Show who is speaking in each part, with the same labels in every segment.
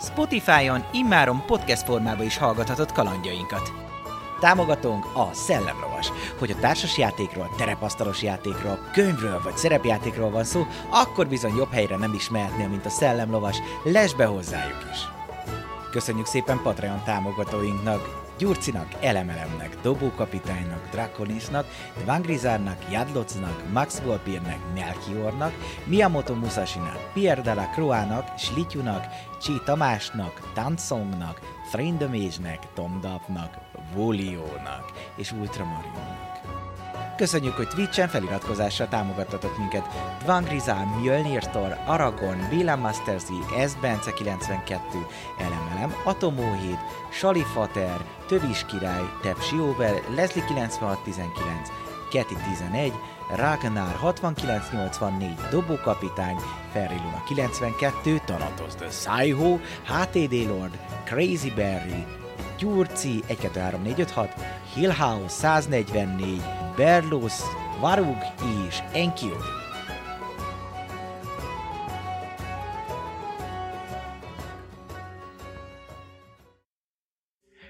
Speaker 1: Spotify-on immáron podcast formában is hallgathatod kalandjainkat. Támogatónk a Szellemlovas. Hogy a társasjátékról, terepasztalos játékról, könyvről vagy szerepjátékról van szó, akkor bizony jobb helyre nem is mehetnél, mint a Szellemlovas. Lesz be hozzájuk is! Köszönjük szépen Patreon támogatóinknak! Gyurcinak, Elemelemnek, Dobókapitánynak, Draconisnak, Dvangrizárnak, Jadlocnak, Max Volpirnek, Melchiornak, Miyamoto Musashinak, Pierre de la Croix-nak, Slityunak, Csi Tamásnak, Tansongnak, Thrindomage-nek, Tomdapnak, Voliónak és Ultramarionnak. Köszönjük, hogy Twitch-en feliratkozással támogattatok minket. Dvangrizá, Mjölnir Tor, Aragon, Willem Masters Z, S. Bence 92, Elemelem, Atomó 7, Salifater, Tövis Király, Tep Sióvel, Leslie 9619, Keti 11, Ragnar 6984, Dobókapitány, Ferri Luna 92, Thanatos the Saiho, HTD Lord, Crazy Berry, Gyurci 123456, Hillhouse 144, Berlus, Varug és Enkyu.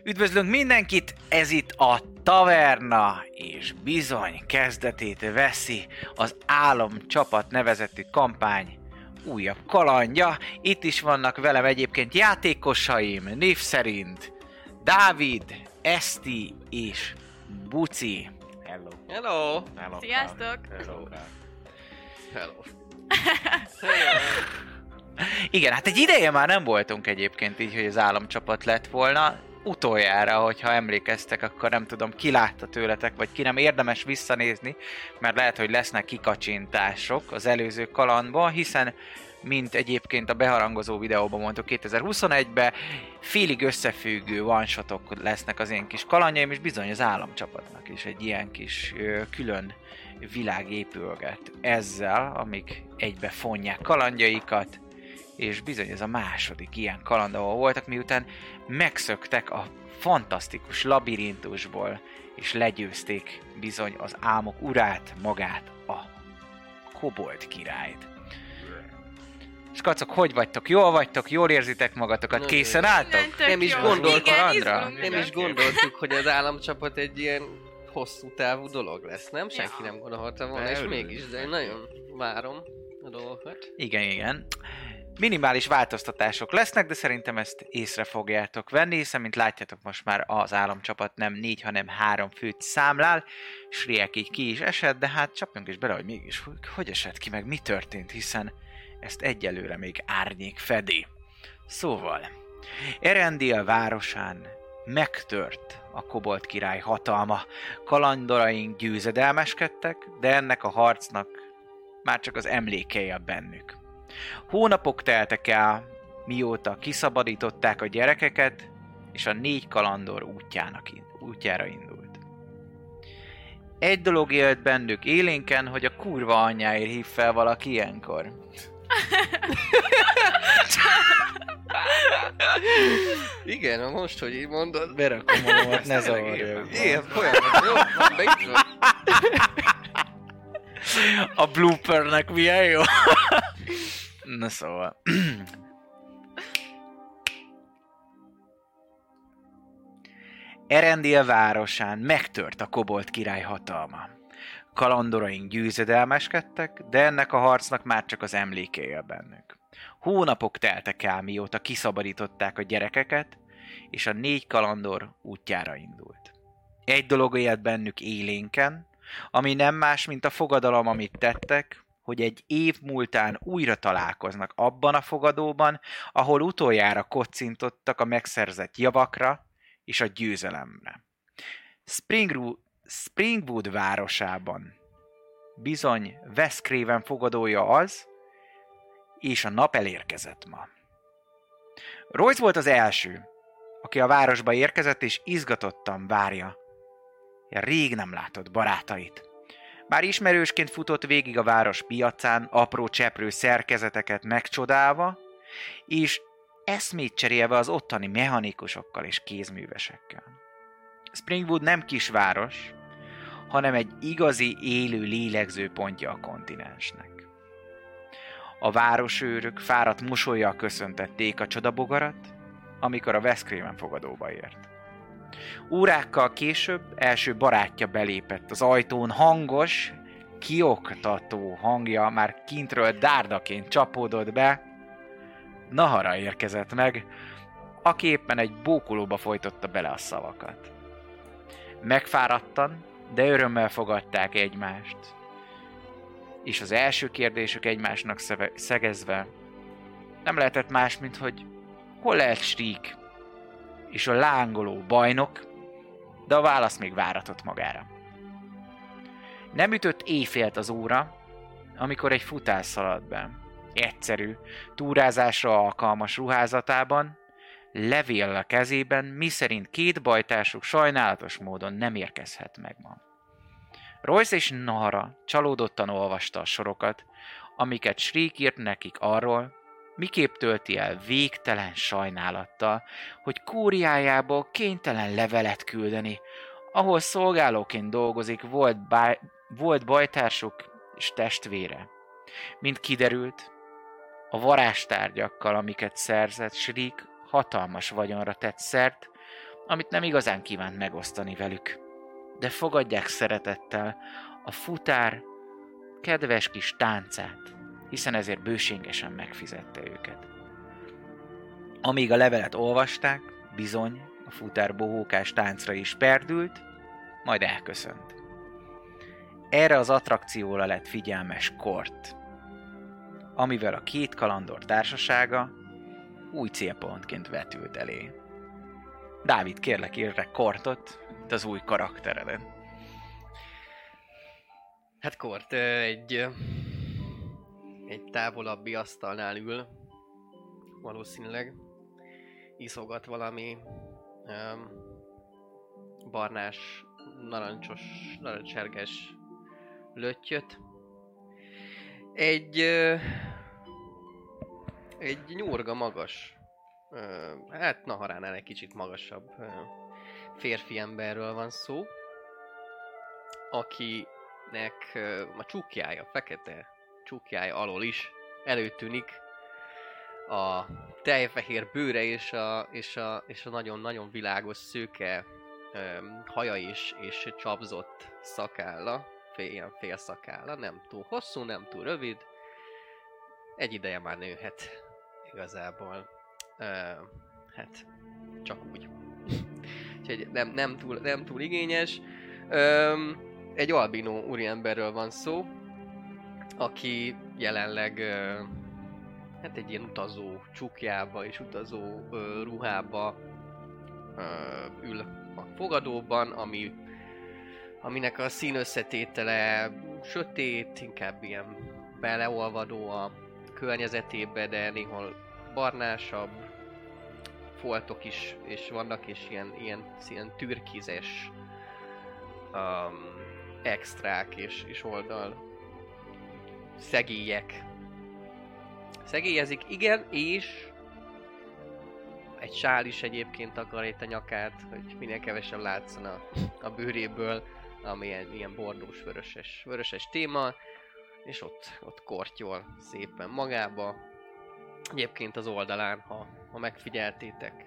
Speaker 1: Üdvözlünk mindenkit, ez itt a Taverna, és bizony kezdetét veszi az Álom csapat nevezetű kampány újabb kalandja. Itt is vannak velem egyébként játékosaim, név szerint Dávid, Eszti és Buci. Hello.
Speaker 2: Hello!
Speaker 1: Hello.
Speaker 3: Sziasztok!
Speaker 2: Hello! Hello!
Speaker 1: Igen, hát egy ideje már nem voltunk egyébként így, hogy az államcsapat lett volna. Utoljára, hogyha emlékeztek, akkor nem tudom, ki látta tőletek, vagy ki nem érdemes visszanézni, mert lehet, hogy lesznek kikacsintások az előző kalandban, hiszen mint egyébként a beharangozó videóban mondtuk 2021-ben, félig összefüggő vanshotok lesznek az én kis kalandjaim, és bizony az államcsapatnak is egy ilyen kis ö, külön világ épülget ezzel, amik egybe fonják kalandjaikat, és bizony ez a második ilyen kaland, ahol voltak, miután megszöktek a fantasztikus labirintusból, és legyőzték bizony az álmok urát, magát, a kobold királyt. Skacok, hogy vagytok? Jól vagytok? Jól érzitek magatokat?
Speaker 2: Nagyon
Speaker 1: Készen
Speaker 2: jó.
Speaker 1: álltok?
Speaker 3: tök
Speaker 2: Nem is
Speaker 3: jó.
Speaker 2: gondolt
Speaker 3: Igen,
Speaker 1: kalandra?
Speaker 3: izgulunk Hát
Speaker 2: Nem is
Speaker 3: mindenképp.
Speaker 2: gondoltuk, hogy az államcsapat egy ilyen hosszú távú dolog lesz, nem? Senki nem gondolta volna,
Speaker 4: De
Speaker 2: és
Speaker 4: örülünk
Speaker 2: mégis, de én nagyon várom a dolgokat.
Speaker 1: Igen, igen. Minimális változtatások lesznek, de szerintem ezt észre fogjátok venni, hiszen, mint látjátok, most már az államcsapat nem négy, hanem három főt számlál, és Riek így ki is esett, de hát csapjunk is bele, hogy mégis hogy, hogy esett ki, meg mi történt, hiszen ezt egyelőre még árnyék fedi. Szóval, Erendia városán megtört a kobold király hatalma. Kalandoraink győzedelmeskedtek, de ennek a harcnak már csak az emlékei a bennük. Hónapok teltek el, mióta kiszabadították a gyerekeket, és a négy kalandor útjának, in- útjára indult. Egy dolog élt bennük élénken, hogy a kurva anyjáért hív fel valaki ilyenkor.
Speaker 2: Igen, most, hogy így mondod.
Speaker 1: Berakom magamat, ne
Speaker 4: Ez tényleg
Speaker 1: zavarja.
Speaker 4: érted.
Speaker 2: Igen, folyamat, jó, van, be itt van.
Speaker 1: A bloopernek milyen jó. Na szóval. Erendil városán megtört a kobolt király hatalma. Kalandoraink győzedelmeskedtek, de ennek a harcnak már csak az emlékéje bennük. Hónapok teltek el, mióta kiszabadították a gyerekeket, és a négy kalandor útjára indult. Egy dolog élt bennük élénken, ami nem más, mint a fogadalom, amit tettek, hogy egy év múltán újra találkoznak abban a fogadóban, ahol utoljára kocintottak a megszerzett javakra és a győzelemre. Springru- Springwood városában bizony Veszkréven fogadója az, és a nap elérkezett ma. Royce volt az első, aki a városba érkezett, és izgatottan várja. Ja, rég nem látott barátait. Bár ismerősként futott végig a város piacán, apró cseprő szerkezeteket megcsodálva, és eszmét cserélve az ottani mechanikusokkal és kézművesekkel. Springwood nem kis város, hanem egy igazi élő lélegzőpontja a kontinensnek. A városőrök fáradt mosolyjal köszöntették a csodabogarat, amikor a Veszkrémen fogadóba ért. Órákkal később első barátja belépett az ajtón hangos, kioktató hangja már kintről dárdaként csapódott be. Nahara érkezett meg, aki éppen egy bókolóba folytotta bele a szavakat. Megfáradtan, de örömmel fogadták egymást. És az első kérdésük egymásnak szeve- szegezve nem lehetett más, mint hogy hol lehet Strík és a lángoló bajnok, de a válasz még váratott magára. Nem ütött éjfélt az óra, amikor egy futás szaladt be. Egyszerű, túrázásra alkalmas ruházatában, levél a kezében, miszerint két bajtársuk sajnálatos módon nem érkezhet meg ma. Royce és Nahara csalódottan olvasta a sorokat, amiket Shriek írt nekik arról, miképp tölti el végtelen sajnálattal, hogy kúriájából kénytelen levelet küldeni, ahol szolgálóként dolgozik volt, báj, volt bajtársuk és testvére. Mint kiderült, a varázstárgyakkal, amiket szerzett Shriek, hatalmas vagyonra tett szert, amit nem igazán kívánt megosztani velük. De fogadják szeretettel a futár kedves kis táncát, hiszen ezért bőségesen megfizette őket. Amíg a levelet olvasták, bizony a futár bohókás táncra is perdült, majd elköszönt. Erre az attrakcióra lett figyelmes Kort, amivel a két kalandor társasága új célpontként vetült elé. Dávid, kérlek, írd le Kortot, itt az új karaktereden.
Speaker 2: Hát Kort ö, egy, ö, egy távolabbi asztalnál ül, valószínűleg iszogat valami öm, barnás, narancsos, narancserges löttyöt. Egy, ö, egy nyúrga magas, ö, hát Naharánál egy kicsit magasabb ö, férfi emberről van szó, aki nek ö, a csukjája, fekete csukjája alól is előtűnik a tejfehér bőre és a, és a, és a nagyon-nagyon világos szőke öm, haja is, és csapzott szakálla, fél, ilyen fél szakálla, nem túl hosszú, nem túl rövid, egy ideje már nőhet igazából. Ö, hát, csak úgy. Úgyhogy nem, nem, túl, nem túl igényes. Öm, egy albinó úriemberről van szó, aki jelenleg ö, hát egy ilyen utazó csukjába és utazó ö, ruhába ö, ül a fogadóban, ami, aminek a szín összetétele sötét, inkább ilyen beleolvadó a környezetébe, de néhol barnásabb, foltok is, és vannak, és ilyen, ilyen, ilyen türkizes um, extrák és, és oldal szegélyek. Szegélyezik, igen, és egy sál is egyébként takarít a nyakát, hogy minél kevesebb látszon a, a bőréből, ami ilyen, ilyen bordós, vöröses, vöröses téma, és ott, ott kortyol szépen magába. Egyébként az oldalán, ha, ha megfigyeltétek,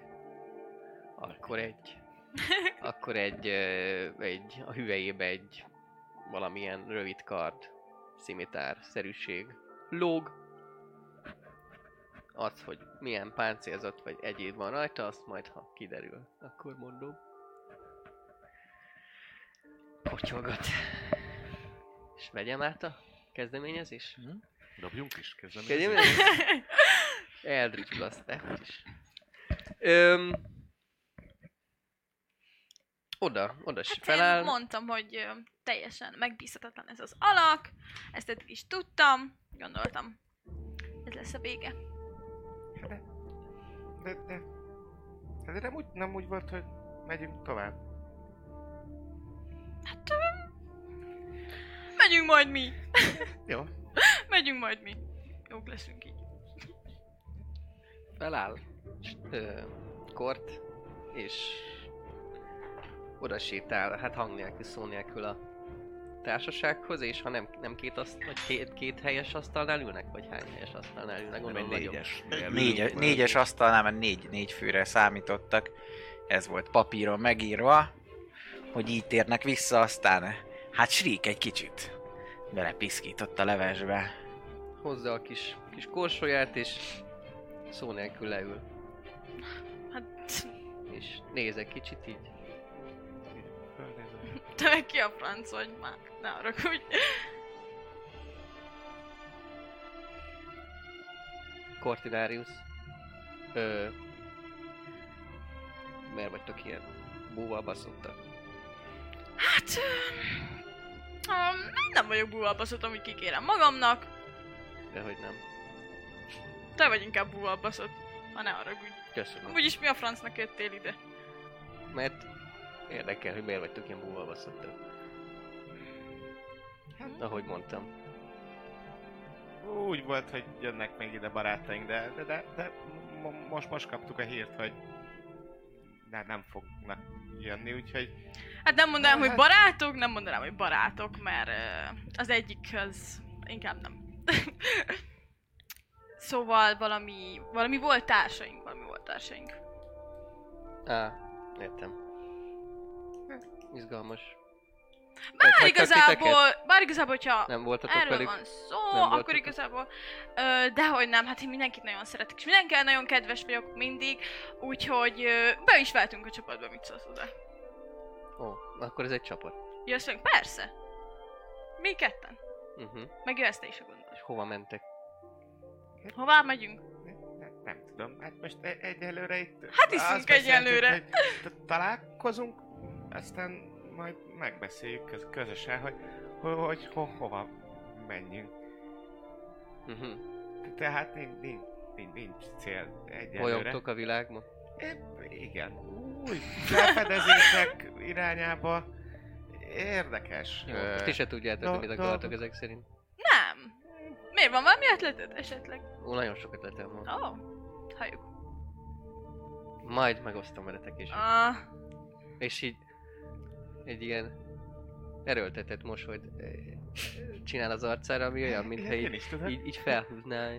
Speaker 2: akkor egy akkor egy, ö, egy a hüvejébe egy valamilyen rövid kard, szimitár szerűség lóg. Az, hogy milyen páncélzat vagy egyéb van rajta, azt majd ha kiderül, akkor mondom. Potyolgat. És vegyem át a kezdeményezés?
Speaker 5: Dobjunk is, kezdem. én.
Speaker 2: Kezdeményezés? Eldrittul azt te is. Öm, oda, oda is
Speaker 3: Hát
Speaker 2: feláll.
Speaker 3: én mondtam, hogy ö, teljesen megbízhatatlan ez az alak, ezt eddig is tudtam, gondoltam, ez lesz a vége.
Speaker 6: de, de... de nem, úgy, nem úgy volt, hogy megyünk tovább.
Speaker 3: Hát... ö, Megyünk majd mi.
Speaker 6: Jó.
Speaker 3: Megyünk majd mi. Jók leszünk így.
Speaker 2: feláll s- ö, kort, és oda sétál, hát hang nélkül, szó nélkül a társasághoz, és ha nem, nem két, aszt, vagy két, két helyes asztalnál ülnek, vagy hány helyes asztalnál ülnek,
Speaker 7: Nem egy
Speaker 2: gondolom nagyobb.
Speaker 7: négyes. mivel
Speaker 1: Négy,
Speaker 7: ülünk,
Speaker 1: négyes
Speaker 7: valami.
Speaker 1: asztalnál, mert négy, négy főre számítottak. Ez volt papíron megírva, hogy így térnek vissza, aztán hát srík egy kicsit. Belepiszkított a levesbe.
Speaker 2: Hozza a kis, kis korsóját, és szó nélkül leül,
Speaker 3: Hát...
Speaker 2: és néz egy kicsit így.
Speaker 6: Fölnézem.
Speaker 3: Te ki a franc vagy már? Ne arra, hogy...
Speaker 2: Cortinarius. Ö, miért vagytok ilyen búval baszottak?
Speaker 3: Hát... Um, nem vagyok búvalbaszott, amit kikérem magamnak.
Speaker 2: Dehogy nem.
Speaker 3: Te vagy inkább búvalbaszott. Ha ne haragudj.
Speaker 2: Köszönöm.
Speaker 3: Úgyis mi a francnak jöttél ide?
Speaker 2: Mert érdekel, hogy miért vagytok ilyen búval baszottak.
Speaker 6: Hát,
Speaker 2: Ahogy mondtam.
Speaker 6: Úgy volt, hogy jönnek még ide barátaink, de, de, de, de mo- most, most kaptuk a hírt, hogy de nem fognak jönni, úgyhogy
Speaker 3: Hát nem mondanám,
Speaker 6: Hát-
Speaker 3: hogy barátok, nem mondanám, hogy barátok, mert ö, az egyik az inkább nem. szóval valami, valami volt társaink, valami volt társaink.
Speaker 2: Á, értem.
Speaker 3: Hm.
Speaker 2: Izgalmas.
Speaker 3: Bár
Speaker 2: Meghagytak titeket?
Speaker 3: igazából, bár igazából, hogyha
Speaker 2: Nem voltatok
Speaker 3: Erről
Speaker 2: velük?
Speaker 3: van szó,
Speaker 2: nem
Speaker 3: akkor
Speaker 2: voltatok?
Speaker 3: igazából, ö, dehogy nem, hát én mindenkit nagyon szeretek, és mindenkivel nagyon kedves vagyok mindig, úgyhogy ö, be is váltunk a csapatba, mit szólsz oda.
Speaker 2: Ó, akkor ez egy csapat.
Speaker 3: Jössz velünk? Persze! Mi ketten.
Speaker 2: Uh-huh.
Speaker 3: Meg jössz te is a gondolat.
Speaker 2: És hova mentek?
Speaker 3: Hová megyünk?
Speaker 6: ne- nem tudom, hát most e- egyelőre itt...
Speaker 3: Hát iszunk
Speaker 6: azt beszéltük,
Speaker 3: egyelőre.
Speaker 6: hogy t- Találkozunk, aztán majd megbeszéljük köz- közösen, hogy, hogy, hogy ho- hova menjünk.
Speaker 2: Uh-huh.
Speaker 6: Tehát nincs, nincs, nincs, nincs cél egyelőre.
Speaker 2: Bolyogtok a világba?
Speaker 6: É, igen, új felfedezések irányába. Érdekes.
Speaker 2: Jó,
Speaker 6: ö,
Speaker 2: ezt is se tudjátok,
Speaker 6: do-
Speaker 2: hogy mit akartok
Speaker 6: dolgok.
Speaker 2: ezek szerint.
Speaker 3: Nem! Miért van valami ötleted esetleg?
Speaker 2: Ó, nagyon sok ötletem van.
Speaker 3: Ó, oh, halljuk.
Speaker 2: Majd megosztom veletek is.
Speaker 3: Ah,
Speaker 2: És így egy ilyen erőltetett mosolyt ö, ö, csinál az arcára, ami olyan, mintha
Speaker 6: Én
Speaker 2: így,
Speaker 6: is tudom.
Speaker 2: így, így felhúzná.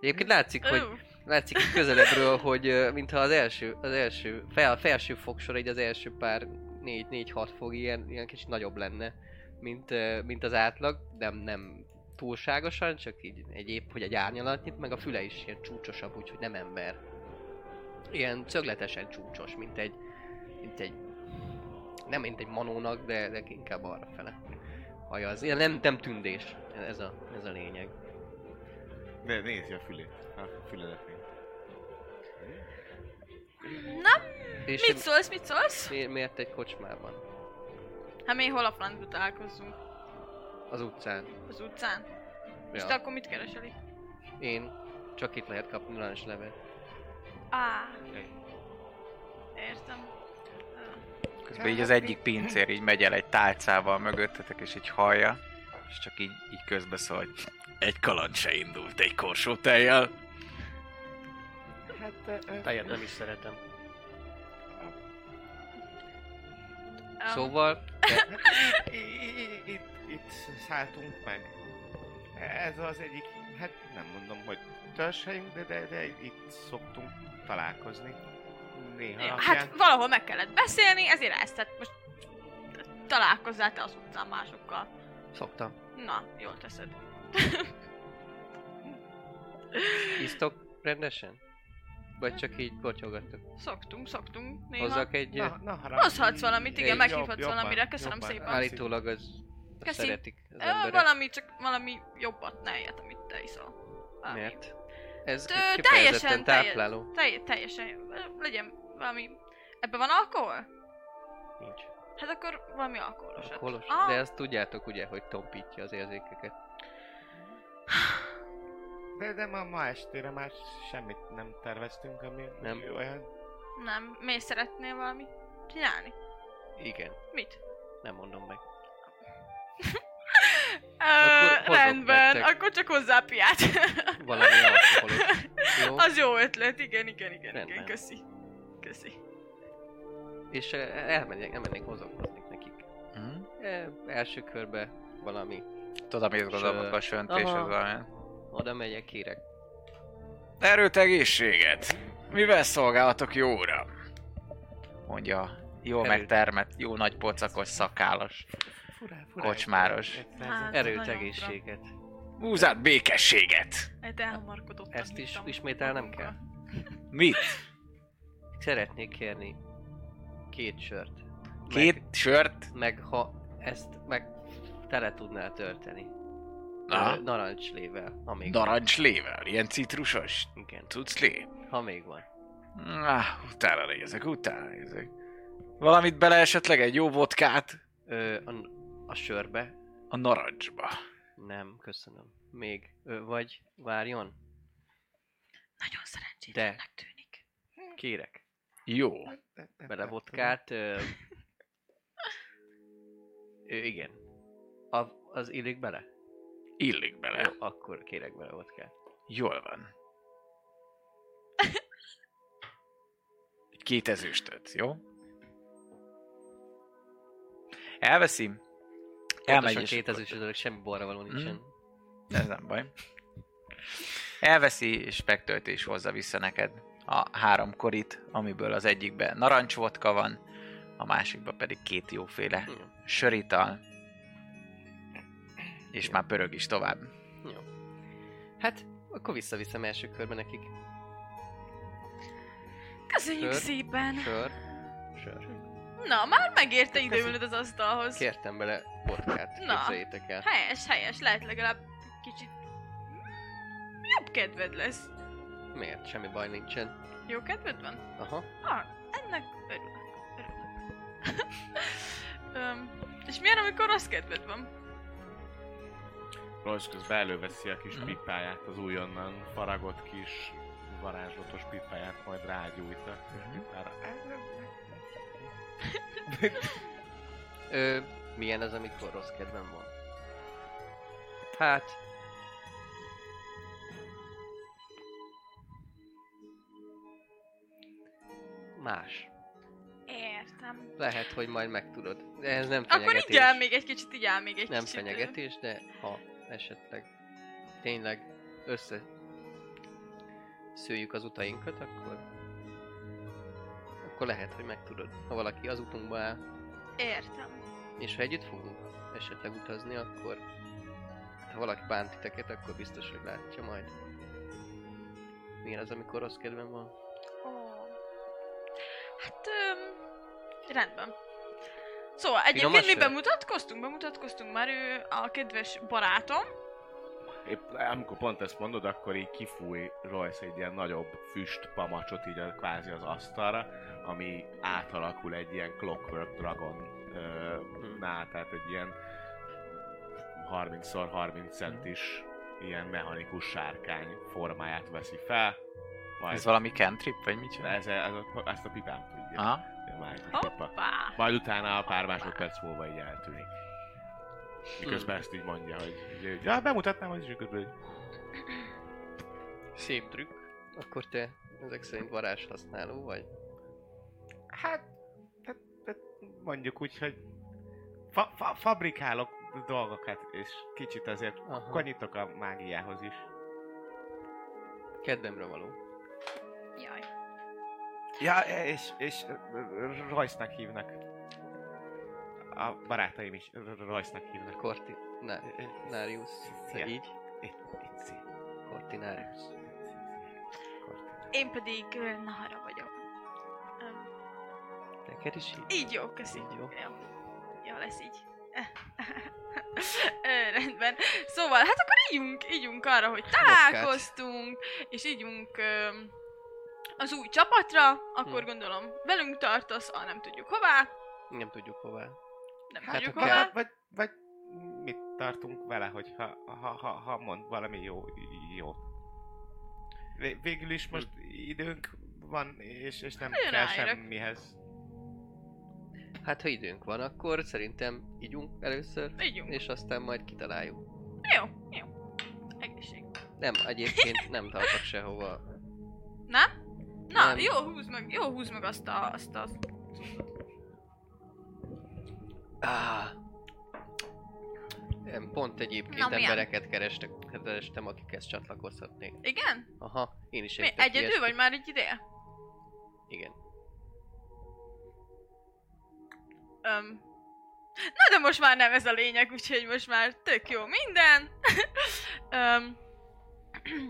Speaker 2: Egyébként látszik, hogy
Speaker 3: ú,
Speaker 2: Látszik így közelebbről, hogy ö, mintha az első, az első, fel, felső fogsor, így az első pár 4-4-6 fog ilyen, ilyen kicsit nagyobb lenne, mint, ö, mint az átlag, nem, nem túlságosan, csak így egy épp, hogy egy árnyalatnyit, meg a füle is ilyen csúcsosabb, úgyhogy nem ember. Ilyen szögletesen csúcsos, mint egy, mint egy, nem mint egy manónak, de, de inkább arra fele. Haja az, ilyen nem, nem tündés, ez a, ez a lényeg.
Speaker 6: De nézi a fülét, a füleletnél.
Speaker 3: Na,
Speaker 2: És
Speaker 3: mit szólsz, mit szólsz?
Speaker 2: mi- miért egy kocsmában?
Speaker 3: Hát mi hol a francba találkozzunk?
Speaker 2: Az utcán.
Speaker 3: Az utcán? És te
Speaker 2: Ja.
Speaker 3: akkor mit keresel itt?
Speaker 2: Én csak itt lehet kapni narancslevet.
Speaker 3: Á,
Speaker 6: Egy.
Speaker 3: értem. Ah.
Speaker 1: Közben így az egyik pincér így megy el egy tálcával mögöttetek, és így hallja, és csak így, így közbeszól, hogy egy kaland se indult egy korsó tejjel.
Speaker 6: Hát, ö, ö,
Speaker 2: Táját nem is szeretem.
Speaker 3: Ah.
Speaker 2: Szóval,
Speaker 6: i- i- i- itt, itt szálltunk meg. Ez az egyik, hát nem mondom, hogy törseink, de, de, de itt szoktunk találkozni. Néha
Speaker 3: Ja,
Speaker 6: napján.
Speaker 3: hát valahol meg kellett beszélni, ezért ezt, tehát most találkozzál te az utcán másokkal.
Speaker 2: szoktam.
Speaker 3: Na, jól teszed.
Speaker 2: Isztok rendesen? Vagy csak így botyogatok?
Speaker 3: Szoktunk, szoktunk néha.
Speaker 2: Hozzak egy...
Speaker 6: Na,
Speaker 2: Na,
Speaker 6: na haragudj.
Speaker 3: Hozhatsz valamit, igen,
Speaker 2: Egy
Speaker 3: meghívhatsz valamire, köszönöm szépen.
Speaker 2: állítólag az... azt
Speaker 3: Köszi.
Speaker 2: Szeretik az
Speaker 3: Ö,
Speaker 2: emberek.
Speaker 3: valami, csak valami jobbat ne ilyet, amit te iszol. Valami.
Speaker 2: Miért? Ez
Speaker 3: Ö,
Speaker 2: kifejezetten
Speaker 3: teljesen,
Speaker 2: tápláló.
Speaker 3: teljesen, telj- teljesen, jó. Ö, legyen valami... Ebben van alkohol?
Speaker 2: Nincs.
Speaker 3: Hát akkor valami alkoholosat.
Speaker 2: Kolos.
Speaker 3: Ah.
Speaker 2: De azt tudjátok ugye, hogy tompítja az érzékeket.
Speaker 6: De, de ma, ma estére már semmit nem terveztünk, ami
Speaker 2: Nem.
Speaker 6: nem. olyan.
Speaker 3: Nem. Miért szeretnél valamit csinálni?
Speaker 2: Igen,
Speaker 3: Mit?
Speaker 2: nem mondom meg.
Speaker 3: Ö,
Speaker 2: Akkor hozok
Speaker 3: rendben,
Speaker 2: nektek.
Speaker 3: akkor csak hozzá piát.
Speaker 2: Valami alkoholos. Jó?
Speaker 3: Az jó ötlet, igen, igen, igen, igen,
Speaker 2: Rendben.
Speaker 3: köszi. Köszi.
Speaker 2: És eh, elmennék, nem mennék hozzáhozni nekik.
Speaker 6: Hmm?
Speaker 1: Hm?
Speaker 2: Eh, első körbe valami.
Speaker 1: Tudom, mit gondolom,
Speaker 2: Sőt.
Speaker 1: a söntés
Speaker 2: Aha.
Speaker 1: az olyan.
Speaker 2: Oda megyek, kérek.
Speaker 1: Erőt egészséget! Mivel szolgálatok jó uram? Mondja jó
Speaker 2: Erőt.
Speaker 1: megtermett, jó nagy pocakos szakállas.
Speaker 6: Furá, furá,
Speaker 1: Kocsmáros.
Speaker 3: Hát,
Speaker 2: Erőt,
Speaker 3: nagyon
Speaker 2: egészséget.
Speaker 1: Húzát békességet!
Speaker 3: Hát elhamarkodottak
Speaker 2: Ezt
Speaker 3: itt
Speaker 2: is
Speaker 3: a-
Speaker 2: ismételnem kell?
Speaker 1: Mit?
Speaker 2: Szeretnék kérni két sört.
Speaker 1: Két
Speaker 2: Meg,
Speaker 1: sört?
Speaker 2: meg ha ezt meg tele tudnál tölteni.
Speaker 1: Aha.
Speaker 2: Ö, Narancslével, ha még van.
Speaker 1: Narancslével, ilyen citrusos
Speaker 2: Igen,
Speaker 1: cuclé?
Speaker 2: ha még van.
Speaker 1: Ah, utána nézek, utána nézek. Valamit bele esetleg egy jó vodkát
Speaker 2: Ö, a, a sörbe?
Speaker 1: a narancsba.
Speaker 2: Nem, köszönöm. Még. Ö, vagy várjon?
Speaker 3: Nagyon szerencsétlennek tűnik.
Speaker 2: Kérek.
Speaker 1: Jó.
Speaker 2: Bele vodkát. Ö, ö, igen. A, az illik bele?
Speaker 1: Illik
Speaker 2: Jó,
Speaker 1: bele.
Speaker 2: akkor kérek bele vodkát.
Speaker 1: Jól van. Egy Két ezüstöt, jó? Elveszim. Elmegy
Speaker 2: Pontosan
Speaker 1: és
Speaker 2: két
Speaker 1: akkor- Mm.
Speaker 2: ezüstölök, semmi borra való nincsen.
Speaker 1: Ez nem baj. Elveszi, és megtölti, és hozza vissza neked a három korit, amiből az egyikben narancsvodka van, a másikban pedig két jóféle
Speaker 2: Jó.
Speaker 1: sörital. És már pörög is tovább.
Speaker 2: Jó. Hát, akkor visszaviszem első körben nekik.
Speaker 3: Köszönjük
Speaker 2: Sör.
Speaker 3: szépen!
Speaker 2: Sör. Sör.
Speaker 3: Na, már megérte
Speaker 2: Köszi.
Speaker 3: időlnöd az asztalhoz.
Speaker 2: Kértem bele vodkát,
Speaker 3: Na.
Speaker 2: képzeljétek el.
Speaker 3: Helyes, helyes, lehet legalább kicsit Hmm, jobb kedved lesz. Hát-
Speaker 2: Miért? Semmi baj nincsen.
Speaker 3: Jó kedved van?
Speaker 2: Aha.
Speaker 3: Ah, ennek örülök. örülök. Öm, és miért, amikor rossz kedved van?
Speaker 6: Rossz közben előveszi a kis
Speaker 1: Mhm.
Speaker 6: pipáját, az újonnan faragott kis varázslatos pipáját, majd rágyújt a kis
Speaker 1: Mhm.
Speaker 6: pipára.
Speaker 2: Ö, milyen az, amikor rossz kedvem van? Hát... Más.
Speaker 3: Értem.
Speaker 2: Lehet, hogy majd megtudod. De ez nem
Speaker 3: Akkor
Speaker 2: fenyegetés.
Speaker 3: így áll még egy kicsit, így áll még egy
Speaker 2: Nem
Speaker 3: kicsit. ö.
Speaker 2: fenyegetés, de ha esetleg tényleg össze szőjük az utainkat, akkor akkor lehet, hogy megtudod, ha valaki az utunkba áll.
Speaker 3: Értem.
Speaker 2: És ha együtt fogunk esetleg utazni, akkor ha valaki bánt titeket, akkor biztos, hogy látja majd. Milyen az, amikor rossz kedvem van?
Speaker 3: Ó. Hát, öm, rendben. Szóval egyébként mi
Speaker 2: sör?
Speaker 3: bemutatkoztunk, bemutatkoztunk már ő a kedves barátom.
Speaker 6: Épp, amikor pont ezt mondod, akkor így kifúj Royce egy ilyen nagyobb füst pamacsot így a, kvázi az asztalra, ami átalakul egy ilyen Clockwork Dragon ö,
Speaker 1: Mhm.
Speaker 6: ná, tehát egy ilyen 30x30
Speaker 1: Mhm.
Speaker 6: centis ilyen mechanikus sárkány formáját veszi fel, majd
Speaker 1: Ez valami cantrip, vagy mit csinál?
Speaker 6: ez, ez a, ezt a pipát tudja.
Speaker 1: Aha.
Speaker 6: A mágikus pipa.
Speaker 3: Hoppá!
Speaker 6: Majd utána pár másodperc múlva így eltűnik. Miközben ezt így mondja, hogy, hogy ja, bemutatnám, hogy is közben, hogy
Speaker 2: Szép trükk. Akkor te ezek szerint varázs használó vagy?
Speaker 6: Hát, hát, hát mondjuk úgy, hogy fa, fa, fabrikálok dolgokat, és kicsit azért
Speaker 2: Aha.
Speaker 6: konyítok a mágiához is.
Speaker 2: Kedvemre való.
Speaker 3: Jaj.
Speaker 6: Ja, és, és Royce-nak hívnak. A barátaim is Royce-nak hívnak.
Speaker 2: Korti... Ne, Narius.
Speaker 6: Ja.
Speaker 2: Te így?
Speaker 6: Itzi.
Speaker 2: Kortinárius.
Speaker 3: Én pedig ö, Nahara vagyok. Öm,
Speaker 2: Neked is így?
Speaker 3: így jó, köszi.
Speaker 2: Így jó.
Speaker 3: Ja, ja lesz így. Ö, Rendben. Szóval, hát akkor ígyunk, ígyunk arra, hogy találkoztunk, és ígyunk öm, az új csapatra, akkor
Speaker 2: Hm.
Speaker 3: gondolom velünk tartasz, a nem tudjuk hová,
Speaker 2: Nem tudjuk hová.
Speaker 3: nem
Speaker 2: Hát
Speaker 3: tudjuk
Speaker 2: akkor-
Speaker 3: hová.
Speaker 6: Vagy, vagy mit tartunk vele, hogyha ha, ha, ha mond valami jó, jót? Vé- Végül is most időnk van, és, és nem
Speaker 3: Nagyon
Speaker 6: kell
Speaker 3: ráérek.
Speaker 6: semmihez.
Speaker 2: Hát ha időnk van, akkor szerintem ígyunk először,
Speaker 3: Ígyunk.
Speaker 2: és aztán majd kitaláljuk.
Speaker 3: Jó, jó. Egészség.
Speaker 2: Nem, egyébként nem tartok sehova.
Speaker 3: Nem? Na,
Speaker 2: Nem.
Speaker 3: jó, húz meg, jó, húz meg azt a, azt a...
Speaker 2: Ah. Nem, pont egyébként
Speaker 3: Na,
Speaker 2: Na,
Speaker 3: milyen?
Speaker 2: embereket kerestek, kerestem, akikhez csatlakozhatnék.
Speaker 3: Igen?
Speaker 2: Aha, én is
Speaker 3: Mi,
Speaker 2: égtem ki
Speaker 3: egyedül
Speaker 2: ezt.
Speaker 3: vagy már egy ideje?
Speaker 2: Igen.
Speaker 3: Öm. Na de most már nem ez a lényeg, úgyhogy most már tök jó minden. Öm.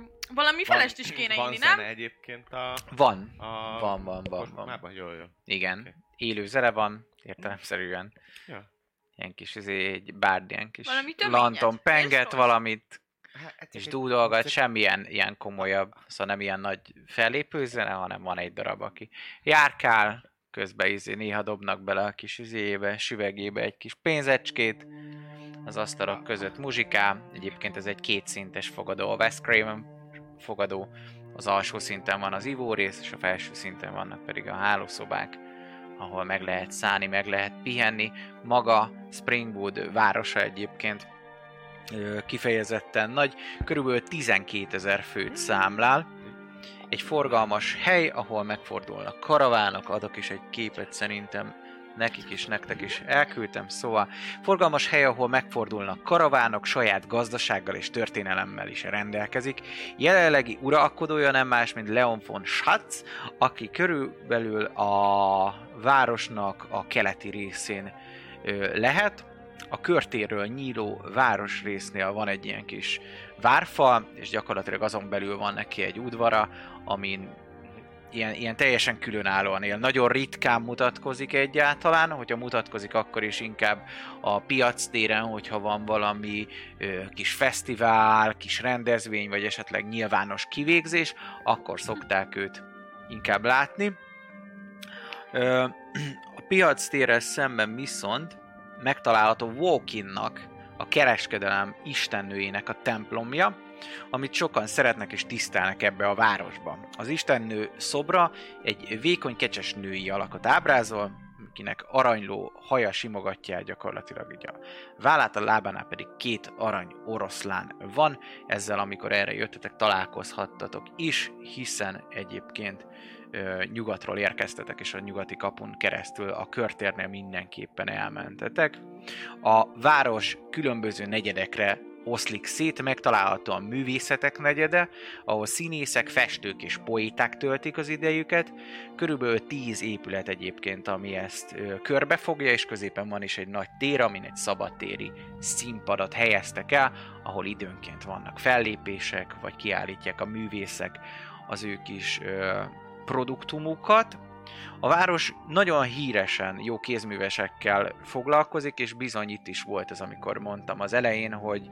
Speaker 3: Valami felest is kéne
Speaker 6: van
Speaker 3: inni, nem?
Speaker 6: Zene egyébként a...
Speaker 1: Van.
Speaker 6: a
Speaker 1: Van, van, van, van.
Speaker 6: Kocsmában? Jó, jó. Oké.
Speaker 1: Igen. Élő zene van, értelemszerűen.
Speaker 6: Ja.
Speaker 1: Ilyen kis, izé, egy bárd, ilyen kis
Speaker 3: Valami töményet,
Speaker 1: lanton
Speaker 3: és
Speaker 1: penget
Speaker 3: rossz.
Speaker 1: valamit,
Speaker 6: Hát, ez
Speaker 1: és
Speaker 6: egy-
Speaker 1: dúdolgat,
Speaker 6: ez-
Speaker 1: semmilyen ilyen komolyabb, szóval nem ilyen nagy fellépő zene, hanem van egy darab, aki járkál, közben izé néha dobnak bele a kis izébe, süvegébe egy kis pénzecskét, az asztalok között muzsikál, egyébként ez egy kétszintes fogadó, a West Craven fogadó, az alsó szinten van az ivórész, és a felső szinten vannak pedig a hálószobák, ahol meg lehet szállni, meg lehet pihenni. Maga Springwood városa egyébként ö, kifejezetten nagy, körülbelül 12 ezer főt számlál. Egy forgalmas hely, ahol megfordulnak karavánok, adok is egy képet szerintem nekik is, nektek is elküldtem, szóval forgalmas hely, ahol megfordulnak karavánok, saját gazdasággal és történelemmel is rendelkezik. Jelenlegi uralkodója nem más, mint Leon von Schatz, aki körülbelül a városnak a keleti részén ö, lehet. A körtéről nyíló városrésznél van egy ilyen kis várfal, és gyakorlatilag azon belül van neki egy udvara, amin ilyen, ilyen teljesen különállóan él. Nagyon ritkán mutatkozik egyáltalán, hogyha mutatkozik, akkor is inkább a piac téren, hogyha van valami ö, kis fesztivál, kis rendezvény, vagy esetleg nyilvános kivégzés, akkor szokták őt inkább látni. Ö, a piac térrel szemben viszont megtalálható Walkinnak, a kereskedelem istennőjének a templomja, amit sokan szeretnek és tisztelnek ebbe a városban. Az istennő szobra egy vékony kecses női alakot ábrázol, akinek aranyló haja simogatja el gyakorlatilag így a vállát, a lábánál pedig két arany oroszlán van, ezzel amikor erre jöttetek találkozhattatok is, hiszen egyébként ö, nyugatról érkeztetek, és a nyugati kapun keresztül a körtérnél mindenképpen elmentetek. A város különböző negyedekre oszlik szét, megtalálható a művészetek negyede, ahol színészek, festők és poéták töltik az idejüket. Körülbelül 10 épület egyébként, ami ezt ö, körbefogja, és középen van is egy nagy tér, amin egy szabadtéri színpadat helyeztek el, ahol időnként vannak fellépések, vagy kiállítják a művészek az ő kis ö, produktumukat. A város nagyon híresen jó kézművesekkel foglalkozik, és bizony itt is volt ez, amikor mondtam az elején, hogy,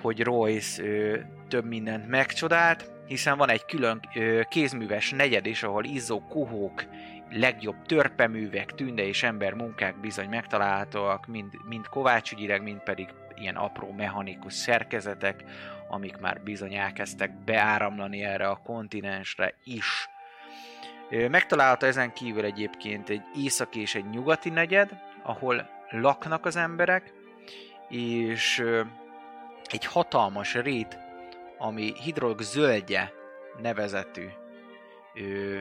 Speaker 1: hogy Royce ö, több mindent megcsodált, hiszen van egy külön ö, kézműves negyed is, ahol izzó kuhók, legjobb törpeművek, tünde és ember munkák bizony megtalálhatóak, mind, mind kovácsügyileg, mind pedig ilyen apró mechanikus szerkezetek, amik már bizony elkezdtek beáramlani erre a kontinensre is. Ö, Megtalálható ezen kívül egyébként egy északi és egy nyugati negyed, ahol laknak az emberek, és ö, egy hatalmas rét, ami hidrolog zöldje nevezetű ö,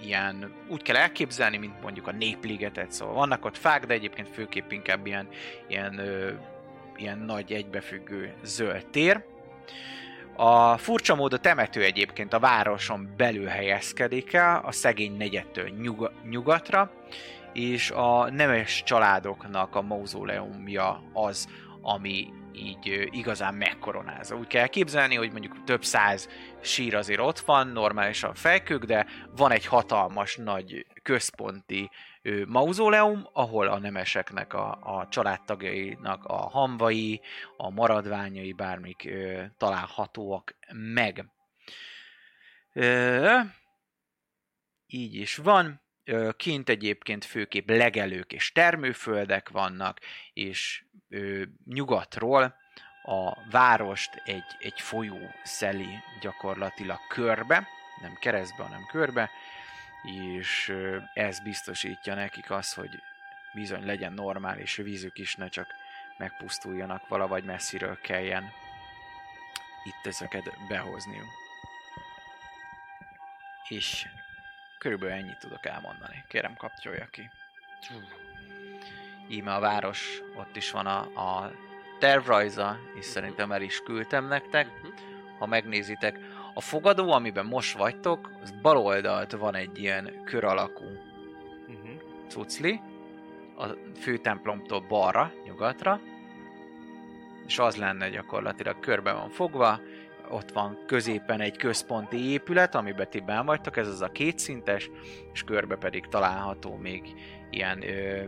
Speaker 1: ilyen, úgy kell elképzelni, mint mondjuk a népligetet, szóval vannak ott fák, de egyébként főképp inkább ilyen, ilyen, ö, ilyen nagy egybefüggő zöld tér. A furcsa mód a temető egyébként a városon belül helyezkedik el, a szegény negyedtől nyug- nyugatra, és a nemes családoknak a mauzóleumja az, ami így ö, igazán megkoronázza. Úgy kell képzelni, hogy mondjuk több száz sír azért ott van, normálisan felkők, de van egy hatalmas nagy központi ö, mauzóleum, ahol a nemeseknek, a, a családtagjainak a hamvai, a maradványai, bármik ö, találhatóak meg. Ö, így is van. Ö, kint egyébként főképp legelők és termőföldek vannak, és ö, nyugatról a várost egy, egy folyó szeli gyakorlatilag körbe, nem keresztbe, hanem körbe, és ö, ez biztosítja nekik azt, hogy bizony legyen normális vízük is, ne csak megpusztuljanak valahogy messziről kelljen itt ezeket behozniuk. És körülbelül ennyit tudok elmondani. Kérem, kapcsolja ki. Íme a város, ott is van a, a tervrajza, és szerintem el is küldtem nektek.
Speaker 2: hm,
Speaker 1: Ha megnézitek, a fogadó, amiben most vagytok, az bal oldalt van egy ilyen kör alakú
Speaker 6: Uh-huh.
Speaker 1: cucli, a főtemplomtól balra, nyugatra, és az lenne gyakorlatilag körbe van fogva, ott van középen egy központi épület, amiben ti benn vagytok, ez az a kétszintes, és körbe pedig található még ilyen, ö,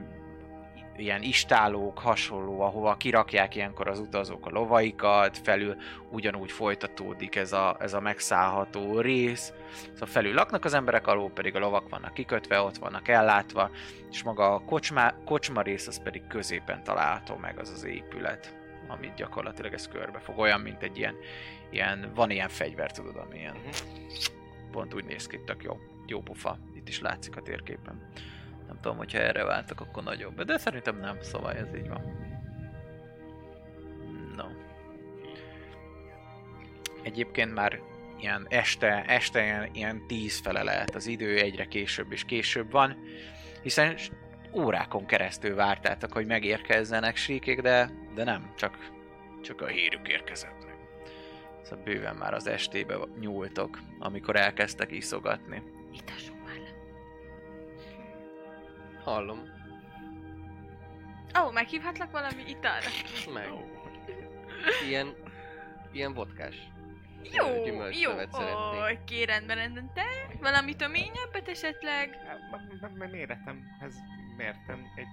Speaker 1: ilyen istálók, hasonló, ahova kirakják ilyenkor az utazók a lovaikat, felül ugyanúgy folytatódik ez a, ez a megszállható rész, szóval felül laknak az emberek, alul pedig a lovak vannak kikötve, ott vannak ellátva, és maga a kocsma, kocsma rész az pedig középen található meg az az épület, amit gyakorlatilag ez körbe fog. Olyan, mint egy ilyen, ilyen van ilyen fegyver, tudod, ami ilyen. Pont úgy néz ki, tök jó, jó pufa. Itt is látszik a térképen. Nem tudom, hogyha erre váltak, akkor nagyobb. De szerintem nem, szóval ez így van. No. Egyébként már ilyen este, este ilyen, ilyen tíz fele lehet az idő, egyre később és később van, hiszen s- órákon keresztül vártátok, hogy megérkezzenek síkék, de, de nem, csak, csak a hírük érkezett meg. Szóval bőven már az estébe va- nyúltok, amikor elkezdtek iszogatni.
Speaker 3: Itassunk már le.
Speaker 2: Hallom.
Speaker 3: Ó, oh, meghívhatlak valami italra?
Speaker 2: Meg. Ilyen... Ilyen vodkás.
Speaker 3: Jó,
Speaker 2: Gyümölcslevet
Speaker 3: jó.
Speaker 2: szeretnék.
Speaker 3: Ó, ki rendben, rendben. Te? Valami töményebbet esetleg?
Speaker 6: Hát, Méretemhez mértem egy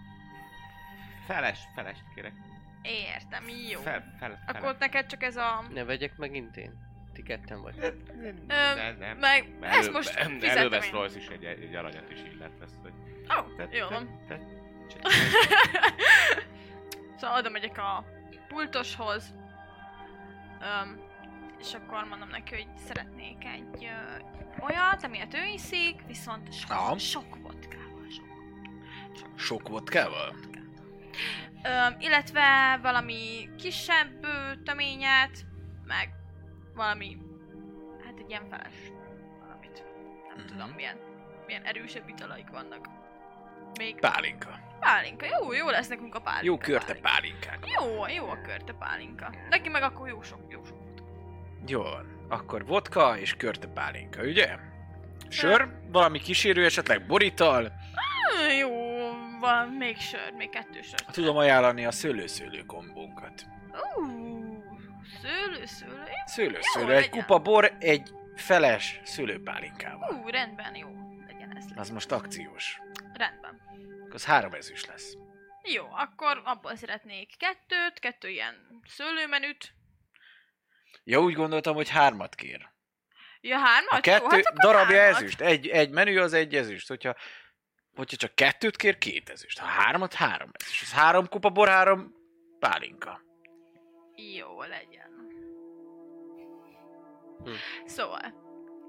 Speaker 6: feles, felest kérek.
Speaker 3: Értem, jó.
Speaker 6: Fel, fel,
Speaker 3: Akkor neked csak ez a...
Speaker 2: Ne vegyek meg intén. Ti ketten vagy.
Speaker 6: nem, nem, nem.
Speaker 3: Meg, ezt most
Speaker 6: elő-
Speaker 3: fizetem
Speaker 6: Elővesz
Speaker 3: én.
Speaker 6: Rolls is egy, egy aranyat is illet lesz, hogy...
Speaker 3: Ó, jó van.
Speaker 6: Te, te,
Speaker 3: Szóval oda megyek a pultoshoz, öm, és akkor mondom neki, hogy szeretnék egy ö, olyat, amilyet ő iszik, viszont
Speaker 1: Aha.
Speaker 3: sok, sok vodkával. Sok.
Speaker 1: Sok vodkával?
Speaker 3: Öm, illetve valami kisebb ö, töményet, meg valami, hát egy ilyen feles valamit. Nem
Speaker 1: Mhm.
Speaker 3: tudom, milyen, milyen erősebb italaik vannak. Még
Speaker 1: Pálinka.
Speaker 3: pálinka. Jó, jó lesz nekünk a pálinka.
Speaker 1: Jó körte
Speaker 3: pálinka.
Speaker 1: pálinkák.
Speaker 3: Jó, jó a körte pálinka. Neki meg akkor jó sok, jó sok.
Speaker 1: Jó van. Akkor vodka és körte pálinka, ugye? Sör, valami kísérő, esetleg borítal.
Speaker 3: Hm, Jó, van még sör, még kettő sör.
Speaker 1: Tudom ajánlani a szőlőszőlő kombunkat.
Speaker 3: Ú, szőlő, szőlő.
Speaker 1: Szőlőszőlő,
Speaker 3: Jó,
Speaker 1: egy
Speaker 3: legyen.
Speaker 1: kupa bor, egy feles szőlőpálinkával.
Speaker 3: Ú, rendben, jó. Legyen ez.
Speaker 1: Az most akciós.
Speaker 3: Rendben.
Speaker 1: Az három ezüst lesz.
Speaker 3: Jó, akkor abból szeretnék kettőt, kettő ilyen szőlőmenüt.
Speaker 1: Ja, úgy gondoltam, hogy hármat kér.
Speaker 3: Ja, hármat?
Speaker 1: A
Speaker 3: Jó,
Speaker 1: kettő
Speaker 3: hát akkor
Speaker 1: darabja
Speaker 3: hármat.
Speaker 1: ezüst. Egy, egy menü az egy ezüst. Hogyha, hogyha csak kettőt kér, két ezüst. Ha hármat, három ezüst. Ez három kupa bor, három pálinka.
Speaker 3: Jó, legyen.
Speaker 2: Hm.
Speaker 3: Szóval.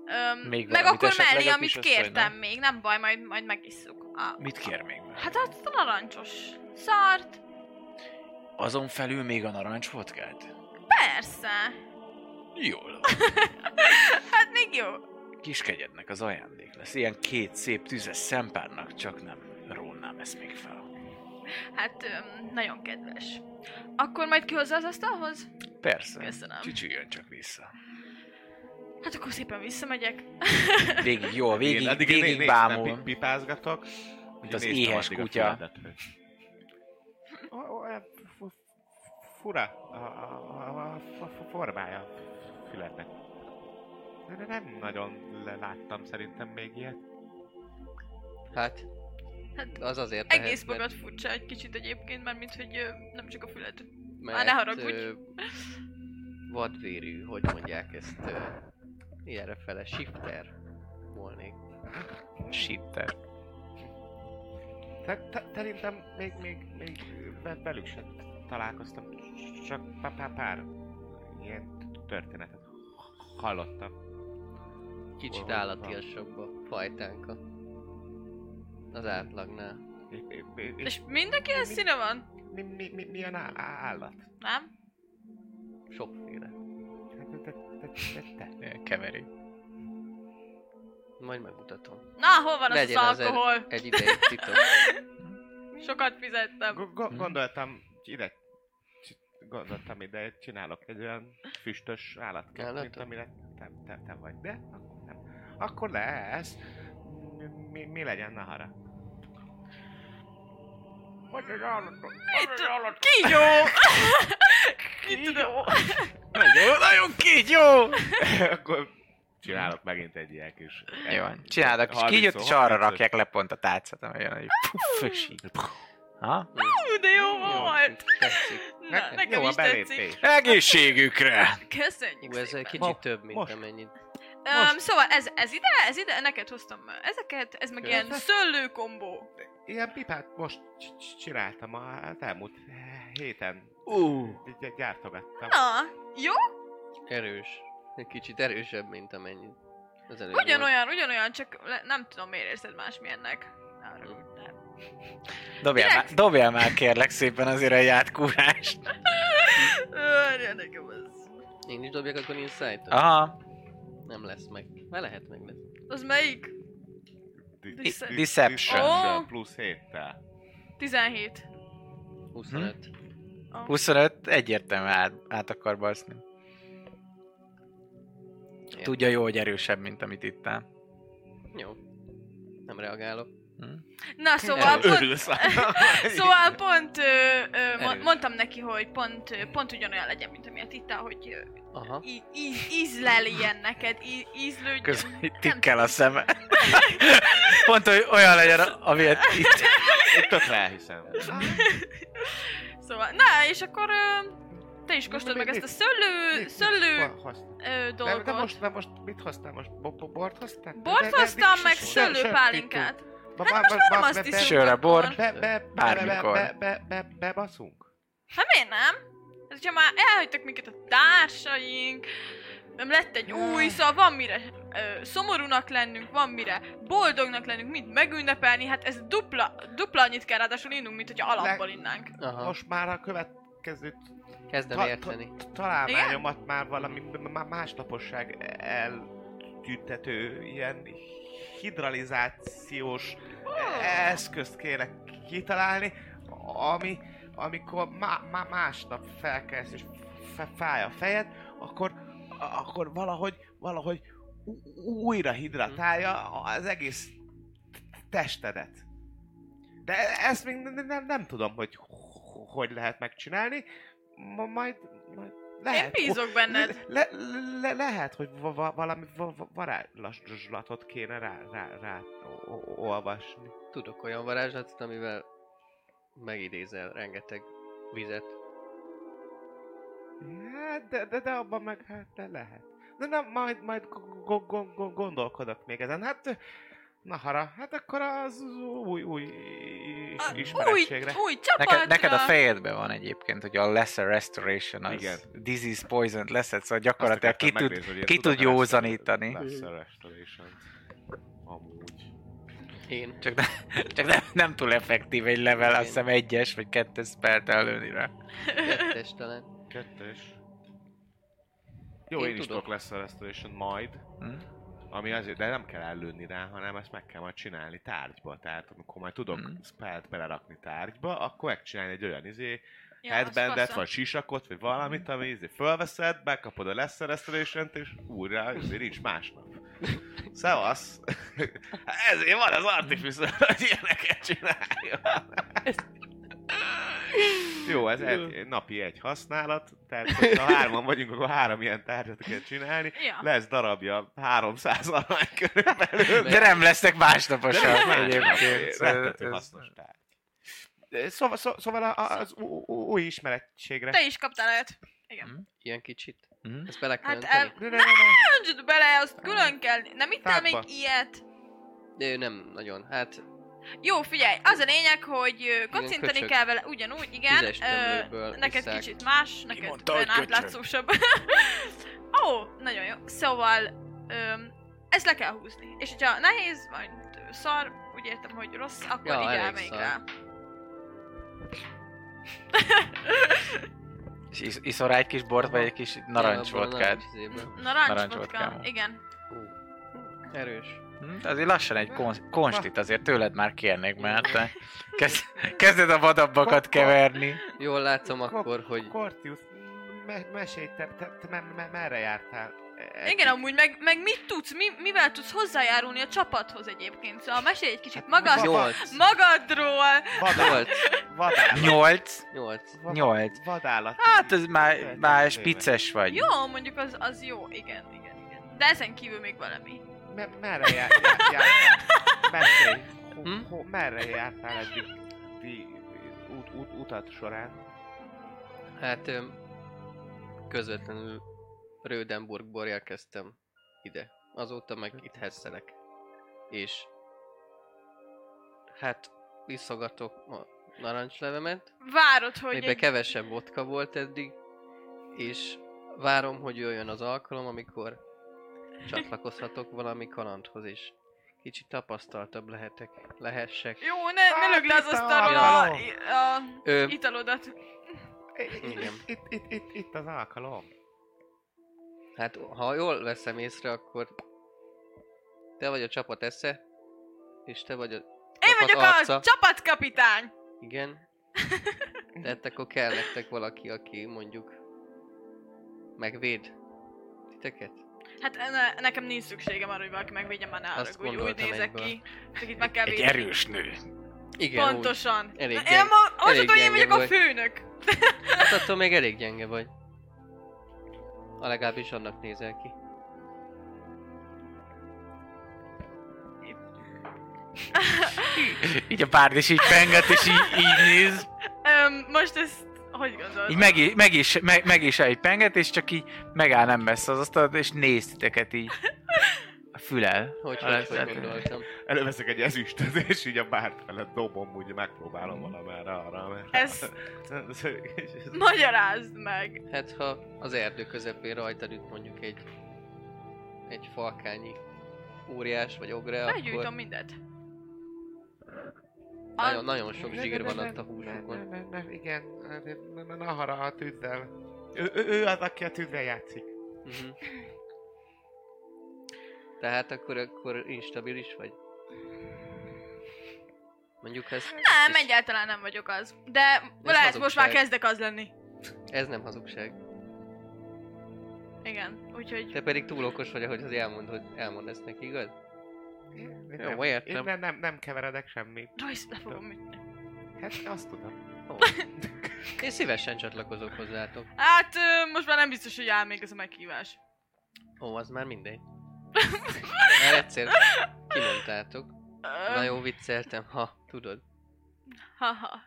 Speaker 3: Öm,
Speaker 1: Még
Speaker 3: meg
Speaker 1: valamit
Speaker 3: akkor
Speaker 1: esetleg
Speaker 3: mellé,
Speaker 1: a
Speaker 3: amit
Speaker 1: kisasszonynak?
Speaker 3: kértem még, nem baj, majd, majd megisszuk. A,
Speaker 1: Mit kér még?
Speaker 3: Hát azt a narancsos szart.
Speaker 1: Azon felül még a narancsfotkát?
Speaker 3: Persze.
Speaker 1: Jól van.
Speaker 3: Hát még jó.
Speaker 1: Kiskegyednek az ajándék lesz. Ilyen két szép tüzes szempárnak, csak nem rónám ezt még fel.
Speaker 3: Hát öm, nagyon kedves. Akkor majd kihozza az asztalhoz?
Speaker 1: Persze.
Speaker 3: Köszönöm.
Speaker 1: Csücsüljön csak vissza.
Speaker 3: Hát akkor szépen visszamegyek.
Speaker 1: Végig, jól, végig,
Speaker 6: Én
Speaker 1: végig,
Speaker 6: addig
Speaker 1: végig
Speaker 6: néztem,
Speaker 1: bámul.
Speaker 6: pi- Pipázgatok.
Speaker 1: Mint az
Speaker 6: Néztem
Speaker 1: éhes
Speaker 6: addig a
Speaker 1: kutya.
Speaker 6: földet, hogy- Ó, ó, e, fu- Fura a, a, a, a f- f- formája fületnek. De nem nagyon le- láttam szerintem még ilyet.
Speaker 2: Hát...
Speaker 3: Hát,
Speaker 2: Az azért
Speaker 3: Egész
Speaker 2: lehet,
Speaker 3: magad furcsa egy kicsit egyébként, mert mint hogy ö, nem csak a füled.
Speaker 2: mert,
Speaker 3: Már ne haragudj.
Speaker 2: ö, vadvérű, hogy mondják ezt? Ö, ilyenre fele shifter volnék.
Speaker 1: Sitter.
Speaker 6: Te- te- Szerintem még, még, még ve- velük sem találkoztam. Csak pá- pá- pár ilyen történetet hallottam.
Speaker 2: Kicsit
Speaker 6: Hol
Speaker 2: állatiasabb a fajtánka. Az átlagnál.
Speaker 6: É- é- é-
Speaker 3: És mindenki ez színe van?
Speaker 6: Mi, mi, mi, milyen á- á- állat?
Speaker 3: Nem?
Speaker 2: Sokféle.
Speaker 6: Hát Te, te, te, te, te.
Speaker 1: Keveri.
Speaker 2: Majd megmutatom.
Speaker 3: Na, hol van az, az
Speaker 2: Legyen az
Speaker 3: alkohol?
Speaker 2: Egy ideig titok.
Speaker 3: Sokat fizettem.
Speaker 6: Go- go- gondoltam, ide, csi- gondoltam ide, csinálok egy olyan füstös állatkert, mint
Speaker 2: Állatot?
Speaker 6: amire te, te, te vagy, de akkor nem. Akkor lesz. Mi, mi, mi legyen Nahara? Vagy egy állatot, vagy egy állatot.
Speaker 3: Kígyó! Kígyó!
Speaker 1: Nagyon, nagyon két, jó!
Speaker 6: Akkor csinálok megint egy ilyen kis...
Speaker 1: Jó, van. csináld a kis kígyót, és arra rakják le pont a tárcát, ami jön, hogy puff, és így. Ha?
Speaker 3: Ú, de jó
Speaker 2: hát
Speaker 3: volt!
Speaker 2: Tetszik.
Speaker 3: Na, nekem
Speaker 6: jó,
Speaker 3: is
Speaker 6: a
Speaker 3: tetszik.
Speaker 6: belépés.
Speaker 1: Egészségükre!
Speaker 3: Köszönjük
Speaker 2: Ú, ez egy
Speaker 3: szépen.
Speaker 2: kicsit
Speaker 6: Ma-
Speaker 2: több, mint
Speaker 6: most.
Speaker 2: amennyit.
Speaker 3: Öm, szóval ez, ez ide, ez ide, neked hoztam már. Ezeket, ez meg ilyen
Speaker 6: Köszönöm.
Speaker 3: szőlő kombó.
Speaker 6: Ilyen pipát most c- c- csináltam az elmúlt héten.
Speaker 2: Ú,
Speaker 6: Gy- Gyártogattam.
Speaker 3: Na, jó?
Speaker 2: erős. Egy kicsit erősebb, mint amennyit. Az előbb volt.
Speaker 3: Ugyanolyan, ugyanolyan, csak le, nem tudom miért érzed másmilyennek. Arra úgy, de-
Speaker 1: Dobjál már, dobjál már kérlek szépen azért egy átkúrást.
Speaker 3: Várjál, nekem az...
Speaker 2: Én is dobjak akkor insight
Speaker 1: Aha,
Speaker 2: Nem lesz meg. Már lehet meg lesz.
Speaker 3: Az melyik?
Speaker 6: Di-
Speaker 3: Dis-
Speaker 6: di-
Speaker 1: Deception.
Speaker 6: Deception
Speaker 3: Ó.
Speaker 6: plusz héttel.
Speaker 3: 17.
Speaker 2: 25.
Speaker 1: 25 egyértelmű át, át akar baszni.
Speaker 2: Értem.
Speaker 1: Tudja jó, hogy erősebb, mint amit ittál. Hm?
Speaker 2: Jó. Nem reagálok.
Speaker 3: Na, szóval
Speaker 2: Erős.
Speaker 3: pont, szóval pont ö, ö, mon-
Speaker 2: Erős.
Speaker 3: mondtam neki, hogy pont, ö, pont ugyanolyan legyen, mint amilyet itt, hogy ö,
Speaker 2: Aha.
Speaker 3: í- íz, ízleljen neked, í- ízlődjön.
Speaker 1: Közben itt tikkel a szeme. Pont hogy olyan legyen, amilyet itt...
Speaker 6: Én tökre elhiszem.
Speaker 3: Szóval, na, és akkor ö, te is kóstold meg ezt a szőlő, szőlő
Speaker 6: Hol hoztál?
Speaker 3: ö,
Speaker 6: De,
Speaker 3: dolgot.
Speaker 6: de, most, de most mit hoztál? Most bo- bo- bort hoztál? De- de-
Speaker 3: Bort
Speaker 6: de-
Speaker 3: hoztam
Speaker 6: se-
Speaker 3: meg
Speaker 6: se-
Speaker 3: szőlőpálinkát.
Speaker 6: se-
Speaker 3: Hát most
Speaker 6: ba-
Speaker 3: már nem
Speaker 6: ba-
Speaker 3: azt
Speaker 6: be-
Speaker 3: is
Speaker 6: be-
Speaker 1: Sörre, bor.
Speaker 6: be- be- be-
Speaker 1: Bármikor.
Speaker 6: be- be- be- Bebaszunk?
Speaker 3: Hát miért nem? Hát, hogyha már elhagytak minket a társaink, nem lett egy új, szóval van mire ö, szomorúnak lennünk, van mire boldognak lennünk, mind megünnepelni, hát ez dupla, dupla annyit kell ráadásul innunk, mint hogyha alapból
Speaker 6: Le-
Speaker 3: innánk.
Speaker 2: Aha. Most
Speaker 6: Most már a következő
Speaker 2: kezdem
Speaker 6: ta-
Speaker 2: érteni.
Speaker 6: ta- találmányomat már valami m- m- másnaposság eltüntető ilyen hidralizációs eszközt kéne kitalálni, ami, amikor má, má, másnap felkelsz és fe- fáj a fejed, akkor, akkor valahogy, valahogy ú- újra
Speaker 3: Mhm.
Speaker 6: hidratálja az egész testedet. De ezt még nem, nem, nem tudom, hogy hogy lehet megcsinálni, Ma- majd, majd lehet.
Speaker 3: Én bízok benned.
Speaker 6: Le, le, le, lehet, hogy va, va, valami va, va, varázslatot kéne rá, rá, rá o, o, olvasni.
Speaker 2: Tudok olyan varázslatot, amivel megidézel rengeteg vizet.
Speaker 6: Hát, de, de, de abban meg hát de lehet. De nem, majd, majd go, go, go, gondolkodok még ezen. Hát, na hara, hát akkor az új, új is,
Speaker 3: A- Ah, Új,
Speaker 6: ismerettségre.
Speaker 3: új csapatra.
Speaker 1: Neked, neked a fejedben van egyébként, hogy a lesz a restoration, az
Speaker 6: Igen.
Speaker 1: disease poison leszed, szóval
Speaker 6: Azt
Speaker 1: gyakorlatilag
Speaker 6: akartam
Speaker 1: ki tud,
Speaker 6: megnézni, hogy én
Speaker 1: ki
Speaker 6: tudom-e
Speaker 1: tud
Speaker 6: ezt a-
Speaker 1: józanítani.
Speaker 6: Lesz a restoration. Amúgy.
Speaker 2: Én.
Speaker 1: Csak, ne, csak nem, nem túl effektív egy level, azt hiszem egyes vagy kettes spelt előni rá.
Speaker 2: Kettes talán.
Speaker 6: Kettős. Jó,
Speaker 2: Én
Speaker 6: én, is
Speaker 2: tudok.
Speaker 6: tudok lesz a restoration majd.
Speaker 1: Hm?
Speaker 6: Ami azért, de nem kell ellőni rá, hanem ezt meg kell majd csinálni tárgyba. Tehát amikor majd tudok
Speaker 1: Mhm.
Speaker 6: mm. spelt belerakni tárgyba, akkor megcsinálni egy olyan izé,
Speaker 3: Ja,
Speaker 6: ja,
Speaker 3: az
Speaker 6: headbandet,
Speaker 3: fasza.
Speaker 6: vagy sisakot, vagy valamit, ami izé fölveszed, bekapod a lesz a restoration és újra, izé nincs másnap. Szevasz! Ezért van az artificer, hogy ilyeneket csinálja. Jó, ez egy, napi egy használat, tehát ha hárman vagyunk, akkor három ilyen tárgyat kell csinálni.
Speaker 3: Ja.
Speaker 6: Lesz darabja 300 arany körülbelül.
Speaker 1: De nem lesznek másnaposak egyébként.
Speaker 6: Rettentő
Speaker 1: Ez-
Speaker 6: hasznos tárgy. De Szóval, szó- szóval a- a- az ú- ú- új ismerettségre.
Speaker 3: Te is kaptál olyat.
Speaker 2: Ilyen kicsit.
Speaker 1: Hm?
Speaker 2: Ezt bele kell
Speaker 3: Hát
Speaker 2: hát el...
Speaker 3: el-
Speaker 6: Ne, ne, ne, ne.
Speaker 3: Öntsd bele, azt külön kell. Nem itt még
Speaker 6: Tárba.
Speaker 3: ilyet?
Speaker 2: De ő nem nagyon. Hát
Speaker 3: Jó, figyelj, az a lényeg, hogy ö, kacintani
Speaker 2: köcsög.
Speaker 3: kell vele ugyanúgy, igen.
Speaker 2: Tízes
Speaker 3: Ö,
Speaker 2: tömlőből
Speaker 3: neked
Speaker 2: isszák.
Speaker 3: kicsit más, neked
Speaker 8: mondta,
Speaker 3: olyan
Speaker 8: hogy köcsög?
Speaker 3: átlátszósabb. Ó, nagyon jó. Szóval, öm, ezt le kell húzni. És hogyha nehéz, vagy szar, úgy értem, hogy rossz, akkor
Speaker 2: Ja,
Speaker 3: így
Speaker 2: elég
Speaker 3: elmegyek
Speaker 2: szar.
Speaker 3: rá.
Speaker 1: És is- iszol rá egy kis bort, vagy egy kis narancsvodkát.
Speaker 3: Narancs
Speaker 1: Narancsvodkám.
Speaker 3: vodka. Igen.
Speaker 2: Erős.
Speaker 1: Hm, Azért lassan egy kon- konstit azért tőled már kérnék, mert te kezd, kezded a vadabbakat keverni.
Speaker 2: Jól látom
Speaker 6: Kok-
Speaker 2: akkor, hogy
Speaker 6: Kortius, me- mesélj, te, te, te me- me- merre jártál? Eddig?
Speaker 3: Igen, amúgy meg, meg mit tudsz, mi, mivel tudsz hozzájárulni a csapathoz egyébként? Szóval mesélj egy kicsit
Speaker 6: Hát,
Speaker 3: magad,
Speaker 6: jó.
Speaker 2: nyolc.
Speaker 3: magadról.
Speaker 6: Vadállat.
Speaker 2: Nyolc.
Speaker 6: Vadállat.
Speaker 1: Nyolc.
Speaker 2: Nyolc.
Speaker 6: va-
Speaker 1: Nyolc.
Speaker 6: Vadállat.
Speaker 1: Hát ez már, már spicces vagy.
Speaker 3: Jó, mondjuk az, az jó, igen, igen, igen. De ezen kívül még valami.
Speaker 6: Me- merre jár, jár, jártál? Mesélj. Ho-
Speaker 2: Hm?
Speaker 6: ho- merre jártál eddig ti út, út, utat során?
Speaker 2: Hát öm, közvetlenül Rödenburgból érkeztem ide. Azóta meg itt hesszelek. És hát visszagatok a narancslevemet,
Speaker 3: Várod, hogy
Speaker 2: amiben
Speaker 3: egy...
Speaker 2: kevesebb vodka volt eddig, és várom, hogy jöjjön az alkalom, amikor csatlakozhatok valami kalandhoz is. Kicsit tapasztaltabb lehetek, lehessek.
Speaker 3: Jó, ne, ne lögd le az
Speaker 6: Itt a
Speaker 3: asztalról a,
Speaker 6: alkalom.
Speaker 3: a
Speaker 2: Ö,
Speaker 3: italodat.
Speaker 2: Igen.
Speaker 6: Itt, itt, itt, itt az alkalom.
Speaker 2: Hát, ha jól veszem észre, akkor te vagy a csapat esze, és te vagy a
Speaker 3: Én
Speaker 2: csapat
Speaker 3: vagyok
Speaker 2: arca.
Speaker 3: a csapatkapitány!
Speaker 2: Igen. Tehát akkor kell nektek valaki, aki mondjuk megvéd titeket.
Speaker 3: Hát ne, nekem nincs szükségem arra, hogy valaki megvédje már
Speaker 2: Azt
Speaker 3: nálad, úgy, úgy
Speaker 2: gondoltam
Speaker 3: nézek
Speaker 2: egyből.
Speaker 3: ki. Akit meg kell
Speaker 8: Egy
Speaker 3: védeni.
Speaker 8: erős nő.
Speaker 2: Igen,
Speaker 3: Pontosan.
Speaker 2: Elég
Speaker 3: Na, Én
Speaker 2: gyenge-
Speaker 3: ma, azt
Speaker 2: elég
Speaker 3: mondom, hogy
Speaker 2: gyenge
Speaker 3: én vagyok a
Speaker 2: vagy.
Speaker 3: főnök.
Speaker 2: Úgy. Hát attól még elég gyenge vagy. A legalábbis annak nézel ki.
Speaker 1: Így a párd is így penget, és így, így néz.
Speaker 3: Öm, most ezt hogy gondolod?
Speaker 1: Így meg, i- meg, is, meg, meg is egy penget, és csak így megáll nem messze az asztalat, és néz titeket így. A fülel.
Speaker 2: Hogy,
Speaker 1: A
Speaker 2: hogy, hogy
Speaker 1: lefele.
Speaker 2: gondoltam.
Speaker 6: Előveszek egy ezüstöt, és így a bárt felett dobom, úgy megpróbálom valamerre arra, mert...
Speaker 3: Ez- Magyarázd meg.
Speaker 2: Hát ha az erdő közepén rajtad üt mondjuk egy egy falkányi óriás vagy ogre,
Speaker 3: Meggyújtom
Speaker 2: akkor
Speaker 3: mindent. A-
Speaker 2: nagyon, nagyon sok zsír van ott a húsokon.
Speaker 6: Ne, ne, ne, ne, igen, ne, ne, ne hara a tűzzel. Ő, ő, ő az, aki a tűzzel játszik.
Speaker 2: Mhm. Tehát akkor, akkor instabil is vagy? Mondjuk ez...
Speaker 3: Nem,
Speaker 2: ez,
Speaker 3: egyáltalán nem vagyok az. De lehet, most már
Speaker 2: hazugság.
Speaker 3: kezdek az lenni.
Speaker 2: ez nem hazugság.
Speaker 3: Igen, úgyhogy...
Speaker 2: Te pedig túl okos vagy, ahogy az elmondod, elmond ezt neki, igaz?
Speaker 6: Én
Speaker 2: Jó,
Speaker 6: nem-
Speaker 2: értem.
Speaker 6: Én nem, nem, nem keveredek semmi.
Speaker 3: Rajsz, le fogom ütni.
Speaker 6: Hát azt tudom.
Speaker 2: Én szívesen csatlakozok hozzátok.
Speaker 3: Hát, ö, most már nem biztos, hogy áll még ez a meghívás.
Speaker 2: Ó, az már mindegy. Már egyszer kimondtátok.
Speaker 3: Ö,
Speaker 2: Na jó, vicceltem, ha tudod.
Speaker 3: Haha.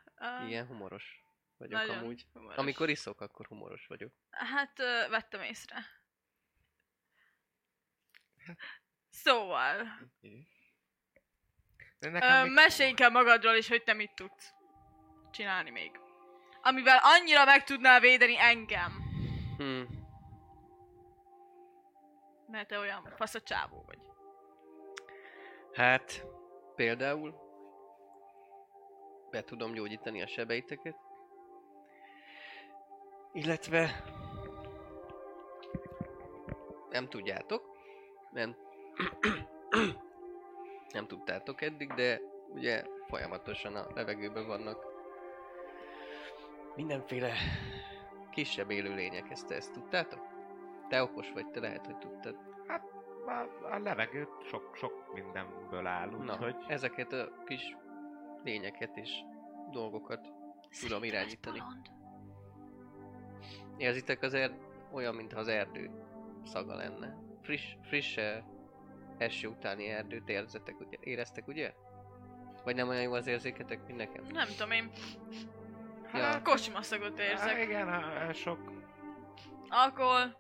Speaker 3: Ö,
Speaker 2: Ilyen humoros vagyok
Speaker 3: nagyon
Speaker 2: amúgy.
Speaker 3: humoros.
Speaker 2: Amikor iszok, akkor humoros vagyok.
Speaker 3: Hát, ö, vettem észre.
Speaker 2: Hát.
Speaker 3: Szóval,
Speaker 6: De
Speaker 3: ö,
Speaker 6: Nekem még...
Speaker 3: mesélj kell magadról is, hogy te mit tudsz csinálni még. Amivel annyira meg tudnál védeni engem.
Speaker 2: Hm,
Speaker 3: Mert te olyan fasz a csávó vagy.
Speaker 2: Hát, például be tudom gyógyítani a sebeiteket, illetve nem tudjátok, nem, nem tudtátok eddig, de ugye folyamatosan a levegőben vannak mindenféle kisebb élőlények, ezt, ezt tudtátok? Te okos vagy, te lehet, hogy tudtad.
Speaker 6: A, a levegő sok, sok mindenből áll,
Speaker 2: Na,
Speaker 6: úgyhogy...
Speaker 2: ezeket a kis lényeket és dolgokat tudom irányítani. Érzitek az erd... olyan, mintha az erdő szaga lenne. Friss, friss eh, eső utáni erdőt érzetek, ugye? éreztek, ugye? Vagy nem olyan jó az érzéketek, mint nekem?
Speaker 3: Nem tudom én,
Speaker 2: Ja.
Speaker 3: kocsmaszagot
Speaker 6: Há,
Speaker 3: érzek.
Speaker 6: igen, a, a sok...
Speaker 3: Alkohol,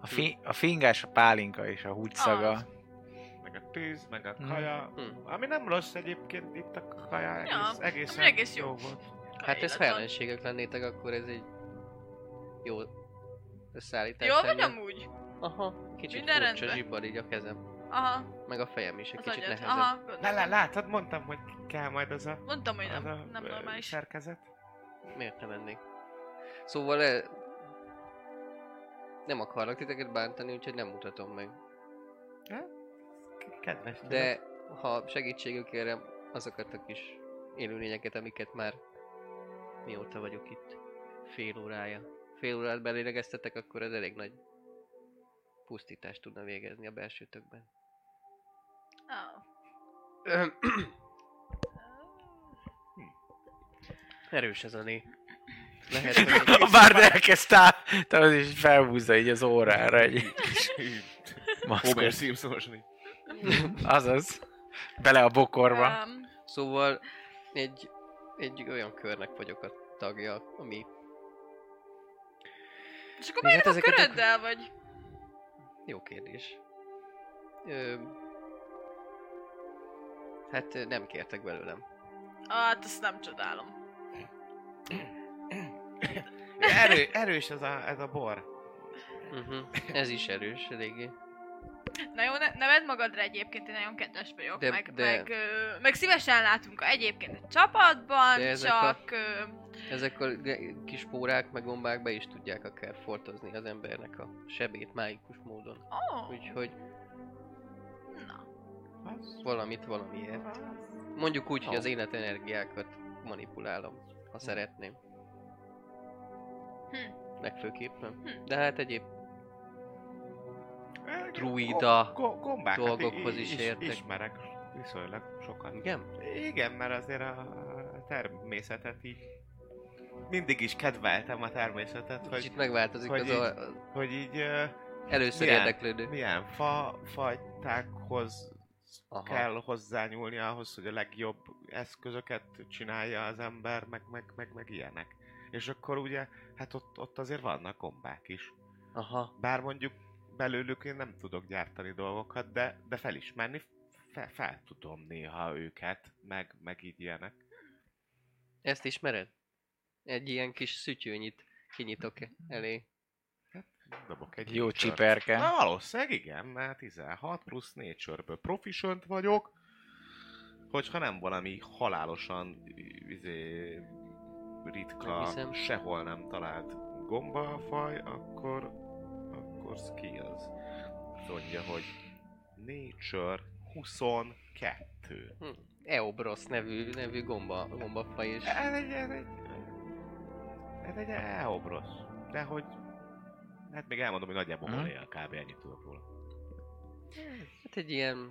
Speaker 1: A, fi, a fingás, a pálinka és a húgy szaga.
Speaker 3: Az.
Speaker 6: Meg meg a tűz, meg a kaja.
Speaker 2: Hm.
Speaker 6: Ami nem rossz egyébként itt a kaja, egész,
Speaker 3: Ja,
Speaker 6: egészen
Speaker 3: ami egész jó.
Speaker 6: volt.
Speaker 2: Hát ez ha
Speaker 3: Ajlaton.
Speaker 2: ellenségek lennétek, akkor ez egy jó összeállítás.
Speaker 3: Jól vagy
Speaker 2: lenne.
Speaker 3: amúgy?
Speaker 2: Aha, kicsit
Speaker 3: Minden
Speaker 2: Minden furcsa
Speaker 3: rendben?
Speaker 2: zsibbal így a kezem.
Speaker 3: Aha,
Speaker 2: Meg a fejem is egy
Speaker 3: az
Speaker 2: kicsit
Speaker 3: agyad.
Speaker 2: nehezebb.
Speaker 3: Aha,
Speaker 6: Na, lá,
Speaker 3: gondolom.
Speaker 6: látod, mondtam, hogy kell majd az a,
Speaker 3: Mondtam, hogy
Speaker 6: az
Speaker 3: nem,
Speaker 6: a
Speaker 3: nem
Speaker 6: ö, hát-
Speaker 3: normális.
Speaker 6: szerkezet.
Speaker 2: Miért nem ennék? Szóval e... nem akarlak titeket bántani, úgyhogy nem mutatom meg.
Speaker 6: Kedves tőled.
Speaker 2: De ha segítségül kérem azokat a kis élőlényeket, amiket már mióta vagyok itt. Fél órája. Fél órát belélegeztetek, akkor ez elég nagy pusztítást tudna végezni a belsőtökben.
Speaker 3: Ah.
Speaker 2: Öhem. Erős ez a né. Lehet, hogy...
Speaker 1: A bárd elkezd áll, az is felhúzza így az órára egy
Speaker 7: Homer
Speaker 1: maszkot.
Speaker 7: Simpsonos né.
Speaker 1: Azaz. Bele a bokorba.
Speaker 3: Um,
Speaker 2: Szóval egy, egy olyan körnek vagyok a tagja, ami
Speaker 3: és akkor
Speaker 2: Még
Speaker 3: miért
Speaker 2: hát
Speaker 3: nem a
Speaker 2: ezeket
Speaker 3: köröddel vagy?
Speaker 2: Jó kérdés. Ö, hát ö, nem kértek belőlem.
Speaker 3: Ah, hát azt nem csodálom.
Speaker 6: Erő, erős ez a, ez a bor.
Speaker 2: Uh-huh. Ez is erős, eléggé.
Speaker 3: Na jó, ne, ne vedd magadra egyébként, én nagyon kedves vagyok.
Speaker 2: De-
Speaker 3: meg,
Speaker 2: de-
Speaker 3: Meg, ö, meg szívesen látunk egyébként egy csapatban,
Speaker 2: De ezek a-
Speaker 3: csak... Ö,
Speaker 2: Ezek a ge- kis pórák meg gombák be is tudják akár fortozni az embernek a sebét mágikus módon.
Speaker 3: ó,
Speaker 2: Úgyhogy
Speaker 3: na.
Speaker 6: Az,
Speaker 2: valamit valamiért. Mondjuk úgy, hogy az életenergiákat manipulálom, ha szeretném.
Speaker 3: Hm.
Speaker 2: Legfőképpen.
Speaker 3: Hm.
Speaker 2: De hát egyéb
Speaker 6: eh,
Speaker 2: Druida
Speaker 6: go- go- gombákat
Speaker 2: dolgokhoz
Speaker 6: i-
Speaker 2: is értek.
Speaker 6: Ismerek viszonylag sokan.
Speaker 2: igen,
Speaker 6: Igen, mert azért a természetet így mindig is kedveltem a természetet, hogy,
Speaker 2: kicsit megváltozik
Speaker 6: hogy
Speaker 2: az
Speaker 6: így-
Speaker 2: a, a
Speaker 6: hogy így ö,
Speaker 2: először
Speaker 6: Milyen?
Speaker 2: érdeklődő.
Speaker 6: milyen fa, fajtákhoz
Speaker 2: Aha.
Speaker 6: kell hozzányúlni ahhoz, hogy a legjobb eszközöket csinálja az ember, meg, meg, meg, meg ilyenek. És akkor ugye, hát ott, ott azért vannak gombák is.
Speaker 2: Aha.
Speaker 6: Bár mondjuk belőlük én nem tudok gyártani dolgokat, de, de felismerni fe, fel tudom néha őket, meg, meg így ilyenek.
Speaker 2: Ezt ismered? Egy ilyen kis szütyőnyit kinyitok e- elé.
Speaker 6: Dobok egy
Speaker 1: Egy jó
Speaker 6: nature.
Speaker 1: csiperke.
Speaker 6: Na valószínűleg igen, mert 16 plusz nature-ből proficient vagyok, hogyha nem valami halálosan izé, ritka,
Speaker 2: Meghiszem.
Speaker 6: sehol nem talált gombafaj, akkor, akkor skills. Azt Mondja, hogy nature 22.
Speaker 2: Hm. Eobrosz nevű, nevű gomba, gombafaj és
Speaker 6: Ez egy, ez egy, ez egy elobrosz. De hogy, hát még elmondom, hogy nagyjából
Speaker 1: Mhm.
Speaker 6: hol él, kb. ennyit tudok róla.
Speaker 2: hát egy ilyen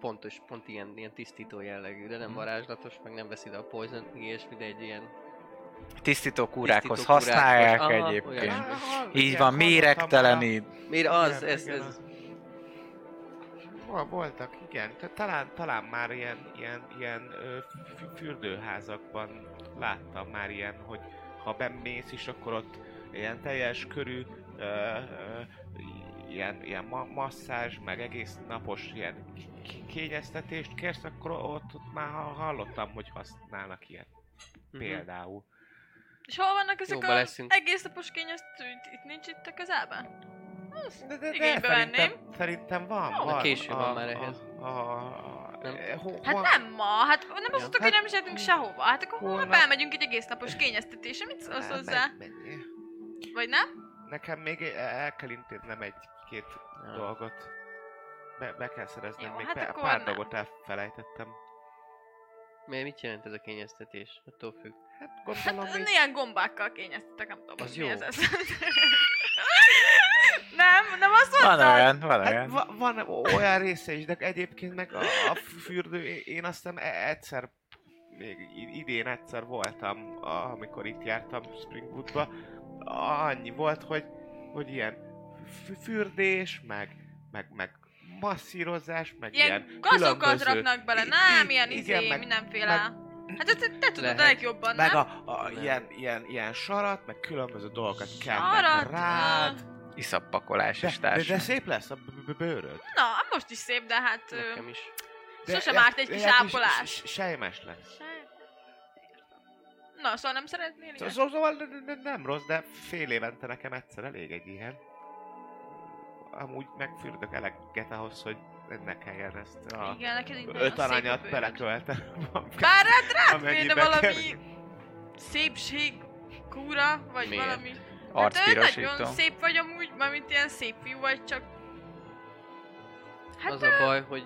Speaker 2: pontos, pont ilyen, ilyen tisztító jellegű, de nem
Speaker 6: Mhm.
Speaker 2: varázslatos, meg nem veszi ide a poison és de egy ilyen
Speaker 1: Tisztító kúrákhoz
Speaker 2: Tisztító kúrákhoz.
Speaker 1: használják
Speaker 2: Aha,
Speaker 1: egyébként.
Speaker 2: olyan.
Speaker 1: Így van, méregtelenít.
Speaker 2: Miért az,
Speaker 6: Igen,
Speaker 2: ez,
Speaker 6: igen.
Speaker 2: ez,
Speaker 6: Hol voltak, igen. Tehát talán, talán már ilyen, ilyen, ilyen ö, fü- fürdőházakban láttam már ilyen, hogy ha bemész is, akkor ott ilyen teljes körű ö, ö, ilyen, ilyen ma- masszázs, meg egész napos ilyen k- k- kényeztetést kérsz, akkor ott, ott már ha- hallottam, hogy használnak ilyet
Speaker 2: Mhm.
Speaker 6: például.
Speaker 3: És hol vannak ezek
Speaker 2: Jóba
Speaker 3: a
Speaker 2: leszünk.
Speaker 3: egész napos kényeztő? Itt, itt nincs itt a közelben? Az
Speaker 6: De, de, de
Speaker 3: igénybe
Speaker 6: szerintem,
Speaker 3: venném.
Speaker 6: szerintem van,
Speaker 3: Jó.
Speaker 6: van.
Speaker 2: Késő van
Speaker 6: A-
Speaker 2: már
Speaker 6: a-
Speaker 2: ehhez.
Speaker 6: A, a,
Speaker 2: Nem?
Speaker 6: eh, ho-
Speaker 3: Hát
Speaker 6: hol-
Speaker 3: nem ma, hát nem
Speaker 2: Ja.
Speaker 3: azt tudtuk, hogy
Speaker 6: Hát-
Speaker 3: nem is értünk sehova. Hát akkor holnap
Speaker 6: Holnap.
Speaker 3: elmegyünk egy egész napos kényeztetésre, mit szólsz
Speaker 6: Nem,
Speaker 3: hozzá?
Speaker 6: menj, menj.
Speaker 3: Vagy nem?
Speaker 6: Nekem még e- el kell intéznem egy-két
Speaker 2: Ah.
Speaker 6: dolgot. Be, be kell szereznem,
Speaker 3: Jó,
Speaker 6: még
Speaker 3: hát
Speaker 6: pá-
Speaker 3: akkor
Speaker 6: pár
Speaker 3: nem.
Speaker 6: dolgot elfelejtettem.
Speaker 2: Miért mit jelent ez a kényeztetés? Attól függ.
Speaker 6: Hát gondolom,
Speaker 3: Hát
Speaker 6: hát,
Speaker 3: ö, ilyen gombákkal kényeztetek, nem tudom,
Speaker 2: Az
Speaker 3: az mi
Speaker 2: jó.
Speaker 3: ez ez. nem, nem azt
Speaker 1: Van
Speaker 3: mondtad?
Speaker 1: olyan, van
Speaker 6: hát
Speaker 1: olyan.
Speaker 6: va- van olyan része is, de egyébként meg a, a fürdő, é- én azt hiszem e- egyszer, még i- idén egyszer voltam, a- amikor itt jártam Springwoodba, annyi volt, hogy, hogy ilyen fü- fürdés, meg, meg, meg masszírozás, meg ilyen,
Speaker 3: Ilyen gazokat
Speaker 6: különböző-
Speaker 3: raknak bele,
Speaker 6: I-
Speaker 3: nem,
Speaker 6: i-
Speaker 3: ilyen
Speaker 6: igen,
Speaker 3: izé,
Speaker 6: meg-
Speaker 3: mindenféle. Hát ezt te tudod
Speaker 2: Lehet.
Speaker 3: a legjobban,
Speaker 6: Meg
Speaker 3: nem?
Speaker 6: a, a
Speaker 2: Nem.
Speaker 6: ilyen, ilyen, ilyen sarat, meg különböző dolgokat kell
Speaker 3: Sarat,
Speaker 6: rád,
Speaker 3: ah.
Speaker 1: iszappakolás
Speaker 6: De,
Speaker 1: és
Speaker 6: de, de
Speaker 1: társadalmi.
Speaker 6: szép lesz a b- b- bőröd.
Speaker 3: Na, most is szép, de hát... ö,
Speaker 2: Nekem is.
Speaker 6: De
Speaker 3: Sosem
Speaker 6: lehet-
Speaker 3: árt egy kis
Speaker 6: lehet, hogy
Speaker 3: ápolás.
Speaker 6: s- s- Sejmes lesz.
Speaker 3: hát, Na, szóval nem szeretnél
Speaker 6: Szó-
Speaker 3: ilyet?
Speaker 6: szó- Szóval n- n- nem rossz, de fél évente nekem egyszer elég egy ilyen. Amúgy megfürdök eleget ahhoz, hogy ne kelljen ezt a
Speaker 3: Igen, neked így nagyon
Speaker 6: öt
Speaker 3: szép a
Speaker 6: aranyat
Speaker 3: bőröd.
Speaker 6: beleköltem.
Speaker 3: Bár hát rád kéne
Speaker 6: Amennyibe
Speaker 3: valami
Speaker 6: kerül.
Speaker 3: szépség kúra, vagy
Speaker 2: Miért?
Speaker 3: valami... Hát ő
Speaker 1: Arcpirosító.
Speaker 3: nagyon szép vagy amúgy, mármint ilyen szép fiú vagy, csak... Hát
Speaker 2: Az a baj, hogy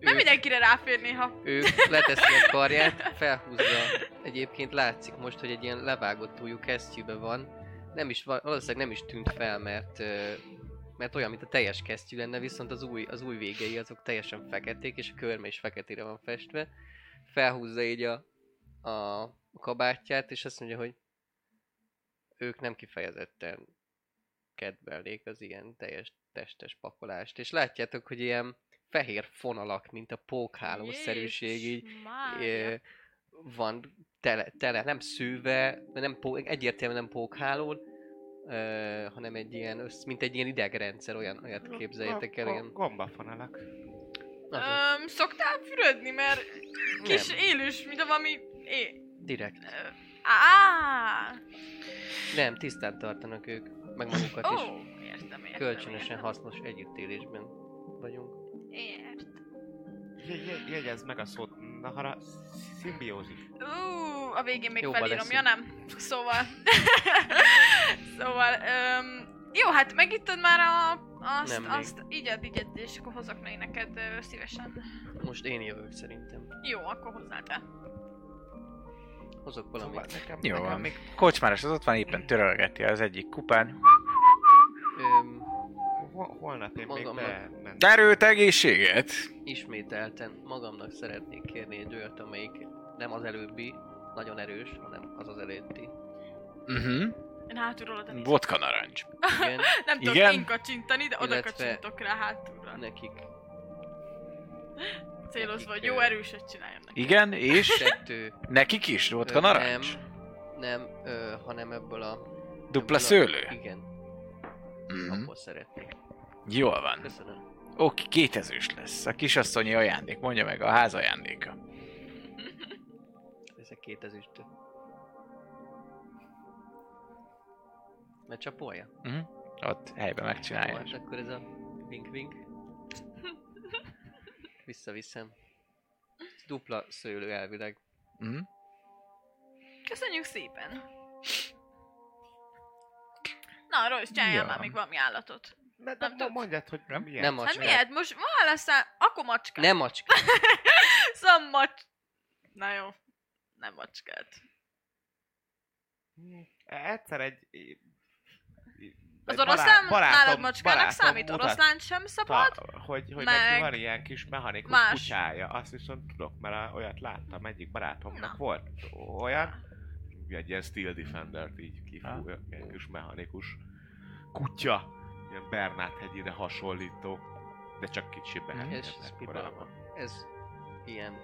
Speaker 3: nem
Speaker 2: ő-
Speaker 3: mindenkire ráfér néha.
Speaker 2: ő leteszi a karját, felhúzza. Egyébként látszik most, hogy egy ilyen levágott újú kesztyűbe van. Nem is, va- valószínűleg nem is tűnt fel, mert, ö, mert olyan, mint a teljes kesztyű lenne, viszont az új, az új végei azok teljesen feketék, és a körme is feketére van festve. Felhúzza így a, a kabátját, és azt mondja, hogy ők nem kifejezetten kedvelik az ilyen teljes testes pakolást. És látjátok, hogy ilyen fehér fonalak, mint a pókhálószerűség így
Speaker 3: Jézus Mária.
Speaker 2: ö, van tele, tele, nem szűve, de nem pó, egyértelműen nem pókhálón, ö, hanem egy ilyen, össz, mint egy ilyen idegrendszer, olyan, olyat képzeljétek el, ilyen.
Speaker 6: Gombafonalak.
Speaker 2: azon-
Speaker 3: Öm, szoktál fürödni, mert kis
Speaker 2: Nem,
Speaker 3: élős, mint a valami... É...
Speaker 2: direkt.
Speaker 3: ö, Á!
Speaker 2: Nem, tisztán tartanak ők, meg magukat
Speaker 3: Ó,
Speaker 2: is.
Speaker 3: értem, értem, értem.
Speaker 2: Kölcsönösen hasznos együttélésben vagyunk.
Speaker 3: Ért.
Speaker 6: Je- je- Jegyezd meg a szót, Nahara, szimbiózis.
Speaker 3: Ú, a végén még
Speaker 2: Jóba
Speaker 3: felírom,
Speaker 2: leszünk.
Speaker 3: ja nem? Szóval... szóval... Öm, jó, hát megittad már a, azt,
Speaker 2: Nem még.
Speaker 3: azt igyed, igyed, és akkor hozok még neked ö, szívesen.
Speaker 2: Most én jövök szerintem.
Speaker 3: Jó, akkor hozzá te.
Speaker 2: Hozok valamit.
Speaker 6: Szóval Nekem,
Speaker 1: Jó
Speaker 6: nekem
Speaker 1: van.
Speaker 6: még
Speaker 1: Kocsmáros az ott van, éppen törölgeti az egyik kupán.
Speaker 2: Öm,
Speaker 6: hol- holnap én még
Speaker 2: Magamnak.
Speaker 6: be mentem.
Speaker 1: Erőt, egészséget!
Speaker 2: ismételten magamnak szeretnék kérni egy olyat, amelyik nem az előbbi, nagyon erős, hanem az az előtti.
Speaker 1: Mhm.
Speaker 3: Én hátulról oda nézek.
Speaker 1: Vodka narancs.
Speaker 2: Igen,
Speaker 3: Nem tudok
Speaker 1: Igen?
Speaker 3: én kacsintani, de oda
Speaker 2: Illetve-
Speaker 3: kacsintok rá hátulra.
Speaker 2: nekik
Speaker 3: Célozva, hogy
Speaker 2: nekik,
Speaker 3: jó
Speaker 2: ö,
Speaker 3: erőset csináljam neki.
Speaker 1: Igen, és?
Speaker 2: kettő
Speaker 1: Nekik is? Vodka
Speaker 2: Ö,
Speaker 1: narancs?
Speaker 2: Nem, nem ö, hanem ebből a... ebből
Speaker 1: Dupla
Speaker 2: a-
Speaker 1: szőlő?
Speaker 2: Igen,
Speaker 1: Mhm.
Speaker 2: abból szeretnék.
Speaker 1: Jól van.
Speaker 2: Köszönöm.
Speaker 1: Oké, kétezős lesz. A kisasszonyi ajándék, mondja meg a ház ajándéka.
Speaker 2: Ezek két ezüstök. Mert csapolja?
Speaker 1: Mhm. Ott helyben megcsinálja.
Speaker 2: Volt, akkor ez a vink-vink. Visszaviszem. Ez Dupla szőlő elvileg.
Speaker 1: Mhm.
Speaker 3: Köszönjük szépen! Na, Royce, csináljál
Speaker 1: Ja.
Speaker 3: már még valami állatot.
Speaker 6: Ne,
Speaker 3: Nem
Speaker 6: de
Speaker 3: tudsz.
Speaker 6: mondjad, hogy
Speaker 1: Nem?
Speaker 6: milyen.
Speaker 2: Nem
Speaker 3: Hát
Speaker 2: macska.
Speaker 3: miért? Most ma leszel, akkor macska.
Speaker 2: Nem macska.
Speaker 3: Szóval macs... Na jó. Nem macskát.
Speaker 6: Egyszer egy...
Speaker 3: Az
Speaker 6: egy
Speaker 3: oroszlán
Speaker 6: bará-
Speaker 3: nálad macskának
Speaker 6: barátom
Speaker 3: számít,
Speaker 6: mutatta,
Speaker 3: oroszlán sem szabad.
Speaker 6: hogy, hogy
Speaker 3: meg-
Speaker 6: neki van ilyen kis mechanikus
Speaker 3: Más.
Speaker 6: kutyája. Azt viszont tudok, mert a- olyat láttam egyik barátomnak.
Speaker 3: Na.
Speaker 6: Volt olyan, egy ilyen Steel Defender-t így kifújja, ilyen kis mechanikus kutya. Ilyen Bernát hegyire hasonlító, de csak kicsiben.
Speaker 2: Mhm. És
Speaker 6: ilyen
Speaker 2: ez
Speaker 6: mekkorában.
Speaker 2: pipálva. Ez ilyen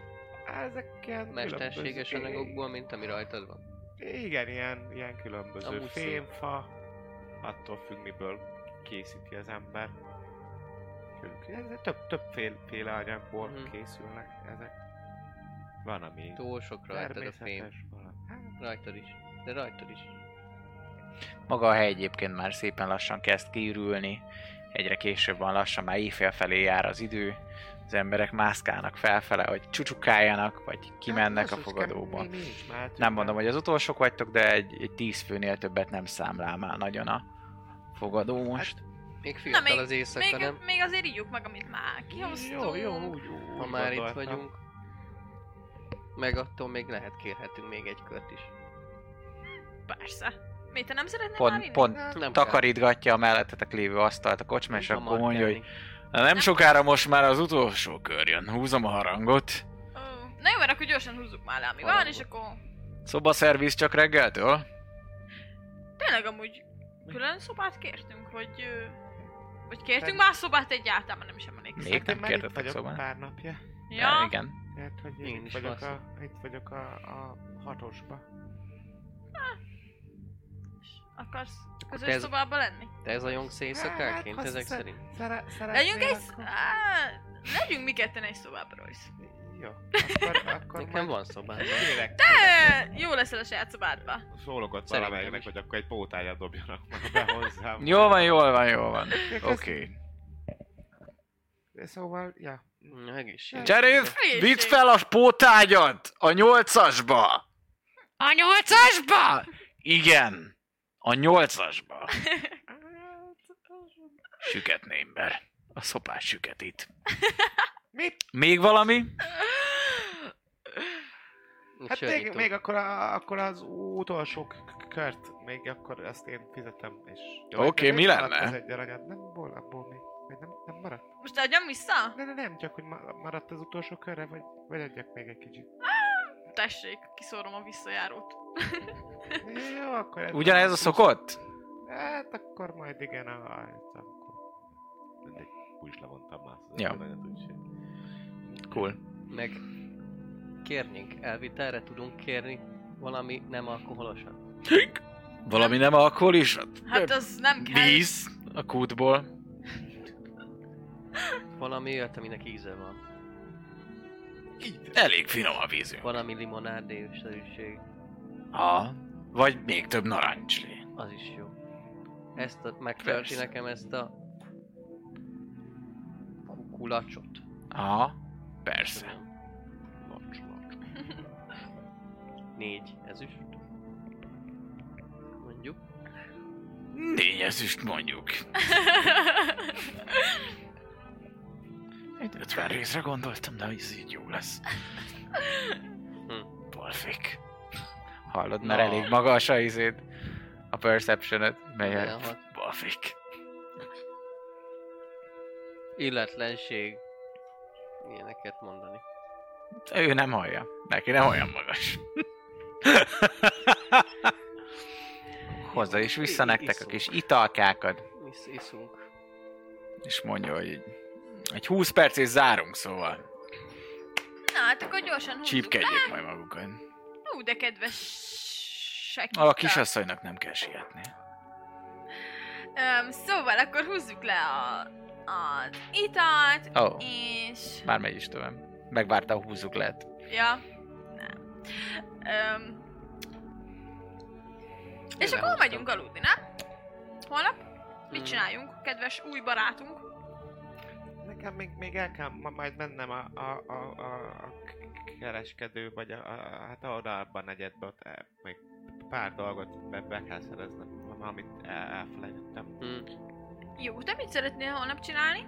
Speaker 6: Ezek ilyen
Speaker 2: mesterséges
Speaker 6: különböző-
Speaker 2: anyagokból, mint ami rajtad van.
Speaker 6: Igen, ilyen, ilyen különböző
Speaker 2: Amúgy szép.
Speaker 6: fémfa, attól függ, miből készíti az ember. Ez több, több fél, féle anyagból
Speaker 2: Mhm.
Speaker 6: mm. készülnek ezek. Van, ami
Speaker 2: Túl sok rajtad a fém.
Speaker 6: természetes, valami. Hát,
Speaker 2: Rajtad is. De rajtad is.
Speaker 1: Maga a hely egyébként már szépen lassan kezd kiürülni, egyre később van lassan, már éjfél felé jár az idő, az emberek mászkálnak felfele, hogy csucsukáljanak, vagy kimennek a
Speaker 6: hát az, hogy
Speaker 1: fogadóba.
Speaker 6: kemény nincs, már
Speaker 1: Nem mondom, hogy az utolsók vagytok, de egy, egy tíz főnél többet nem számlál már nagyon a fogadó most.
Speaker 2: Még fiatal
Speaker 3: még-
Speaker 2: az éjszaka,
Speaker 3: Még,
Speaker 2: nem?
Speaker 3: még azért ígyjuk meg, amit már kihoztunk.
Speaker 6: Jó, jó, úgy, úgy
Speaker 2: Ha már itt
Speaker 6: gondoltam.
Speaker 2: vagyunk. Meg attól még lehet kérhetünk még egy kört is.
Speaker 3: Persze. Mi, te nem szeretnél már
Speaker 1: Pont,
Speaker 3: inni?
Speaker 1: pont
Speaker 6: Nem
Speaker 2: kell.
Speaker 1: takarítgatja a mellettetek lévő asztalt a kocsma, és
Speaker 2: Hamar
Speaker 1: akkor mondja, hogy
Speaker 2: tenni.
Speaker 1: "Na, nem sokára most már az utolsó kör jön, húzom a harangot.
Speaker 3: Ó, Na jó, mert akkor gyorsan húzzuk már le, ami van,
Speaker 2: Harangot.
Speaker 3: és akkor...
Speaker 1: Szobaszerviz csak reggeltől?
Speaker 3: Tényleg amúgy külön szobát kértünk, vagy... ö, Vagy kértünk
Speaker 6: Nem.
Speaker 3: már szobát egyáltalán, nem is emlékszem.
Speaker 1: Még
Speaker 6: Hát
Speaker 1: nem
Speaker 6: én
Speaker 1: szóval.
Speaker 6: már itt
Speaker 1: kértetek
Speaker 6: vagyok
Speaker 1: szobát.
Speaker 6: pár napja.
Speaker 1: Ja,
Speaker 3: Ja,
Speaker 1: igen.
Speaker 6: Mert hogy
Speaker 2: Én
Speaker 6: én
Speaker 2: is
Speaker 6: itt vagyok,
Speaker 2: valószínű.
Speaker 6: a, itt vagyok a, a hatosba.
Speaker 3: akarsz közös
Speaker 2: Ez-
Speaker 3: szobába lenni?
Speaker 2: De ez a Yongsei
Speaker 6: Hát,
Speaker 2: éjszakáként, ezek szerint.
Speaker 3: Legyünk egy... sz- Á, legyünk mi ketten egy szobába, Royce.
Speaker 6: Jó, akkor, akkor
Speaker 2: Nekem
Speaker 6: majd
Speaker 2: van szobám.
Speaker 6: kérek-
Speaker 3: Te jó leszel a saját szobádba.
Speaker 6: Szólok ott
Speaker 2: Szerintem
Speaker 6: valamelyiknek,
Speaker 2: is.
Speaker 6: hogy akkor egy pótáját dobjanak már be hozzám.
Speaker 1: Jól van, jól van, jól van.
Speaker 6: Oké.
Speaker 1: Oké.
Speaker 6: Szóval, ja.
Speaker 2: Mm, Egészség.
Speaker 1: Gyerünk, vidd fel a pótágyat a nyolcasba! A nyolcasba? Igen, a nyolcasba. Süketne ember. A szopás süket itt.
Speaker 6: Mit?
Speaker 1: Még valami?
Speaker 6: Hát még, még akkor, a, akkor az utolsó k- k- kört, még akkor azt én fizetem, és... Jó,
Speaker 1: Oké,
Speaker 6: de
Speaker 1: mi
Speaker 6: nem maradt
Speaker 1: lenne?
Speaker 6: Az egy aranyat, Hát nem volt abból még. Vagy nem, nem maradt?
Speaker 3: Most adjam vissza?
Speaker 6: Ne, ne, nem, csak hogy ma- maradt az utolsó körre, vagy, vagy adjak még egy kicsit.
Speaker 3: Tessék, kiszórom a visszajárót.
Speaker 6: Jó, akkor... ez-
Speaker 1: Ugyanez a szokott?
Speaker 6: Hát akkor majd igen, a... hát Akkor... Mindegy, úgy levontam már az
Speaker 1: Ja.
Speaker 6: aranyat, úgyhogy...
Speaker 1: Cool.
Speaker 2: Meg kérnénk, elvitelre tudunk kérni valami nem alkoholosat.
Speaker 1: Valami nem alkoholisat?
Speaker 3: Hát az nem kell.
Speaker 1: Víz a kútból.
Speaker 2: Valami olyat, aminek íze van.
Speaker 1: Elég finom a vízünk.
Speaker 2: Valami limonádé szerűség.
Speaker 1: Ha, vagy még több narancslé.
Speaker 2: Az is jó. Ezt a, megtölti
Speaker 1: Persze.
Speaker 2: nekem ezt a kulacsot.
Speaker 1: Ha, persze.
Speaker 2: Lacs, lacs. Négy ezüst. Mondjuk.
Speaker 1: Négy ezüst mondjuk. 50 részre gondoltam, de ez így jó lesz. Balfik. Hallod, mert
Speaker 2: Na.
Speaker 1: elég magas a izét. A perception mely a...
Speaker 2: Tizenhat.
Speaker 1: Balfik.
Speaker 2: Illetlenség. Ilyeneket mondani.
Speaker 1: Ő nem hallja. Neki nem olyan magas. Hozza is vissza nektek a kis italkákat,
Speaker 2: Isz, iszunk.
Speaker 1: és mondja, hogy így- egy 20 perc és zárunk, szóval
Speaker 3: Na, hát akkor gyorsan húzzuk
Speaker 1: csípkedjék majd magukat.
Speaker 3: le. Ú, de kedves...
Speaker 1: A kisasszonynak nem kell sietni.
Speaker 3: Um, szóval akkor húzzuk le a, az italt,
Speaker 1: Ó, oh,
Speaker 3: és...
Speaker 1: már megy is tovább. Megvárta, a húzzuk lehet.
Speaker 3: Ja, nem. Um, és
Speaker 2: Jövő
Speaker 3: akkor
Speaker 2: hoztam.
Speaker 3: megyünk aludni, nem? Holnap? Mit
Speaker 2: Hmm.
Speaker 3: csináljunk, kedves új barátunk?
Speaker 6: Nekem még, még el kell ma- majd mennem a, a, a, a, a k- kereskedő, vagy a, a, a hát oda abban negyedbe, ott el, még pár dolgot be, be kell szereznem, valamit el, elfelejtettem.
Speaker 2: Hm.
Speaker 3: Jó, te mit szeretnél holnap csinálni?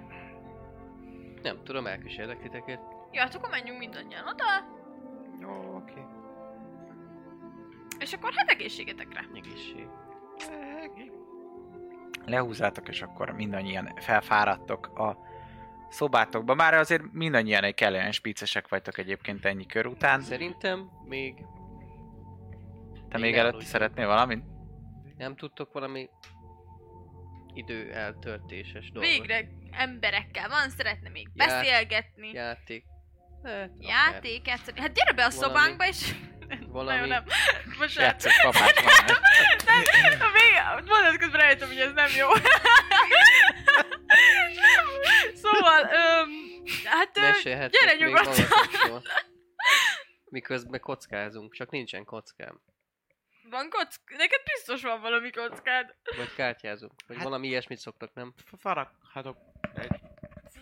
Speaker 2: Nem tudom, elkísérlek titeket.
Speaker 3: Jó, hát akkor menjünk mindannyian oda,
Speaker 6: Jó, oké.
Speaker 3: és akkor hát egészségetekre.
Speaker 2: Egészség.
Speaker 6: Eh,
Speaker 1: lehúzátok, és akkor mindannyian felfáradtok a szobátokba. Már azért mindannyian egy kellően spicesek vagytok egyébként ennyi kör után.
Speaker 2: Szerintem még
Speaker 1: Te
Speaker 2: Én
Speaker 1: még előtt
Speaker 2: nem aludjunk.
Speaker 1: szeretnél valamit?
Speaker 2: nem tudtok valami idő eltörtéses dolgot.
Speaker 3: Végre emberekkel van, szeretne még
Speaker 2: Já-
Speaker 3: beszélgetni,
Speaker 2: Játék. Hát, akár.
Speaker 3: játék játszani. Hát gyere be a
Speaker 2: Valami-
Speaker 3: szobánkba, és... Na jó,
Speaker 2: Valami.
Speaker 3: nem. Bocsánat.
Speaker 1: Játszott papát van.
Speaker 3: Nem, a vége, mondat közben rájöttem, hogy ez nem jó. szóval, öm, hát öm,
Speaker 2: Mesélhetnék
Speaker 3: gyere
Speaker 2: még
Speaker 3: nyugodtan.
Speaker 2: magatokról. Miközben kockázunk, csak nincsen kockám.
Speaker 3: van kock, neked biztos van valami kockád.
Speaker 2: Vagy kártyázunk, vagy
Speaker 6: Hát-
Speaker 2: valami ilyesmit szoktak, nem?
Speaker 6: Faraghatok egy...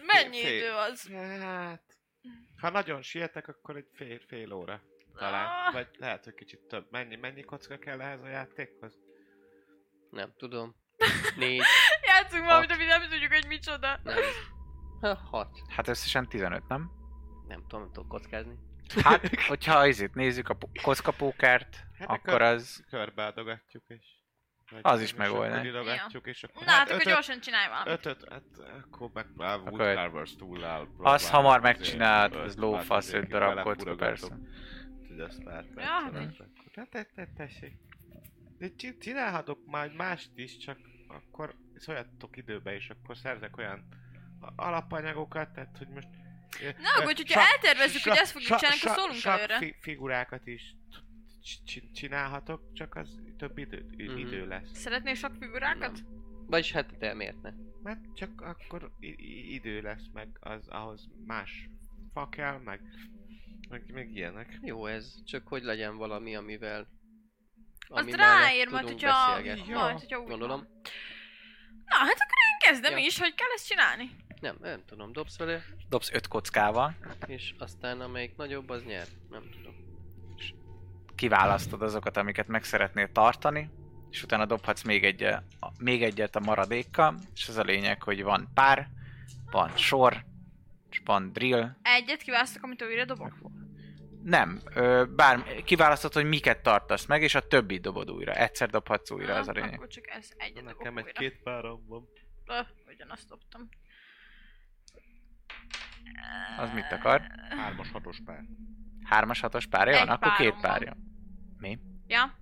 Speaker 3: Mennyi
Speaker 6: Szép.
Speaker 3: idő az?
Speaker 6: Hát... Ha nagyon sietek, akkor egy fél, fél óra. Talán.
Speaker 3: Ah.
Speaker 6: Vagy lehet, hogy kicsit több. Mennyi, mennyi kocka kell ehhez a játékhoz?
Speaker 2: Nem tudom. Négy,
Speaker 3: Játszunk valamit, amit nem tudjuk, hogy micsoda.
Speaker 2: nem. Ha, hat.
Speaker 1: Hát összesen 15, nem?
Speaker 2: Nem tudom, nem tudok kockázni.
Speaker 1: Hát, hogyha izét nézzük, a po- kockapókert,
Speaker 6: Hát
Speaker 1: akkor az...
Speaker 6: Körbeadogatjuk és... vagy-
Speaker 1: Az is
Speaker 6: és
Speaker 1: megoldás.
Speaker 6: akkor idogatjuk, és akkor...
Speaker 3: Na, hát akkor
Speaker 6: ötöt-
Speaker 3: gyorsan csinálj valamit.
Speaker 6: Ötöt, hát akkor meg már
Speaker 1: Akkor
Speaker 6: Wood
Speaker 1: egy-
Speaker 6: Carvers túlál.
Speaker 1: Azt
Speaker 6: próbálom,
Speaker 1: hamar
Speaker 6: azért,
Speaker 1: megcsinált,
Speaker 6: öt,
Speaker 1: az
Speaker 6: már
Speaker 1: lófasz,
Speaker 6: mindenki
Speaker 1: 5 darab
Speaker 6: vele
Speaker 1: kocka,
Speaker 6: furogatok,
Speaker 1: persze.
Speaker 6: Úgyhogy azt lehet
Speaker 3: Ja, hát
Speaker 6: megcsinálni. Hát te- te- tessék. De csi- csinálhatok már mást is, csak akkor szóljatok időbe, és akkor szerzek olyan a- alapanyagokat, tehát hogy most...
Speaker 3: Na,
Speaker 6: Ö,
Speaker 3: hogy hogyha
Speaker 6: sak-
Speaker 3: eltervezzük, hogy
Speaker 6: sak-
Speaker 3: ezt fogjuk
Speaker 6: sak-
Speaker 3: csinálni, akkor
Speaker 6: sak-
Speaker 3: szólunk
Speaker 6: sak
Speaker 3: előre.
Speaker 6: fi- figurákat is t- c- c- csinálhatok, csak az több idő,
Speaker 2: Mhm.
Speaker 6: mm-hmm. idő lesz.
Speaker 3: Szeretnél sok figurákat?
Speaker 1: Mm.
Speaker 2: Nem. Vagyis hát de miért ne?
Speaker 6: Mert csak akkor i- i- idő lesz, meg az ahhoz más fa kell, meg, meg, meg ilyenek.
Speaker 2: Jó ez, csak hogy legyen valami, amivel...
Speaker 3: Az
Speaker 2: ami
Speaker 3: ráér,
Speaker 2: mellett
Speaker 3: majd
Speaker 2: tudunk
Speaker 3: hogyha,
Speaker 2: beszélgetni.
Speaker 6: Ja,
Speaker 3: majd, hogyha úgy
Speaker 2: Gondolom.
Speaker 3: van. Na, hát akkor én kezdem
Speaker 2: Ja.
Speaker 3: is, hogy kell ezt csinálni.
Speaker 2: Nem, nem tudom, dobsz vele,
Speaker 1: Dobsz öt kockával,
Speaker 2: és aztán amelyik nagyobb, az nyer. Nem tudom.
Speaker 1: kiválasztod azokat, amiket meg szeretnél tartani, és utána dobhatsz még, egy, a- még egyet a maradékkal, és az a lényeg, hogy van pár, van sor, és van drill,
Speaker 3: Egyet kiválasztok, amit újra dobok.
Speaker 1: nem, ö, bár kiválasztod, hogy miket tartasz meg, és a többi dobod újra. Egyszer dobhatsz újra,
Speaker 3: Ah,
Speaker 1: az a lényeg.
Speaker 3: Akkor csak ez egyet dobok
Speaker 6: Nekem
Speaker 3: újra.
Speaker 6: egy-két párom van.
Speaker 3: Öh, ugyanazt dobtam.
Speaker 1: Az mit akar?
Speaker 6: Hármas, hatos pár.
Speaker 1: Hármas, hatos párja
Speaker 3: Egy
Speaker 1: van? Akkor két
Speaker 3: párom van.
Speaker 1: párja.
Speaker 3: Ja.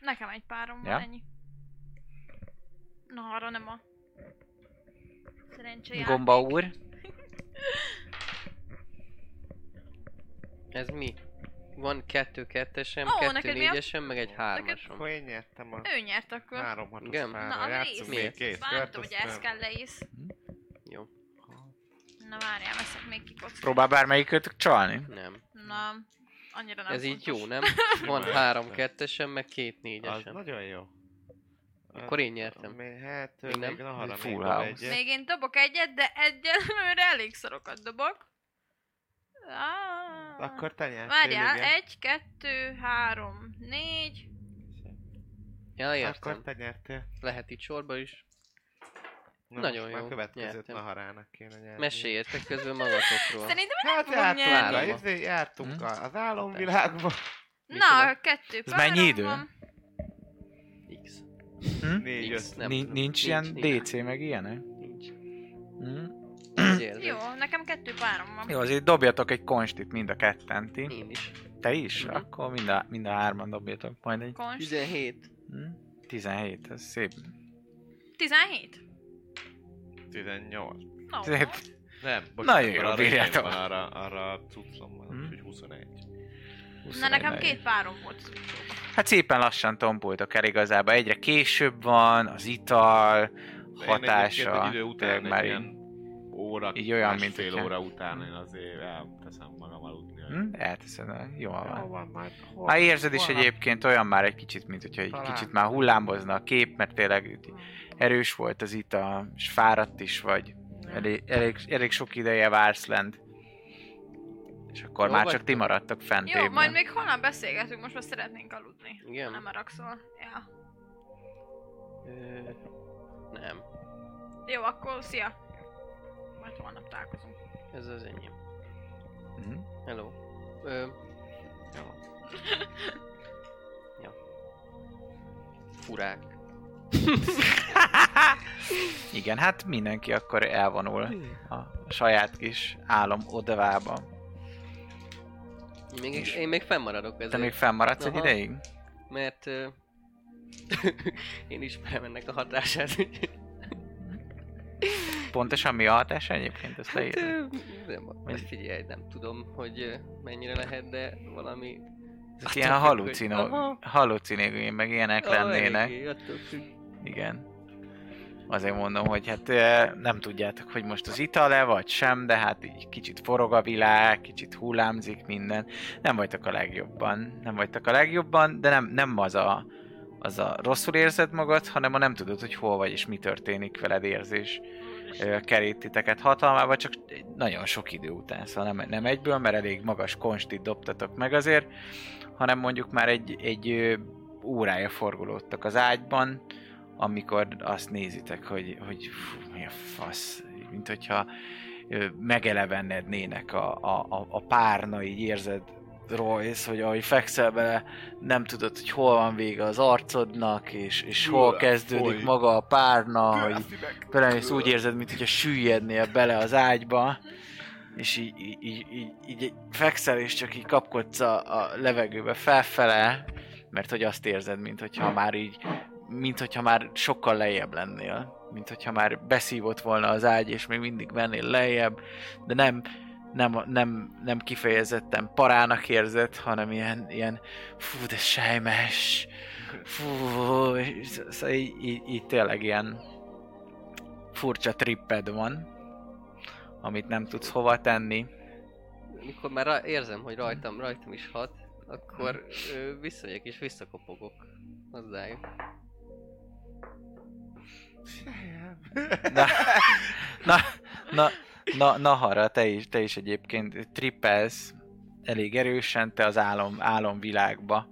Speaker 3: Nekem egy párom van,
Speaker 1: Ja.
Speaker 3: ennyi. Na, arra nem a... Szerencséjáték.
Speaker 1: Gomba úr,
Speaker 2: Ez mi? Van kettő kettesem,
Speaker 3: Ó,
Speaker 2: kettő
Speaker 3: neked mi a-
Speaker 2: négyesem, meg egy hármasom.
Speaker 6: Akkor én nyertem a
Speaker 3: Ő nyert akkor.
Speaker 6: három hatos
Speaker 2: Igen.
Speaker 3: Na,
Speaker 6: párra.
Speaker 3: az
Speaker 6: Játszunk
Speaker 3: rész.
Speaker 6: még két kört,
Speaker 3: Vártam, hogy ez
Speaker 6: aztán-
Speaker 3: kell leész.
Speaker 2: Jó,
Speaker 3: Na várjál, veszek még kikockát.
Speaker 1: próbál bármelyikötök csalni?
Speaker 2: nem.
Speaker 3: Na, annyira nem
Speaker 2: Ez így
Speaker 3: fontos.
Speaker 2: jó, nem? Van
Speaker 6: Simán.
Speaker 2: három kettesem, meg két
Speaker 6: Az
Speaker 2: négyesem.
Speaker 6: nagyon jó.
Speaker 2: Akkor én nyertem.
Speaker 6: Még, hát,
Speaker 2: Még
Speaker 6: még
Speaker 2: nem?
Speaker 6: nem? Nahara
Speaker 1: Full
Speaker 6: még dob
Speaker 1: house.
Speaker 6: egyet.
Speaker 3: Még én dobok egyet, de egyelőre elég szarokat dobok. Ah.
Speaker 6: Akkor te
Speaker 1: Hát
Speaker 6: nyertél,
Speaker 3: Várjál,
Speaker 6: igen.
Speaker 3: egy, kettő, három, négy.
Speaker 2: Ja,
Speaker 6: Akkor
Speaker 2: értem.
Speaker 6: te nyertél.
Speaker 2: Lehet itt sorba is.
Speaker 6: Na,
Speaker 2: Nagyon
Speaker 6: most már
Speaker 2: jó,
Speaker 6: következőt
Speaker 2: nyertem.
Speaker 6: Naharának kéne nyerni.
Speaker 2: Meséljetek közben magatokról.
Speaker 3: Szerintem én
Speaker 6: Hát
Speaker 3: fogom nyerni.
Speaker 6: jártunk, a,
Speaker 2: Álomba.
Speaker 6: izé, jártunk
Speaker 1: Hm?
Speaker 6: a, az álomvilágba.
Speaker 3: Na, kettő
Speaker 1: Ez mennyi
Speaker 3: párom
Speaker 1: idő?
Speaker 3: van.
Speaker 2: X.
Speaker 1: Hm?
Speaker 6: Négy,
Speaker 2: X.
Speaker 6: öt.
Speaker 2: Nem,
Speaker 1: Ni-
Speaker 2: tudom.
Speaker 1: nincs ilyen
Speaker 2: nincs.
Speaker 1: DC, meg ilyenek?
Speaker 2: Nincs.
Speaker 1: Hm?
Speaker 2: Így érzed.
Speaker 3: Jó, nekem kettő párom van.
Speaker 1: Jó, azért dobjatok egy konstit mind a ketten, ti.
Speaker 2: Én is.
Speaker 1: Te is?
Speaker 2: Mhm.
Speaker 1: Akkor mind a, mind a hárman dobjatok majd egy...
Speaker 3: Konst.
Speaker 2: 17.
Speaker 1: Hm? 17, ez szép.
Speaker 3: 17.
Speaker 6: 18.
Speaker 3: No.
Speaker 1: Szép.
Speaker 6: Nem,
Speaker 1: Nagyon jó,
Speaker 6: akkor arra
Speaker 1: bírjátok.
Speaker 6: izém van, Arra, arra a cuccom van,
Speaker 1: Hm?
Speaker 6: úgyhogy 21.
Speaker 3: Na,
Speaker 1: 21
Speaker 3: nekem
Speaker 1: meg.
Speaker 3: két párom volt.
Speaker 1: Hát szépen lassan tompultok el igazából. Egyre később van, az ital,
Speaker 6: De én egyébként
Speaker 1: hatása.
Speaker 6: egy idő
Speaker 1: tényleg
Speaker 6: után
Speaker 1: már
Speaker 6: egy
Speaker 1: így-
Speaker 6: ilyen óra,
Speaker 1: így olyan, mint
Speaker 6: másfél
Speaker 1: hogyha-
Speaker 6: óra után én azért elteszem magam aludni. hogy-
Speaker 1: Hm? Elteszed, na, jól
Speaker 6: Jó
Speaker 1: van.
Speaker 6: van, majd hol-
Speaker 1: Már érzed is
Speaker 6: holnap
Speaker 1: egyébként olyan már egy kicsit, mint hogyha egy
Speaker 6: Talán.
Speaker 1: kicsit már hullámozna a kép, mert tényleg így erős volt az ital, és fáradt is vagy. Elég, elég, elég sok ideje vársz lent. És akkor
Speaker 2: Jó
Speaker 1: már csak
Speaker 2: vagytok?
Speaker 1: ti maradtok fent
Speaker 3: Jó,
Speaker 1: ébren.
Speaker 3: majd még holnap beszélgetünk, most már szeretnénk aludni. Nem
Speaker 2: Igen?
Speaker 3: haragszol. Ja.
Speaker 2: Ö, Nem.
Speaker 3: Jó, akkor szia. Majd holnap találkozunk.
Speaker 2: Ez az enyém.
Speaker 1: Mhm.
Speaker 2: Hello. Ö, furák.
Speaker 1: Igen, hát mindenki akkor elvonul a saját kis álom odavába.
Speaker 2: Még,
Speaker 1: És-
Speaker 2: én még fennmaradok
Speaker 1: Te
Speaker 2: ezért,
Speaker 1: még fennmaradsz egy
Speaker 2: Aha.
Speaker 1: ideig?
Speaker 2: mert ö, én ismerem ennek a hatását.
Speaker 1: Pontosan mi a hatás egyébként? Ezt
Speaker 2: Hát,
Speaker 1: leírod?
Speaker 2: ö, nem, figyelj, nem tudom, hogy ö, mennyire lehet, de valami...
Speaker 1: Ezek ilyen
Speaker 2: attól függ, hogy-
Speaker 1: halucinó,
Speaker 2: Aha.
Speaker 1: halucinogén, meg ilyenek lennének.
Speaker 2: eléggé, attól függ.
Speaker 1: Igen. Azért mondom, hogy hát eh, nem tudjátok, hogy most az itale vagy sem, de hát így kicsit forog a világ, kicsit hullámzik minden. Nem vagytok a legjobban. Nem vagytok a legjobban, de nem, nem az a, az a rosszul érzed magad, hanem a nem tudod, hogy hol vagy és mi történik veled érzés eh, kerít titeket hatalmába, csak nagyon sok idő után, szóval nem, nem egyből, mert elég magas konstit dobtatok meg azért, hanem mondjuk már egy, egy ö, órája forgolódtak az ágyban, amikor azt nézitek, hogy, hogy fú, mi a fasz, mint hogyha ö, megelevenednének a, a, a, a párna, így érzed Royce, hogy ahogy fekszel bele, nem tudod, hogy hol van vége az arcodnak, és, és hol
Speaker 6: Ú,
Speaker 1: kezdődik
Speaker 6: foly.
Speaker 1: maga a párna, hogy
Speaker 6: Köszinek.
Speaker 1: belemész úgy érzed, mintha süllyednél bele az ágyba, és így, így, így, így, így fekszel, és csak így kapkodsz a, a levegőbe felfele, mert hogy azt érzed, mintha már így, mintha már sokkal lejjebb lennél, mintha már beszívott volna az ágy, és még mindig mennél lejjebb, de nem, nem, nem, nem kifejezetten parának érzett, hanem ilyen, ilyen fú, de sejmes, fú, és szóval így, így, így tényleg ilyen furcsa tripped van, amit nem tudsz hova tenni.
Speaker 2: Mikor már ra- érzem, hogy rajtam, rajtam is hat, akkor ö, visszamegyek és visszakopogok hozzájuk.
Speaker 1: Na, na, na, na, Nahara, te is, te is egyébként trippelsz elég erősen, te az álom, álomvilágba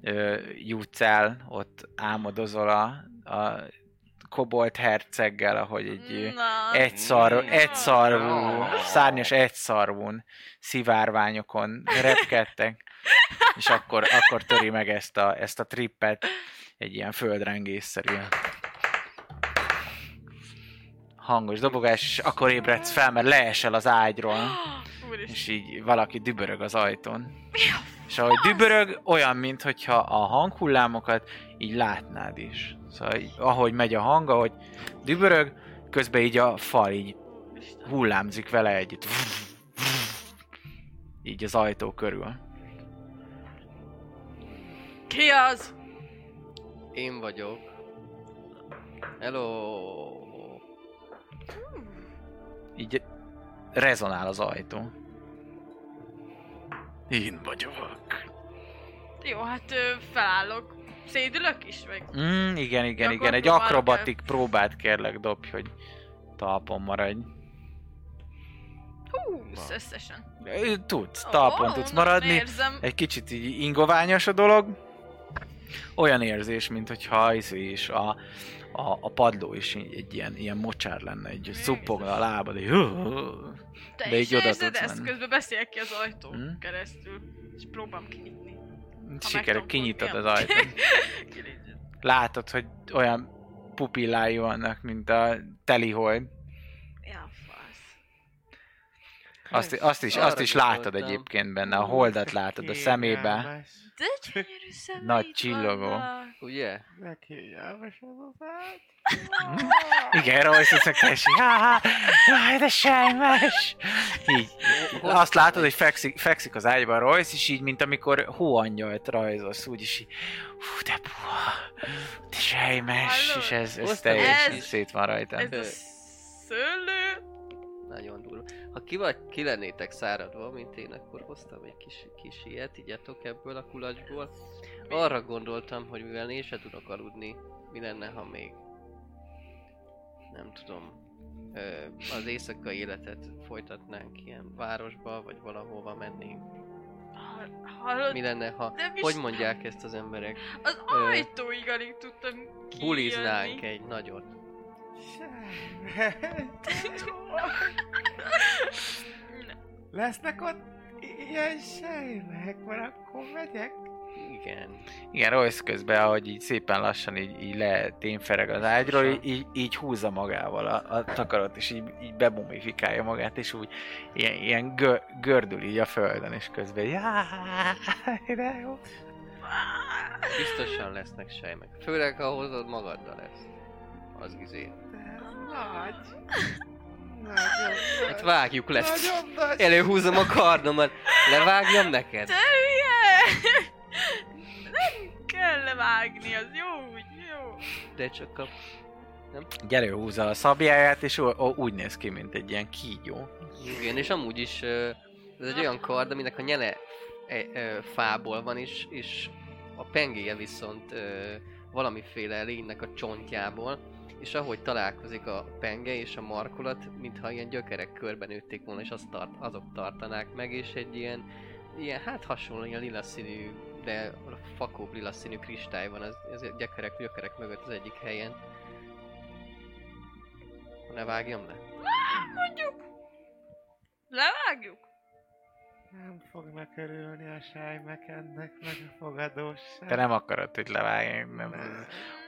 Speaker 1: ö, jutsz el, ott álmodozol a, a kobolt herceggel, ahogy egy ö,
Speaker 3: Na,
Speaker 1: egyszar,
Speaker 6: Mm.
Speaker 1: egyszarvú, szárnyas egyszarvún szivárványokon repkedtek, és akkor, akkor töri meg ezt a, ezt a trippet egy ilyen földrengésszerűen. Hangos dobogás, és akkor ébredsz fel, mert leesel az ágyról,
Speaker 3: Úristen.
Speaker 1: és így valaki dübörög az ajtón. És ahogy dübörög, olyan, mintha a hanghullámokat így látnád is. Szóval így, ahogy megy a hang, ahogy dübörög, közben így a fal így hullámzik vele együtt. Így az ajtó körül.
Speaker 3: Ki az?
Speaker 2: Én vagyok. Hello!
Speaker 1: Így rezonál az ajtó. Én vagyok.
Speaker 3: Jó, hát ö, felállok. Szédülök is meg.
Speaker 1: Mm, igen, igen,
Speaker 3: Akkor
Speaker 1: igen. Egy
Speaker 3: próbálok
Speaker 1: akrobatik próbát kérlek dobj, hogy talpon maradj.
Speaker 3: Húsz összesen.
Speaker 1: Ö, Tudsz, talpon
Speaker 3: Ó,
Speaker 1: tudsz
Speaker 3: nagyon
Speaker 1: maradni.
Speaker 3: Érzem.
Speaker 1: Egy kicsit így ingoványos a dolog. Olyan érzés, mint hogyha izé is a, a, a padló is így, egy ilyen, ilyen mocsár lenne, egy szuppogna a lábad, így,
Speaker 3: Te
Speaker 1: de
Speaker 3: is
Speaker 1: így oda
Speaker 3: érzed
Speaker 1: tudsz
Speaker 3: ezt,
Speaker 1: menni.
Speaker 3: közben beszél ki az ajtó
Speaker 1: Hm?
Speaker 3: keresztül. És próbálom kinyitni.
Speaker 1: Sikerül,
Speaker 3: megtankolod,
Speaker 1: kinyitod az
Speaker 3: igen.
Speaker 1: ajtót. Látod, hogy olyan pupillái vannak, mint a telihold.
Speaker 3: Ja, fasz.
Speaker 1: Azt, azt is,
Speaker 2: Arra
Speaker 1: azt is látod
Speaker 2: gondoltam.
Speaker 1: egyébként benne, a holdat látod a szemébe.
Speaker 6: Kényelmes.
Speaker 3: De gyönyörű szemeid
Speaker 1: Nagy csillogó.
Speaker 3: vannak.
Speaker 2: Ugye?
Speaker 6: De kényelmes az az ágy.
Speaker 1: Hm? Igen, Royce kesi. Ha, ha, de sejmes! Így. Azt látod, hogy fekszik, fekszik az ágyban Royce, és így, mint amikor hóangyolt rajzolsz, úgyis így, hú, de puha, de sejmes,
Speaker 3: Hallod?
Speaker 1: és ez, ez
Speaker 2: Hoztam
Speaker 1: teljesen
Speaker 3: egy-
Speaker 1: szét van rajta.
Speaker 3: Ez a szőlő.
Speaker 2: Nagyon durva. Ha ki, vagy, ki lennétek száradva, mint én, akkor hoztam egy kis, kis ilyet, igyatok ebből a kulacsból. Arra gondoltam, hogy mivel én se tudok aludni, mi lenne, ha még... Nem tudom. Ö, az éjszakai életet folytatnánk ilyen városba, vagy valahova mennénk.
Speaker 3: Ha- Hallod?
Speaker 2: Mi lenne, ha...
Speaker 3: Nem is-
Speaker 2: Hogy mondják ezt az emberek?
Speaker 3: Az
Speaker 2: Ö,
Speaker 3: ajtóig alig tudtam kijönni.
Speaker 2: Buliznánk egy nagyot.
Speaker 6: Lesznek ott ilyen sejmek, mert akkor megyek.
Speaker 2: Igen.
Speaker 1: Igen, Royce közben, ahogy így szépen lassan így, így letémfereg az ágyról, így, így, így húzza magával a, a takarat, és így, így bemumifikálja magát, és úgy ilyen, ilyen gö, gördül így a földön, és közben így, "Áááá, de jó.
Speaker 2: Biztosan lesznek sejmek. Főleg, ha hozod magaddal ezt. Az izé.
Speaker 6: Nagy. Nagyon
Speaker 2: Hát vágjuk le.
Speaker 6: Nagyon nagy.
Speaker 2: Előhúzom a kardomat. Levágjam neked?
Speaker 3: Te hülye! Nem kell levágni, az jó úgy, jó.
Speaker 2: De csak a...
Speaker 1: Így előhúzza a szabjáját, és ó, ó, úgy néz ki, mint egy ilyen kígyó.
Speaker 2: Igen, és amúgy is ö, ez egy olyan kard, aminek a nyele e- ö, fából van, és, és a pengéje viszont ö, valamiféle lénynek a csontjából, és ahogy találkozik a penge és a markolat, mintha ilyen gyökerek körben ütték volna, és azt tart, azok tartanák meg, és egy ilyen, ilyen hát hasonló, ilyen lila színű, de fakóbb lila színű kristály van az, az a gyökerek, gyökerek mögött az egyik helyen. Ne vágjam le?
Speaker 3: Levágjuk?
Speaker 6: Nem fognak örülni a sejmek ennek, meg a fogadóság.
Speaker 1: Te nem akarod, hogy levágj, nem.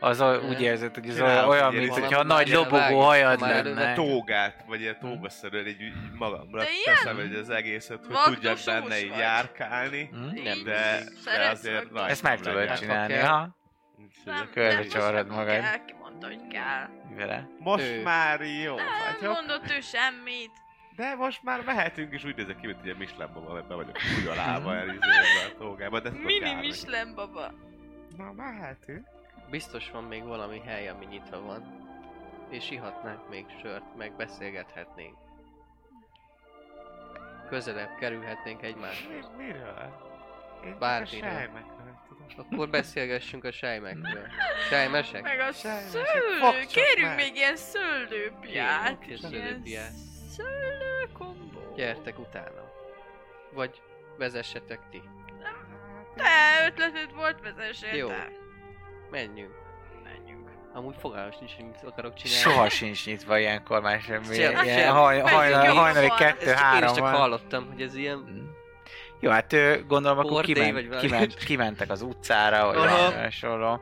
Speaker 1: Az olyan- úgy érzed, hogy ez olyan,
Speaker 6: Csinálok,
Speaker 1: olyan
Speaker 6: ugye,
Speaker 1: mint
Speaker 6: valami
Speaker 1: hogyha nagy
Speaker 2: nagyon
Speaker 1: lobogó
Speaker 2: vágjuk,
Speaker 1: hajad
Speaker 2: már előbb a
Speaker 1: lenne. Hm?
Speaker 6: tógát, vagy ilyen tógaszerűen így, így magamra
Speaker 3: De ilyen
Speaker 6: teszem egy az egészet, hogy
Speaker 3: vagdosós
Speaker 6: tudjak benne így
Speaker 3: vagy.
Speaker 6: járkálni.
Speaker 1: Hm?
Speaker 2: Nem.
Speaker 6: De, de
Speaker 3: Szeretsz
Speaker 6: azért
Speaker 3: vagdosni.
Speaker 6: nagy.
Speaker 1: Ezt
Speaker 2: Hm.
Speaker 1: meg tudod
Speaker 6: legyen.
Speaker 1: csinálni,
Speaker 2: kell.
Speaker 1: ha?
Speaker 3: Nem,
Speaker 1: körbe
Speaker 3: nem, most
Speaker 1: csavarod
Speaker 3: nem
Speaker 1: magad.
Speaker 3: Kell, ki mondta, hogy kell.
Speaker 1: Vele.
Speaker 6: Most
Speaker 2: Ő.
Speaker 6: már jó
Speaker 3: Nem
Speaker 6: vagyok.
Speaker 3: mondott ő semmit.
Speaker 6: De most már mehetünk, és úgy nézek ki, mint egy Michelinban van, ebben vagyok úgy a lába, elizélve a tógába, de tudok
Speaker 3: Mini
Speaker 6: járni.
Speaker 3: Michelin baba.
Speaker 6: Na, hát mehetünk.
Speaker 2: Biztos van még valami hely, ami nyitva van. És ihatnánk még sört, meg beszélgethetnénk. Közelebb kerülhetnénk egymáshoz.
Speaker 6: Mi- Miről? Én csak a
Speaker 2: Bármiről.
Speaker 6: sejmekről tudom.
Speaker 2: Akkor beszélgessünk a sejmekről. Sejmesek?
Speaker 3: Meg a
Speaker 6: Semmi,
Speaker 3: szőlő.
Speaker 6: fogd csak
Speaker 3: Kérünk
Speaker 6: meg.
Speaker 3: még ilyen szőlőpiát.
Speaker 2: Kérünk egy
Speaker 3: Ilyen
Speaker 2: szőlőpiát.
Speaker 3: Szőlő kombó.
Speaker 2: Gyertek utána. Vagy vezessetek ti.
Speaker 3: Te ötleted volt, vezessél
Speaker 2: Jó.
Speaker 3: te.
Speaker 2: Menjünk.
Speaker 3: Menjünk.
Speaker 2: Amúgy fogalmam sincs, hogy mit akarok csinálni.
Speaker 1: Soha sincs nyitva ilyenkor már semmi.
Speaker 2: Sem-
Speaker 1: Ilyen
Speaker 2: sem.
Speaker 1: haj-
Speaker 3: Pedig
Speaker 1: hajnali-
Speaker 3: jó
Speaker 1: hajnali
Speaker 3: van.
Speaker 1: kettő,
Speaker 2: Ezt csak én is
Speaker 1: három
Speaker 2: csak
Speaker 1: van.
Speaker 2: hallottam, hogy ez ilyen...
Speaker 1: Mm. Jó, hát ö, gondolom akkor
Speaker 2: Ordély
Speaker 1: kiment,
Speaker 2: vagy valami.
Speaker 1: kiment, kimentek az utcára, vagy
Speaker 2: Aha.
Speaker 1: valami hasonló.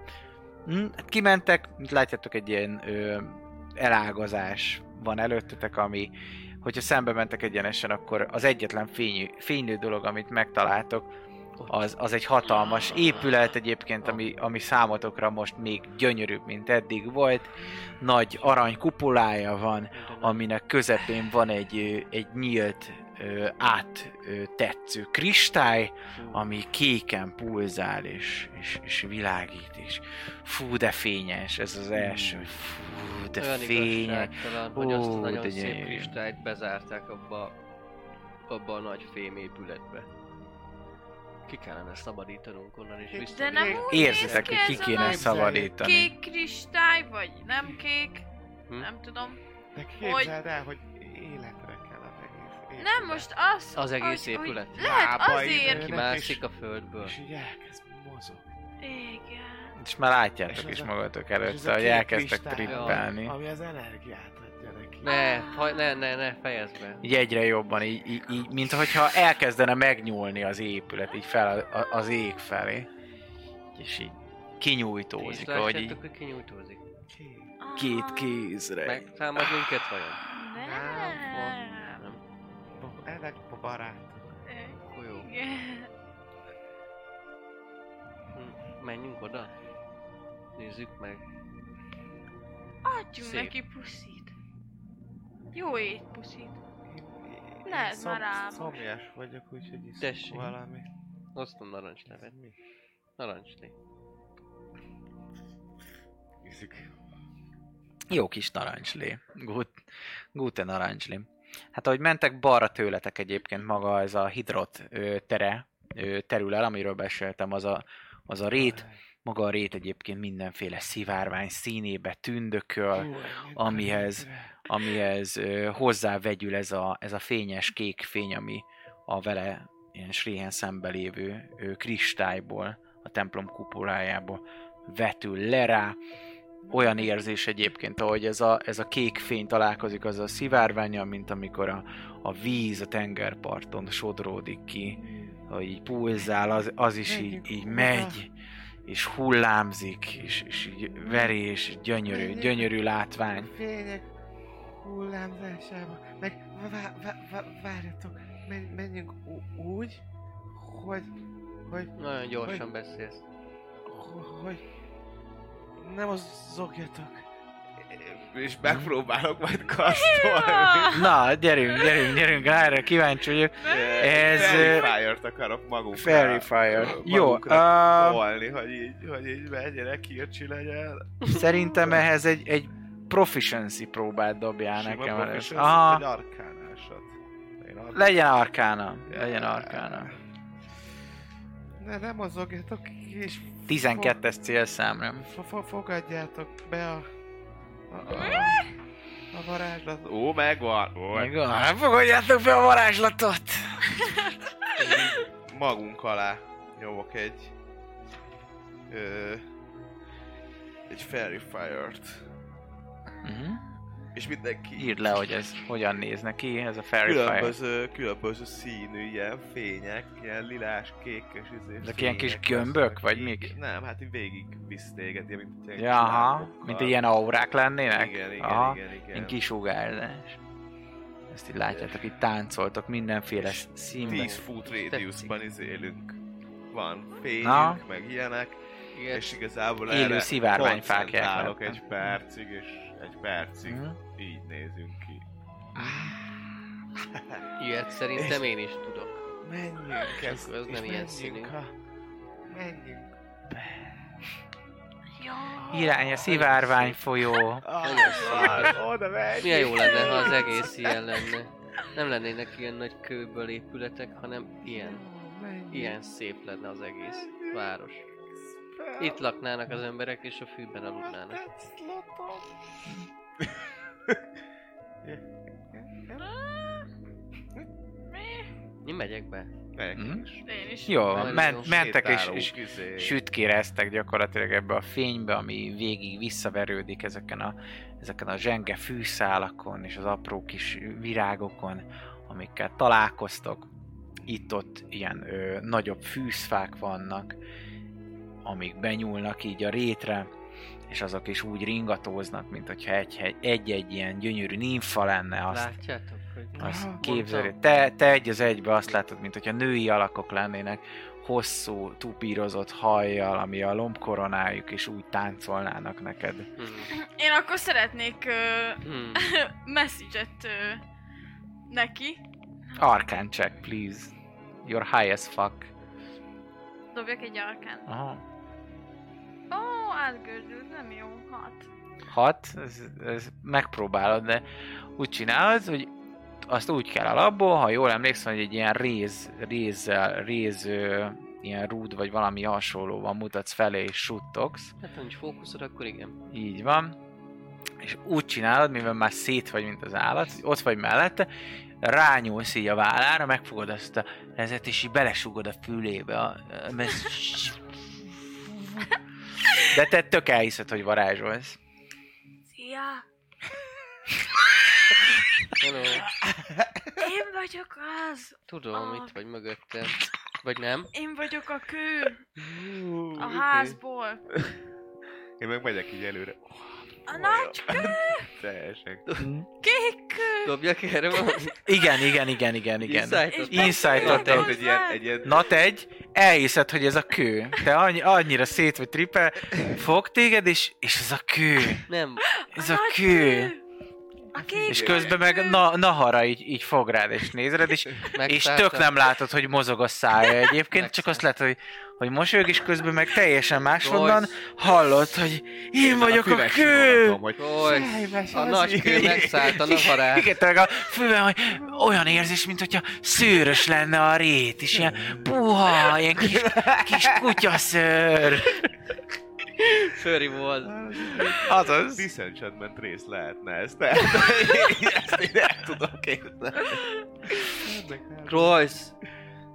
Speaker 1: Hm, hát kimentek, mint látjátok egy ilyen ö, elágazás van előttetek, ami hogyha szembe mentek egyenesen, akkor az egyetlen fényű, fénylő dolog, amit megtaláltok, az, az egy hatalmas épület egyébként, ami, ami számotokra most még gyönyörűbb, mint eddig volt. Nagy arany kupolája van, aminek közepén van egy, ö, egy nyílt ö, áttetsző kristály, ami kéken pulzál és, és, és világít, és fú, de fényes, ez az első, fú, de
Speaker 2: Olyan
Speaker 1: fényes.
Speaker 2: igazságtalan, hogy azt a
Speaker 1: Ó, de
Speaker 2: nagyon szép
Speaker 1: gyönyörű.
Speaker 2: kristályt bezárták abba, abba a nagy fém épületbe. Ki kellene szabadítanunk onnan és vissza.
Speaker 3: De nem úgy
Speaker 1: Érzitek,
Speaker 3: néz
Speaker 1: hogy ki
Speaker 3: ez a
Speaker 1: kéne
Speaker 3: nagy
Speaker 1: szabadítani.
Speaker 3: Kék kristály, vagy nem kék?
Speaker 2: Hm?
Speaker 3: Nem tudom.
Speaker 6: De képzeld el, hogy életre kell az egész épület.
Speaker 3: Nem, most az...
Speaker 2: Az egész
Speaker 3: hogy- hogy
Speaker 2: épület.
Speaker 3: Lehet
Speaker 6: Lábai
Speaker 3: azért...
Speaker 6: nőnek,
Speaker 2: Kimászik
Speaker 6: és-
Speaker 2: a földből.
Speaker 6: És így elkezd mozogni.
Speaker 3: Igen.
Speaker 1: És már
Speaker 6: És
Speaker 1: látjátok
Speaker 6: az
Speaker 1: is
Speaker 6: a-
Speaker 1: magatok
Speaker 6: és ez a
Speaker 1: előtte, hogy
Speaker 6: kék
Speaker 1: elkezdtek
Speaker 6: kristály,
Speaker 1: trippelni.
Speaker 6: Ami az energiát adja neki.
Speaker 2: Ne, haj, ne, ne, ne, fejezd be.
Speaker 1: Így egyre jobban, így, így, így mint hogyha elkezdene megnyúlni az épület, így fel a- a- az ég felé. És így
Speaker 2: Ti is
Speaker 1: kinyújtózik, ahogy így
Speaker 2: látjátok, hogy kinyújtózik.
Speaker 6: Ki?
Speaker 3: Ah.
Speaker 1: két kézre.
Speaker 2: Megtámad minket vajon?
Speaker 3: Nem.
Speaker 2: Nem.
Speaker 6: Ba- Ezek a barátok.
Speaker 2: Akkor jó.
Speaker 3: Igen.
Speaker 2: Hm, Menjünk oda? Nézzük meg.
Speaker 3: Adjunk
Speaker 2: Szép.
Speaker 3: neki puszit. Jó ét puszit.
Speaker 6: Én- én-
Speaker 3: Ne,
Speaker 6: én
Speaker 3: ez már álmos.
Speaker 6: Szomjas vagyok, úgyhogy iszok
Speaker 2: Tessék.
Speaker 6: valami.
Speaker 2: Hoztam narancslevet.
Speaker 6: Mi?
Speaker 2: Narancslé.
Speaker 6: Iszik.
Speaker 1: Jó kis narancslé. Gut, gute narancslé. Hát ahogy mentek balra tőletek egyébként maga ez a hidrot ö, tere ö, terül el, amiről beszéltem, az a, az a rét. Maga a rét egyébként mindenféle szivárvány színébe tündököl, amihez, amihez ö, hozzávegyül ez a, ez a fényes kék fény, ami a vele ilyen sréhen szembe lévő ö, kristályból, a templom kupolájából vetül le rá, olyan érzés egyébként, ahogy ez a, ez a kék fény találkozik az a szivárványa, mint amikor a, a víz a tengerparton sodródik ki, hogy így pulzál, az, az is így, így megy, és hullámzik, és, és így verés, és gyönyörű, gyönyörű látvány.
Speaker 6: Fények hullámzásába. Meg vá, vá, vá, várjatok, men, menjünk ú- úgy, hogy, hogy,
Speaker 2: Nagyon gyorsan
Speaker 6: Hogy?
Speaker 2: beszélsz.
Speaker 6: hogy nem az zogjatok. És megpróbálok majd kastolni.
Speaker 1: Na, gyerünk, gyerünk, gyerünk, erre kíváncsi vagyok. Ez,
Speaker 6: Fairy
Speaker 1: ö,
Speaker 6: Fire-t akarok magukra.
Speaker 1: Fairy Fire. Jó,
Speaker 6: magukra
Speaker 1: ö,
Speaker 6: tolni, hogy így, hogy így menjenek, kircsi legyen.
Speaker 1: Szerintem ehhez egy, egy proficiency próbát dobjál nekem.
Speaker 6: professionals,
Speaker 1: először. Aha,
Speaker 6: vagy arkánásod. Én ar-
Speaker 1: legyen arkána, legyen
Speaker 6: Yeah.
Speaker 1: arkána.
Speaker 6: Ne, nem mozogjatok ki, és
Speaker 1: 12-es célszámra.
Speaker 6: fo- fo- fogadjátok be a... a, a a varázslat. Ó, megvan! Ó,
Speaker 1: Megvan. Hát Fogadjátok be a varázslatot!
Speaker 6: magunk alá nyomok egy... Ö, egy Fairy Fire-t.
Speaker 1: Uh-huh.
Speaker 6: És mindenki
Speaker 1: Írd le, hogy ez hogyan néz neki, ez a Fairy Fire.
Speaker 6: különböző, különböző színű ilyen fények, ilyen lilás, kékes izé.
Speaker 1: Ezek ilyen kis
Speaker 6: fények
Speaker 1: gömbök,
Speaker 6: lesznek
Speaker 1: vagy
Speaker 6: így.
Speaker 1: mik?
Speaker 6: Nem, hát így végig visz téged, ilyen, mint ilyen
Speaker 1: Jaha,
Speaker 6: csillagokkal.
Speaker 1: mint ilyen aurák lennének?
Speaker 6: Igen, igen,
Speaker 1: Aha.
Speaker 6: igen, igen.
Speaker 1: Ilyen kisugárzás. Ezt így látjátok, itt táncoltok mindenféle színben.
Speaker 6: 10 foot radiusban izélünk. Van fényünk,
Speaker 1: Na.
Speaker 6: meg ilyenek,
Speaker 2: Igen.
Speaker 6: és igazából
Speaker 1: Élő
Speaker 6: erre
Speaker 1: szivárványfákják
Speaker 6: koncentrálok
Speaker 1: lettek.
Speaker 6: egy percig, és egy percig
Speaker 1: Mhm.
Speaker 2: Ah,
Speaker 6: így nézünk ki.
Speaker 2: Ilyet szerintem én is tudok.
Speaker 6: Menjünk, ez,
Speaker 2: Akkor az
Speaker 6: és
Speaker 2: nem ilyen
Speaker 6: menjünk,
Speaker 2: színű.
Speaker 6: ha... Menjünk.
Speaker 3: Jaj.
Speaker 1: Irány a szivárvány folyó.
Speaker 2: Nagyon szép.
Speaker 6: Ah, oda menjünk.
Speaker 2: Milyen jó lenne, ha az egész ilyen lenne. Nem lennének ilyen nagy kőből épületek, hanem ilyen, ilyen szép lenne az egész város. Itt laknának az emberek, és a fűben aludnának.
Speaker 3: Hm?
Speaker 2: Én megyek be.
Speaker 1: Mhm.
Speaker 6: Nekünk is.
Speaker 3: Én is.
Speaker 1: Jó,
Speaker 2: Nagyon jó.
Speaker 1: ment, mentek és, és
Speaker 6: Sétálunk, izé.
Speaker 1: sütkéreztek gyakorlatilag ebbe a fénybe, ami végig visszaverődik ezeken a, ezeken a zsenge fűszálakon és az apró kis virágokon, amikkel találkoztok. Itt-ott ilyen ö, nagyobb fűszfák vannak, amik benyúlnak így a rétre, és azok is úgy ringatóznak, mint hogyha egy- egy-egy ilyen gyönyörű ninfa lenne, azt
Speaker 2: Látjátok, hogy...
Speaker 1: azt
Speaker 2: Mondtam.
Speaker 1: képzelj, te, te egy az egybe azt látod, mint hogyha női alakok lennének, hosszú, tupírozott hajjal, ami a lombkoronájuk, és úgy táncolnának neked.
Speaker 2: Hmm.
Speaker 3: Én akkor szeretnék ö,
Speaker 2: Hmm.
Speaker 3: message-et ö, neki.
Speaker 1: Arcane check, please. You're high as fuck.
Speaker 3: Dobjak egy arkán.
Speaker 1: Aha.
Speaker 3: Ó, átgördült, nem jó. Hat.
Speaker 1: Hat, ez, ez megpróbálod, de úgy csinálod, hogy azt úgy kell alapból, ha jól emlékszem, hogy egy ilyen réz, rézzel, réz, ö, ilyen rúd, vagy valami hasonlóval mutatsz felé, és suttogsz.
Speaker 2: Hát ha nincs fókuszod, akkor igen.
Speaker 1: Így van. És úgy csinálod, mivel már szét vagy, mint az állat, hogy ott vagy mellette, rányúlsz így a vállára, megfogod azt a rezet, és így belesugod a fülébe. A, a mesz- de te tök elhiszed, hogy varázsolsz.
Speaker 3: Szia!
Speaker 2: Hello.
Speaker 3: Én vagyok az!
Speaker 2: Tudom, itt vagy mögöttem. Vagy nem?
Speaker 3: Én vagyok a kő!
Speaker 6: Hú, izé.
Speaker 3: A házból!
Speaker 6: Én meg megyek így előre.
Speaker 3: A nagy kő!
Speaker 6: Teljesen.
Speaker 3: Kék kő!
Speaker 2: Dobjak erre valamit?
Speaker 1: Igen, igen, igen, igen, igen.
Speaker 2: Insightot?
Speaker 3: És
Speaker 1: Insightot
Speaker 3: beszélek
Speaker 6: Tehát
Speaker 1: egy.
Speaker 6: egy ilyen,
Speaker 3: hozzá.
Speaker 6: egy ilyen
Speaker 1: Not egy, elhiszed, hogy ez a kő. Te annyi, annyira szét vagy tripe, fog téged, és, és ez a kő.
Speaker 2: Nem.
Speaker 1: Ez
Speaker 3: A
Speaker 1: a
Speaker 3: nagy
Speaker 1: kő.
Speaker 3: A kék
Speaker 1: És
Speaker 3: kő.
Speaker 1: közben meg na, Nahara így, így fog rád, és néz rád, és És tök nem látod, hogy mozog a szája egyébként, csak azt látod, hogy, hogy mosolyog, és közben meg teljesen máshonnan hallod, hogy én vagyok a
Speaker 6: füves
Speaker 1: kő!
Speaker 6: simogatom, hogy
Speaker 2: Boys, a nagy kő megszállt a navarát.
Speaker 1: Igen, tényleg a fülben, hogy olyan érzés, mint hogyha szőrös lenne a rét, és ilyen puha, ilyen kis, kis kutyaszőr.
Speaker 2: Főri volt.
Speaker 1: Azaz.
Speaker 6: Disenchantment rész lehetne ezt, nem? ezt én nem tudok képzelni.
Speaker 2: Royce!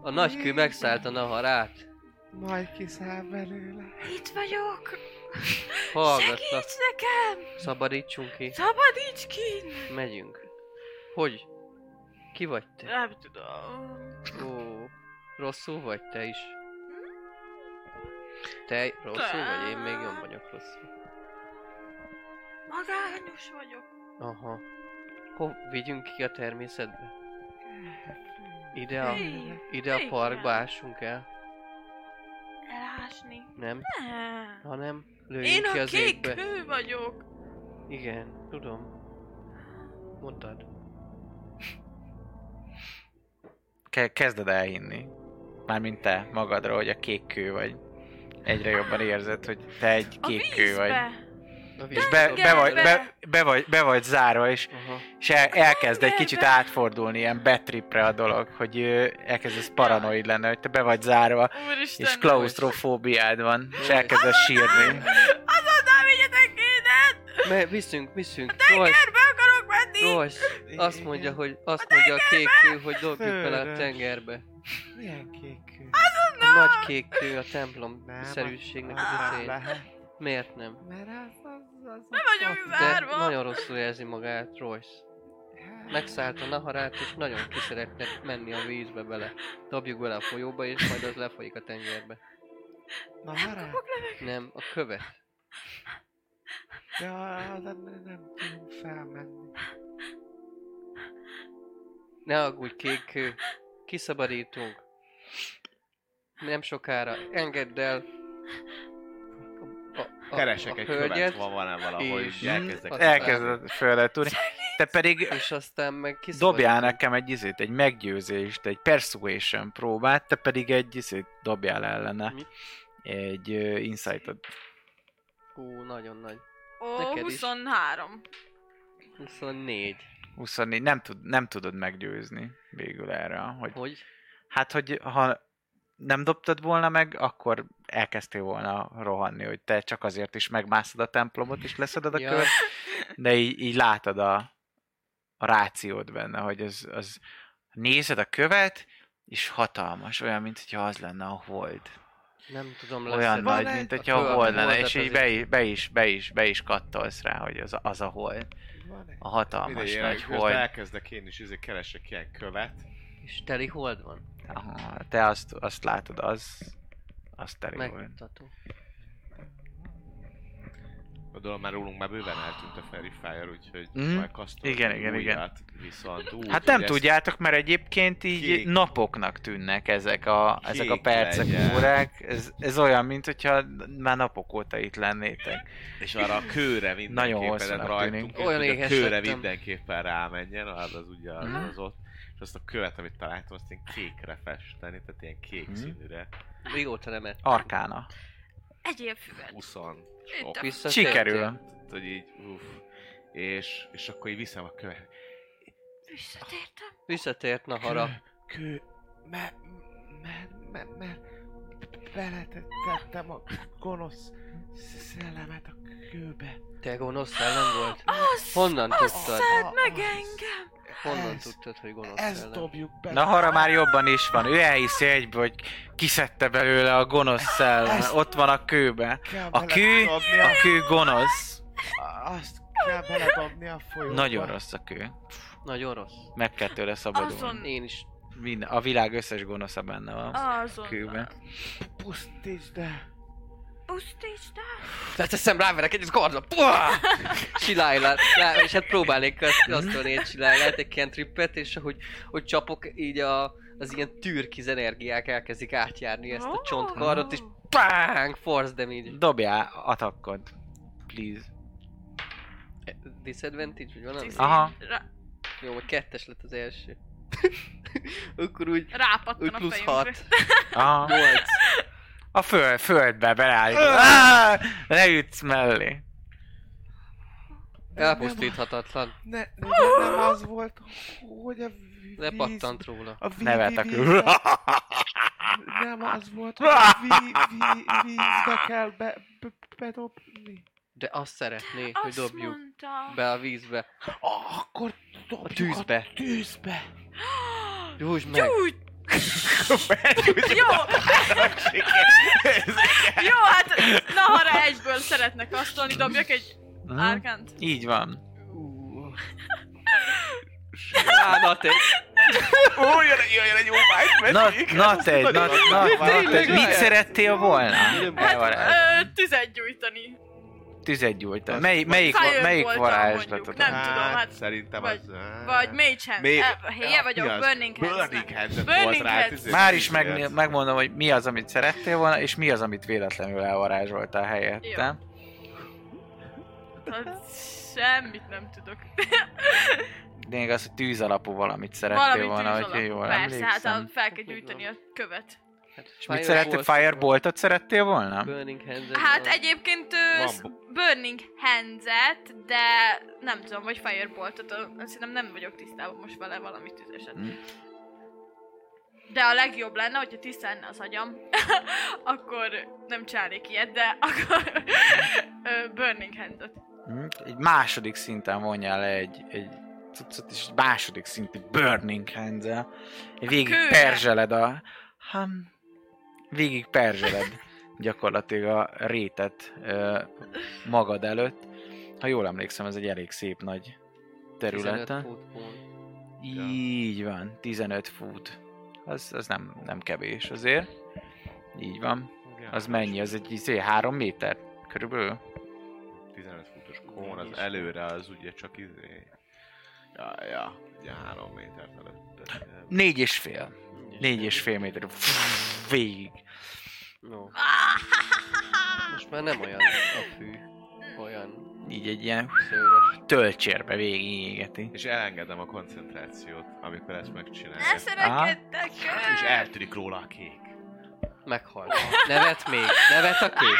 Speaker 2: A nagy kő megszállt a naharát.
Speaker 6: Majd kiszáll belőle.
Speaker 3: Itt vagyok!
Speaker 2: Hallgatlak.
Speaker 3: Segíts nekem!
Speaker 2: Szabadítsunk ki.
Speaker 3: Szabadíts ki!
Speaker 2: Megyünk. Hogy? Ki vagy te?
Speaker 3: Nem tudom.
Speaker 2: Ó, rosszul vagy te is? Te rosszul vagy? Én még nem vagyok rosszul.
Speaker 3: Magányos vagyok.
Speaker 2: Aha. Ho, vigyünk ki a természetbe. Ide a,
Speaker 3: Hé,
Speaker 2: ide a
Speaker 3: igen.
Speaker 2: parkba ássunk el.
Speaker 3: Elásni.
Speaker 2: Nem,
Speaker 3: Nem.
Speaker 2: hanem
Speaker 3: Én
Speaker 2: lőjünk ki
Speaker 3: a
Speaker 2: az
Speaker 3: kék
Speaker 2: égbe.
Speaker 3: kő vagyok.
Speaker 2: Igen, tudom. Mondtad.
Speaker 1: Ke- kezded elhinni. Mármint te magadra, hogy a kék kő vagy. Egyre jobban érzed, hogy te egy
Speaker 3: A
Speaker 1: kék kő vagy.
Speaker 3: vízbe.
Speaker 2: Na,
Speaker 1: És be, be, vagy, be,
Speaker 3: Tengerbe.
Speaker 1: be, vagy, be vagy zárva, és
Speaker 2: Aha.
Speaker 1: És el, elkezd egy kicsit
Speaker 3: Emberbe.
Speaker 1: átfordulni, ilyen betripre a dolog, hogy ö, elkezdesz paranoid lenni, hogy te be vagy zárva,
Speaker 3: Úristen.
Speaker 1: és klaustrofóbiád van, és elkezdesz sírni.
Speaker 3: Azonnal vigyetek innen!
Speaker 2: Me, viszünk, viszünk. Royce,
Speaker 3: Tengerbe akarok menni!
Speaker 2: Royce, azt mondja, hogy, azt mondja a kék kő, hogy dobjuk fel a
Speaker 6: Földön.
Speaker 2: tengerbe.
Speaker 6: Milyen kék kő?
Speaker 2: A nagy kék kő a templom
Speaker 6: Nem,
Speaker 2: szerűségnek izé-
Speaker 6: az
Speaker 2: a
Speaker 6: nem
Speaker 2: bizony.
Speaker 6: lehet,
Speaker 2: Miért nem?
Speaker 6: Mert az az az... Hát,
Speaker 3: Be vagyok
Speaker 2: De
Speaker 3: zárva!
Speaker 2: nagyon rosszul érzi magát Royce. Megszállt a naharát, és nagyon ki szeretne menni a vízbe bele. Dobjuk bele a folyóba, és majd az lefolyik a tengerbe.
Speaker 6: Na várjál,
Speaker 2: Nem, a követ.
Speaker 6: de az nem, nem tudunk felmenni.
Speaker 2: Ne aggódj, kék kő. Kiszabadítunk. Nem sokára. Engedd el. A, a,
Speaker 6: Keresek
Speaker 2: a
Speaker 6: egy
Speaker 2: hölgyet.
Speaker 6: követ, van van-e valahol,
Speaker 2: és-
Speaker 6: és elkezdek.
Speaker 2: Mm,
Speaker 1: Elkezded földre tudni. te pedig
Speaker 2: És aztán meg kiszabadítom.
Speaker 1: dobjál nekem egy izét, egy meggyőzést, egy persuasion próbát, te pedig egy izét dobjál ellene.
Speaker 2: Mi?
Speaker 1: Egy ö, insightot.
Speaker 2: Ú, nagyon nagy.
Speaker 3: Ó,
Speaker 2: Neked is.
Speaker 3: 23.
Speaker 2: 24.
Speaker 1: 24, nem, tud, nem tudod meggyőzni végül erre, hogy
Speaker 2: Hogy?
Speaker 1: Hát, hogy ha nem dobtad volna meg, akkor elkezdtél volna rohanni, hogy te csak azért is megmászod a templomot, és leszeded a
Speaker 2: Ja.
Speaker 1: követ, de így, így látod a, a rációd benne, hogy az, az nézed a követ, és hatalmas, olyan, mint hogyha az lenne a hold.
Speaker 2: Nem tudom lesz.
Speaker 1: Olyan nagy, mint hogyha a hold lenne, és így be,
Speaker 2: be.
Speaker 1: i- be, is, be, is, be is kattolsz rá, hogy az, az a hold.
Speaker 6: Van
Speaker 1: A hatalmas
Speaker 6: Idejére
Speaker 1: nagy
Speaker 6: közben
Speaker 1: hold.
Speaker 6: elkezdek én is izé keresek ilyen követ.
Speaker 2: És teli hold van.
Speaker 1: Aha, Te azt, azt látod, az, az teli hold.
Speaker 2: Megmutató.
Speaker 6: Gondolom már rólunk már bőven eltűnt a Fairy Fire, úgyhogy
Speaker 1: Mhm.
Speaker 6: majd kasztolom
Speaker 1: Igen, igen, igen.
Speaker 6: Viszont úgy,
Speaker 1: Hát nem
Speaker 6: hogy
Speaker 1: tudjátok, mert egyébként így
Speaker 6: Kék.
Speaker 1: napoknak tűnnek ezek a, ezek a
Speaker 6: Kék
Speaker 1: percek,
Speaker 6: legyen.
Speaker 1: órák. Ez, ez olyan, mint hogyha már napok óta itt lennétek.
Speaker 6: Ezt, és arra a kőre mindenképpen
Speaker 1: hosszúnak
Speaker 6: rajtunk,
Speaker 1: tűnik.
Speaker 6: és
Speaker 2: Olyan
Speaker 6: hogy a
Speaker 2: éhes
Speaker 6: kőre
Speaker 2: lettem.
Speaker 6: mindenképpen rámenjen, hát az az ugye
Speaker 1: Mhm.
Speaker 6: az, az ott. És azt a követ, amit találtam, azt én kékre festeni, tehát ilyen kék
Speaker 1: Mhm.
Speaker 6: színűre.
Speaker 2: Régóta nem e- ettem.
Speaker 1: Arkána.
Speaker 3: Egyél füvet.
Speaker 6: 20
Speaker 3: Itt
Speaker 6: sok.
Speaker 3: a-
Speaker 2: Visszatértél?
Speaker 1: Sikerül.
Speaker 6: Hogy így, uff. És, és akkor így viszem a követ.
Speaker 3: Visszatértem.
Speaker 2: Visszatért Nahara.
Speaker 6: Kő, mert, mert, mert, mert beletettem a gonosz szellemet a kőbe.
Speaker 2: Te gonosz ellen volt?
Speaker 3: Az!
Speaker 2: Honnan
Speaker 3: az
Speaker 2: tudtad?
Speaker 3: szed meg
Speaker 6: Az.
Speaker 3: engem!
Speaker 2: Honnan
Speaker 6: Ez-
Speaker 2: tudtad, hogy gonosz
Speaker 6: Ezt
Speaker 2: ellen?
Speaker 6: dobjuk be.
Speaker 1: Na, arra már jobban is van. Ő elhiszi egyből, hogy kiszedte belőle a gonosz szellem.
Speaker 6: Ezt-
Speaker 1: Ott van a kőbe.
Speaker 6: Kell
Speaker 1: A kő,
Speaker 6: beledobni
Speaker 1: a kő gonosz.
Speaker 6: a- Azt kell beledobni a folyóba.
Speaker 1: Nagyon rossz a kő.
Speaker 2: Nagyon rossz.
Speaker 1: Meg kell tőle szabadulni.
Speaker 3: Azon-
Speaker 2: Én is.
Speaker 1: Mind- A világ összes gonosza benne van.
Speaker 3: Azon.
Speaker 1: A kőbe.
Speaker 6: Pusztítsd el.
Speaker 3: Pusztítsd el!
Speaker 2: Leteszem ráverek egy gardra. Csilájlát. Rá, és hát próbálnék kasztolni egy csilájlát, egy cantripet, és ahogy hogy csapok, így a, az ilyen türkiz energiák elkezdik átjárni ezt a
Speaker 3: Ó.
Speaker 2: csontkarot, és bang, force damage.
Speaker 1: Dobjál atakkod. Please.
Speaker 2: Disadvantage, vagy valami?
Speaker 3: Cici.
Speaker 1: Aha.
Speaker 3: Rá-
Speaker 2: Jó, a kettes lett az első. Akkor úgy,
Speaker 3: Rápattan
Speaker 2: úgy
Speaker 3: a
Speaker 2: plusz
Speaker 3: fejünkre.
Speaker 2: 6,
Speaker 1: Aha.
Speaker 2: 8.
Speaker 1: A föld, földbe belállít. Ah, leütsz mellé.
Speaker 2: Elpusztíthatatlan.
Speaker 6: Ne, ne, ne, nem az volt, hogy a víz...
Speaker 2: Lepattant róla.
Speaker 6: A víz,
Speaker 1: Nevet a
Speaker 6: víz,
Speaker 1: kő.
Speaker 6: nem az volt, hogy a ví, ví, vízbe kell be, be, bedobni.
Speaker 2: De azt szeretné, hogy
Speaker 3: Azt
Speaker 2: dobjuk
Speaker 3: mondta.
Speaker 2: be a vízbe.
Speaker 6: Ah, akkor dobjuk a
Speaker 2: tűzbe.
Speaker 6: A tűzbe.
Speaker 2: Gyújtsd meg!
Speaker 3: Gyújt! Jó! Jó, hát Nahara egyből szeretne kasztolni, dobjak egy
Speaker 1: Hm?
Speaker 3: árkánt.
Speaker 1: Így van.
Speaker 2: Ú. Á, na te!
Speaker 6: Ó, jön, jön egy óvány,
Speaker 1: Na, na te, na, na, na te,
Speaker 2: Tényleg
Speaker 1: mit
Speaker 2: lehet?
Speaker 1: szerettél volna?
Speaker 3: Hát-
Speaker 1: Elvarázs-
Speaker 3: Ö, tüzet gyújtani.
Speaker 1: Tüzet gyújtani. Mely, melyik,
Speaker 3: Fire
Speaker 1: melyik
Speaker 3: volt,
Speaker 1: varázslatod?
Speaker 3: mondjuk, nem tudom, hát-
Speaker 6: Szerintem
Speaker 3: vagy-
Speaker 6: az... á,
Speaker 3: Vagy Mage Hand.
Speaker 6: Még-
Speaker 3: Eh, Helye vagyok,
Speaker 6: mi az?
Speaker 3: Burning Hands.
Speaker 6: Burning Hands
Speaker 3: Burning
Speaker 6: volt rá.
Speaker 3: Hands.
Speaker 6: tized-
Speaker 1: Már is meg,
Speaker 6: tized.
Speaker 1: megmondom, hogy mi az, amit szerettél volna, és mi az, amit véletlenül elvarázsoltál helyette.
Speaker 3: Hát, Semmit nem tudok.
Speaker 1: Lényeg az, hogy tűz alapú valamit szerettél
Speaker 3: Valami
Speaker 1: volna,
Speaker 3: tűz
Speaker 1: hogy
Speaker 3: alapú.
Speaker 1: jól
Speaker 3: Persze, hát
Speaker 1: emlékszem.
Speaker 3: a- fel kell gyújtani a követ.
Speaker 2: Hát
Speaker 1: És mit szerettél? Firebolt-ot szerettél volna?
Speaker 2: Burning hands
Speaker 3: Hát egyébként ö,
Speaker 6: Van
Speaker 3: sz- Burning Hands-et, de nem tudom, vagy Fireboltot, ö, azt hiszem nem vagyok tisztában most vele valami tüzeset.
Speaker 1: Mm.
Speaker 3: De a legjobb lenne, hogyha tiszta lenne az agyam, akkor nem csinálnék ilyet, de akkor ö, Burning Hands-et.
Speaker 1: Mhm. Egy második szinten vonja le egy, egy cuccot, és egy második szintű Burning hands Végig
Speaker 3: kőre.
Speaker 1: perzseled a... Han... Végig perzseled gyakorlatilag a rétet ö, magad előtt. Ha jól emlékszem, ez egy elég szép nagy területe. Így van, 15 fut. Az, az nem, nem kevés azért. Így van. Az mennyi? Az egy izé, három méter körülbelül?
Speaker 6: 15 futos kon, az előre az ugye csak izé... Ja, ja, ugye három méter felett.
Speaker 1: Négy és fél. Négy és fél méter. Fff, Végig.
Speaker 2: Most már nem olyan a fű. Olyan.
Speaker 1: így egy ilyen
Speaker 2: Szőrös.
Speaker 1: töltsérbe végigégeti.
Speaker 6: És elengedem a koncentrációt, amikor ezt megcsinálja.
Speaker 3: Ne szerekedtek el!
Speaker 6: És eltűnik róla a kék.
Speaker 2: Meghalt. Nevet még? Nevet a kép?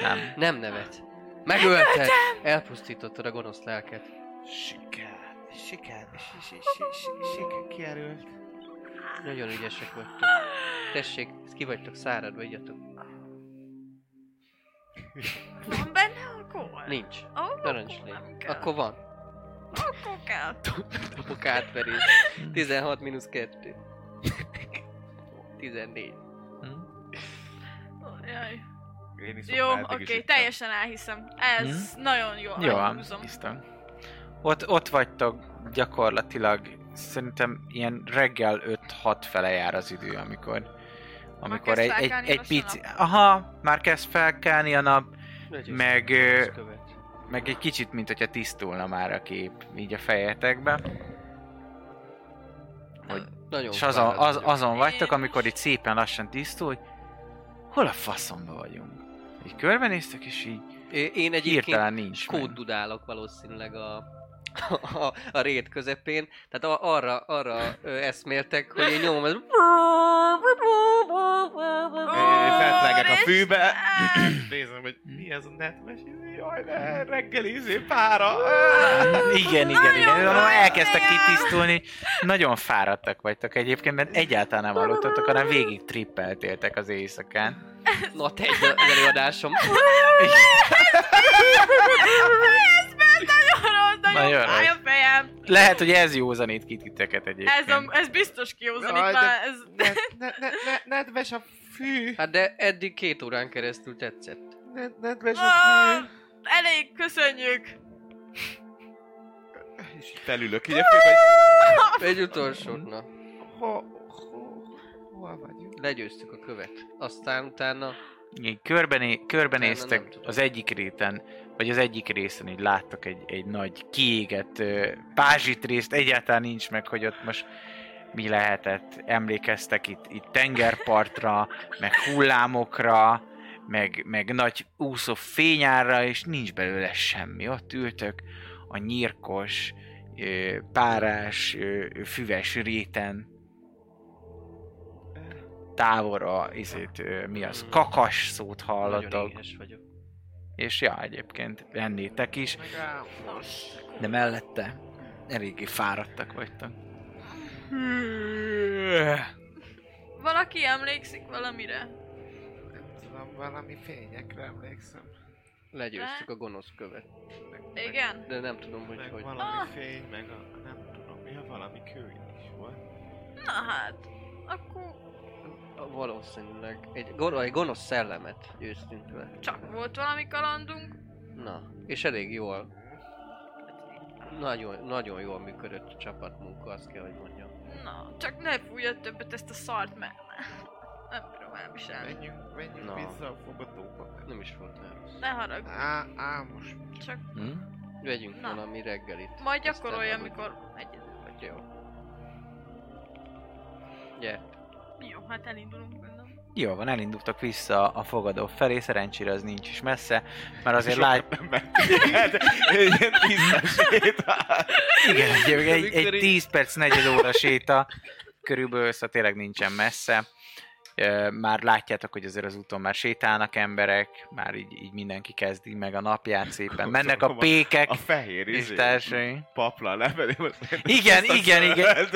Speaker 1: Nem.
Speaker 2: Nem nevet. Megölted. Elpusztítottad a gonosz lelket.
Speaker 6: Siker. Siker. Siker kijelölt.
Speaker 2: Nagyon ügyesek vagytok. Tessék, ki vagytok száradva, igyatok.
Speaker 3: Van benne alkohol?
Speaker 2: Nincs.
Speaker 3: Ó,
Speaker 2: Narancslé.
Speaker 3: nem kell.
Speaker 2: Akkor van.
Speaker 3: Akkor kell.
Speaker 2: Apok átverés. 16 mínusz 2. 14.
Speaker 1: Hm?
Speaker 3: Jaj.
Speaker 6: Én is
Speaker 3: Jó, oké, teljesen elhiszem. Ez
Speaker 6: Mhm.
Speaker 3: nagyon jó.
Speaker 1: Jó,
Speaker 3: elhúzom.
Speaker 1: biztos. Ott, ott vagytok gyakorlatilag, szerintem ilyen reggel 5-6 fele jár az idő, amikor amikor
Speaker 3: kezd
Speaker 1: egy, egy,
Speaker 3: felkelni
Speaker 1: egy
Speaker 3: lassan a
Speaker 1: pici... Aha, már kezd felkelni a nap, Meg, ö, meg egy kicsit, mint hogyha tisztulna már a kép, így a fejetekbe. Hogy
Speaker 2: Nagyon
Speaker 1: és azon, az,
Speaker 2: fáradt
Speaker 1: azon vagytok, amikor itt szépen lassan tisztul, hogy hol a faszomba vagyunk. Így körbenéztek, és így
Speaker 2: vagyok. É- Én egyébként
Speaker 1: hirtelen nincs meg.
Speaker 2: kóddudálok valószínűleg a, a, a rét közepén. Tehát a, arra, arra ö, eszméltek, hogy én nyomom ez...
Speaker 6: Feltlegek a fűbe.
Speaker 3: Á,
Speaker 6: Nézem, hogy mi ez a netmes idő. Jaj, ne, reggelizé pára.
Speaker 1: Igen, igen, igen.
Speaker 3: Nagyon
Speaker 1: Nagyon elkezdtek
Speaker 3: fáj.
Speaker 1: kitisztulni. Nagyon fáradtak vagytok egyébként, mert egyáltalán nem aludtatok, hanem végig trippeltéltek az éjszakán.
Speaker 2: Na te egy az előadásom.
Speaker 3: Ez már nagyon rossz,
Speaker 1: Nagyon
Speaker 3: nagyon fáj a
Speaker 1: rossz.
Speaker 3: fejem.
Speaker 1: Lehet, hogy ez józanít ki titeket egyébként.
Speaker 3: Ez, a, ez biztos kiúzanik
Speaker 6: Jaj, de-
Speaker 3: már. Ez...
Speaker 6: Ne- ne- ne- ne- Nedves a fű.
Speaker 2: Hát de eddig két órán keresztül tetszett.
Speaker 6: Ne- Nedves a
Speaker 3: Ó,
Speaker 6: fű.
Speaker 3: Elég, köszönjük.
Speaker 6: És így felülök így a fűbe, hogy
Speaker 2: Egy utolsót, na.
Speaker 6: ho- ho- hol vagyunk?
Speaker 2: Legyőztük a követ. Aztán utána...
Speaker 1: Így körbené, körbenéztek
Speaker 2: Utána nem tudom.
Speaker 1: az egyik réten, vagy az egyik részen így láttak egy, egy nagy kiégett ö, pázsit részt, egyáltalán nincs meg, hogy ott most mi lehetett. Emlékeztek itt, itt tengerpartra, meg hullámokra, meg, meg nagy úszó fényára, és nincs belőle semmi. Ott ültök a nyírkos, ö, párás, ö, füves réten, távolra, izét, ö, mi az, kakas szót
Speaker 2: Nagyon
Speaker 1: hallatok.
Speaker 2: éhes vagyok.
Speaker 1: És ja, egyébként ennétek is, de mellette eléggé fáradtak vagytok. Hm?
Speaker 3: Valaki emlékszik valamire?
Speaker 6: Nem tudom, valami fényekre emlékszem.
Speaker 2: Legyőztük a gonosz követ.
Speaker 6: Meg-
Speaker 3: Igen?
Speaker 2: De nem tudom, hogy
Speaker 6: Meg
Speaker 2: hogy.
Speaker 3: Ah.
Speaker 6: valami fény, meg a... nem tudom, mi a valami kő is volt.
Speaker 3: Na hát, akkor
Speaker 2: Valószínűleg. Egy, gon- egy gonosz szellemet győztünk le.
Speaker 3: csak volt valami kalandunk.
Speaker 2: Na, és elég jól. Nagyon, nagyon jól működött a csapatmunka, azt kell, hogy mondjam.
Speaker 3: Na, csak ne fújja többet ezt a szart, mert nem bírom elviselni.
Speaker 6: Menjünk, menjünk
Speaker 2: Na.
Speaker 6: vissza a fogadóba.
Speaker 2: Nem is volt már rossz.
Speaker 3: Ne haragudj,
Speaker 6: Á, á, most
Speaker 3: csak
Speaker 1: Hm?
Speaker 2: Vegyünk
Speaker 3: Na.
Speaker 2: valami reggelit.
Speaker 3: majd
Speaker 2: Aztán
Speaker 3: gyakorolja,
Speaker 2: aludjunk.
Speaker 3: amikor egyedül vagy.
Speaker 2: Jó. Yeah.
Speaker 3: Jó, hát elindulunk gondolom.
Speaker 1: Jó van, elindultak vissza a fogadó felé, szerencsére az nincs is messze, mert azért lát...
Speaker 6: nem mentünk. Hát, egy ilyen tízes sétál.
Speaker 1: Igen, egy, egy,
Speaker 2: Amikor
Speaker 1: egy
Speaker 2: így-
Speaker 1: 10 perc, negyed óra séta körülbelül, szóval tényleg nincsen messze. Ö, Már látjátok, hogy azért az úton már sétálnak emberek, már így, így mindenki kezdi meg a napját szépen. Mennek a pékek,
Speaker 6: A fehér
Speaker 1: és
Speaker 6: izé,
Speaker 1: társai.
Speaker 6: papla levelé.
Speaker 1: Igen, igen, igen.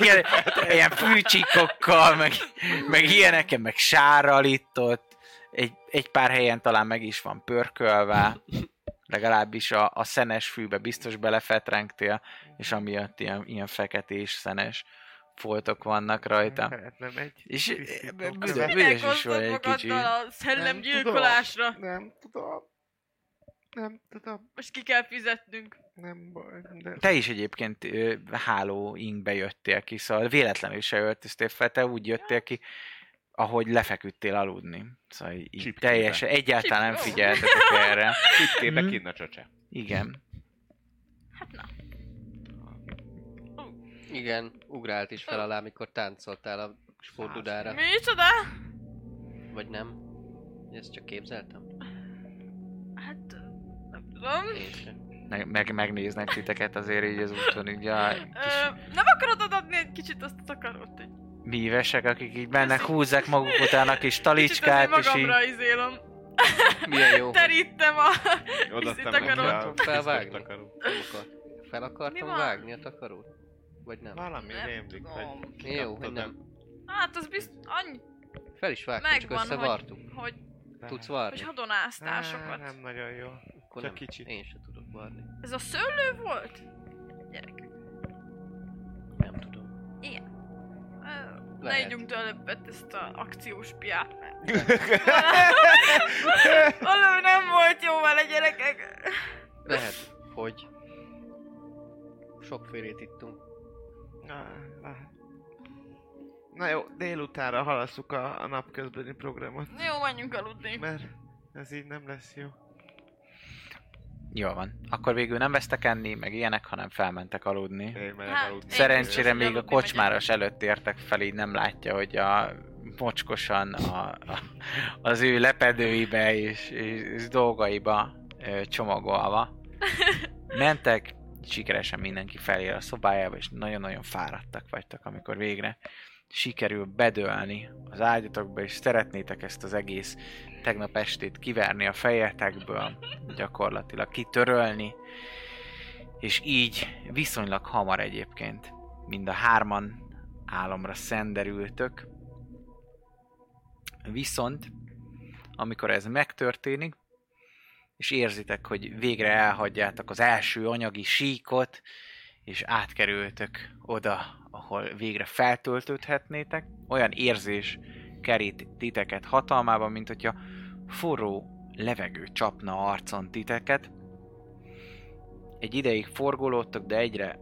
Speaker 1: Igen, ilyen fűcsikokkal, meg, meg ilyeneken, meg sárral itt ott. Egy, egy pár helyen talán meg is van pörkölve, legalábbis a, a szenes fűbe biztos belefetrengtél, és amiatt ilyen, ilyen feketés, szenes foltok vannak rajta.
Speaker 6: Nem egy...
Speaker 1: És eh,
Speaker 6: Tisztító
Speaker 1: büdös-
Speaker 6: követ.
Speaker 1: büdös is
Speaker 3: Megosztod
Speaker 1: vagy egy kicsit.
Speaker 3: magaddal a szellemgyilkolásra.
Speaker 6: Nem tudom. Nem tudom.
Speaker 3: Most ki kell fizetnünk.
Speaker 6: Nem baj. De...
Speaker 1: Te is egyébként ö, háló ingbe jöttél ki, szóval véletlenül se öltöztél fel, te úgy jöttél ki, ahogy lefeküdtél aludni. Szóval így így
Speaker 6: Csipkébe.
Speaker 1: teljesen, egyáltalán nem
Speaker 3: Csipkó.
Speaker 1: figyeltetek erre.
Speaker 6: Kittébe
Speaker 1: Mhm.
Speaker 6: kinn a csöcse.
Speaker 1: Igen.
Speaker 3: Hát
Speaker 2: Igen, ugrált is fel alá, amikor táncoltál a sportdudára.
Speaker 3: Micsoda?
Speaker 2: Vagy nem? Ezt csak képzeltem.
Speaker 3: Hát, nem tudom. tudom.
Speaker 1: Meg, meg, megnéznek titeket azért így az úton, így a
Speaker 3: Ö,
Speaker 1: kis
Speaker 3: nem akarod adni egy kicsit azt a takarót? Egy
Speaker 1: mívesek, akik így mennek, húzzák maguk után a kis talicskát,
Speaker 3: kicsit
Speaker 1: és
Speaker 3: azért
Speaker 1: így...
Speaker 3: magamra izélom.
Speaker 2: Milyen jó, hogy
Speaker 3: Terítem a...
Speaker 6: Odaadtam
Speaker 3: Viszont
Speaker 6: neki
Speaker 3: takarót.
Speaker 6: a
Speaker 2: Felvágni.
Speaker 6: takarót.
Speaker 2: nem akar- fel
Speaker 3: Mi
Speaker 2: akartam
Speaker 3: van?
Speaker 2: vágni a takarót? Vagy nem?
Speaker 6: Valami
Speaker 3: Nem
Speaker 6: rémlik,
Speaker 3: tudom.
Speaker 6: hogy
Speaker 2: Jó, hogy
Speaker 6: kikaptad,
Speaker 2: nem.
Speaker 3: Hát az biztos annyi,
Speaker 2: Fel is vágtam, csak
Speaker 3: Megvan, hogy-
Speaker 2: összevartunk.
Speaker 3: hogy,
Speaker 6: de-
Speaker 2: Tudsz
Speaker 3: hogy
Speaker 2: varni?
Speaker 6: Á,
Speaker 3: hadonáztál sokat.
Speaker 6: Nem nagyon jó.
Speaker 2: Akkor
Speaker 6: csak
Speaker 2: nem.
Speaker 6: kicsit.
Speaker 2: Én sem tudok varni.
Speaker 3: Ez a szőlő volt? Gyerek.
Speaker 2: Nem tudom.
Speaker 3: Ö, Ne
Speaker 2: Lehet.
Speaker 3: ígyunk többet ezt a akciós piát, mert... Valami nem volt jó vele, gyerekek.
Speaker 2: Lehet, hogy sokfélét ittunk.
Speaker 6: Na, na. Na jó, délutánra halasszuk a, a napközbeni programot,
Speaker 3: Na Jó, menjünk aludni.
Speaker 6: mert ez így nem lesz jó.
Speaker 1: Jól van. Akkor végül nem vesztek enni, meg ilyenek, hanem felmentek aludni.
Speaker 6: Én már
Speaker 3: Hát,
Speaker 6: aludtam.
Speaker 3: én
Speaker 1: Szerencsére
Speaker 3: Én
Speaker 1: még a
Speaker 3: aludni
Speaker 1: kocsmáros előtt értek fel, így nem látja, hogy a mocskosan a, a, az ő lepedőibe és, és, és dolgaiba ö, csomagolva. Mentek, sikeresen mindenki felé a szobájába, és nagyon-nagyon fáradtak vagytok, amikor végre sikerül bedőlni az ágyatokba, és szeretnétek ezt az egész tegnap estét kiverni a fejetekből, gyakorlatilag kitörölni, és így viszonylag hamar egyébként mind a hárman álomra szenderültök. Viszont, amikor ez megtörténik, és érzitek, hogy végre elhagyjátok az első anyagi síkot, és átkerültök oda, ahol végre feltöltődhetnétek, olyan érzés kerít titeket hatalmában, mint hogyha forró levegő csapna arcon titeket, egy ideig forgolódtok, de egyre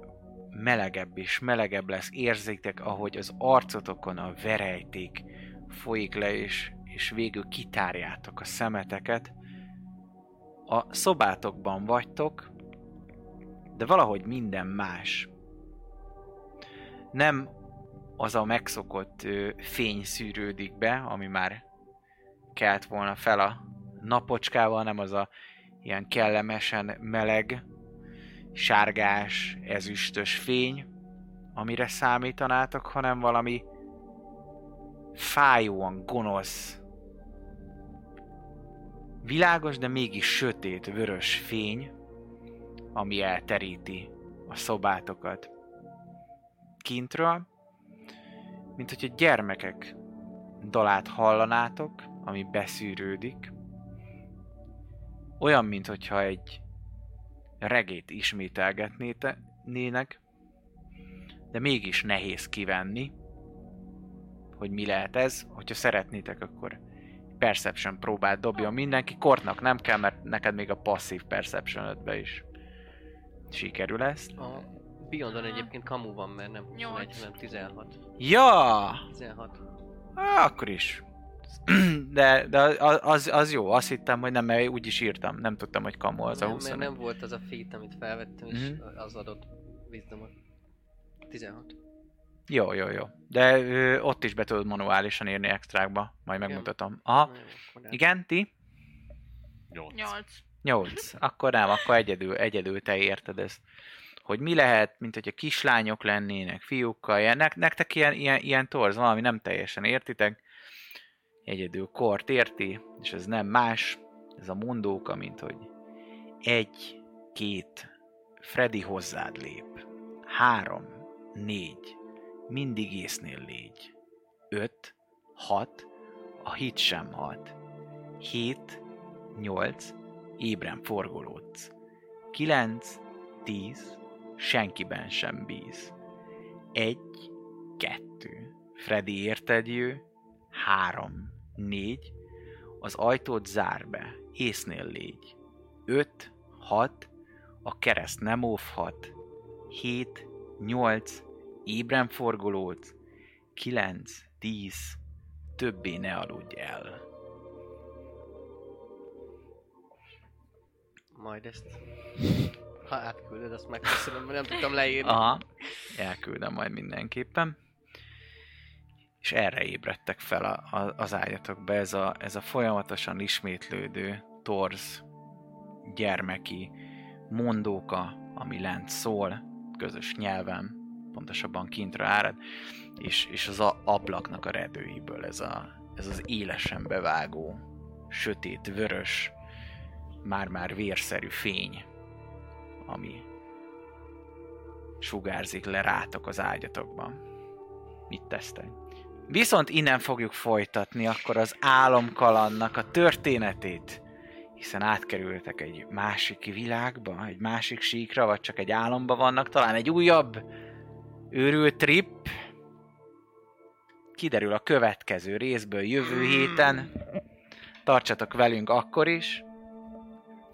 Speaker 1: melegebb és melegebb lesz. Érzétek, ahogy az arcotokon a verejték folyik le, és, és végül kitárjátok a szemeteket. A szobátokban vagytok, de valahogy minden más. Nem az a megszokott ö, fény szűrődik be, ami már kelt volna fel a napocskával, nem az a ilyen kellemesen meleg, sárgás, ezüstös fény, amire számítanátok, hanem valami fájóan gonosz, világos, de mégis sötét, vörös fény, ami elteríti a szobátokat. Kintről, mint hogyha gyermekek dalát hallanátok, ami beszűrődik, olyan, mint hogyha egy regét ismételgetnének, de mégis nehéz kivenni, hogy mi lehet ez. Hogyha szeretnétek, akkor Perception próbát dobja mindenki. Kortnak nem kell, mert neked még a passzív Perception 5-be is sikerül ezt.
Speaker 2: A Beyondon egyébként kamu van, mert nem
Speaker 3: Nyolc.
Speaker 2: 21, hanem 16.
Speaker 1: Ja!
Speaker 2: 16.
Speaker 1: Á, akkor is. De, de a- az, az jó, azt hittem, hogy nem, mert úgy is írtam. Nem tudtam, hogy kamu az a
Speaker 2: nem,
Speaker 1: 20.
Speaker 2: mert nem volt az a feat, amit felvettem, és
Speaker 1: Mhm.
Speaker 2: az adott vízdomot. 16.
Speaker 1: Jó, jó, jó. De ö, ott is be tudod manuálisan írni extrákba, majd
Speaker 2: Igen.
Speaker 1: megmutatom. Aha.
Speaker 2: Na jó, akkor nem.
Speaker 1: Igen, ti?
Speaker 3: Nyolc.
Speaker 1: Nyolc. Akkor nem, akkor egyedül, egyedül te érted ezt. Hogy mi lehet, mint hogy a kislányok lennének, fiúkkal, ilyen, nek- nektek ilyen, ilyen, ilyen torz, valami nem teljesen értitek. Egyedül kort érti, és ez nem más, ez a mondóka, mint hogy egy, két, Freddy hozzád lép, három, négy, mindig észnél légy, öt, hat, a hit sem hat, hét, nyolc, ébren forgolódsz. 9, 10, senkiben sem bíz. 1, 2, Freddy érted jő. 3, 4, az ajtót zár be, észnél légy. 5, 6, a kereszt nem óvhat. 7, 8, ébren forgolódsz. 9, 10, többé ne aludj el.
Speaker 2: Majd ezt... Ha átküldöd, azt megköszönöm, mert nem tudtam leírni.
Speaker 1: Aha, elküldöm majd mindenképpen. És erre ébredtek fel a, a, az ágyatokba ez a, ez a folyamatosan ismétlődő torz gyermeki mondóka, ami lent szól, közös nyelven, pontosabban kintra árad, és, és az a ablaknak a redőiből ez, a, ez az élesen bevágó, sötét, vörös, már-már vérszerű fény, ami sugárzik le rátok az ágyatokban. Mit tesztek? Viszont innen fogjuk folytatni akkor az álomkalannak a történetét, hiszen átkerültek egy másik világba, egy másik síkra, vagy csak egy álomba vannak, talán egy újabb őrült trip. Kiderül a következő részből jövő héten. Tartsatok velünk akkor is.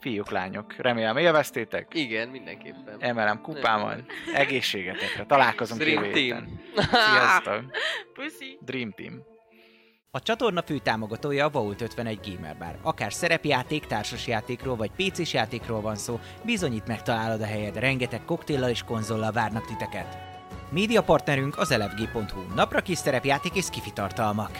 Speaker 1: Fiúk, lányok, remélem élveztétek.
Speaker 2: Igen, mindenképpen.
Speaker 1: Emelem kupámon. Egészségetekre. Találkozunk jövő
Speaker 2: Dream
Speaker 1: héten.
Speaker 2: Team.
Speaker 1: Sziasztok.
Speaker 3: Puszi.
Speaker 1: Dream Team.
Speaker 9: A csatorna fő támogatója a Vault 51 Gamer Bar. Akár szerepjáték, társasjátékról vagy pc játékról van szó, bizonyít megtalálod a helyed, rengeteg koktéllal és konzollal várnak titeket. Média partnerünk az elefg.hu, napra kis szerepjáték és kifi tartalmak.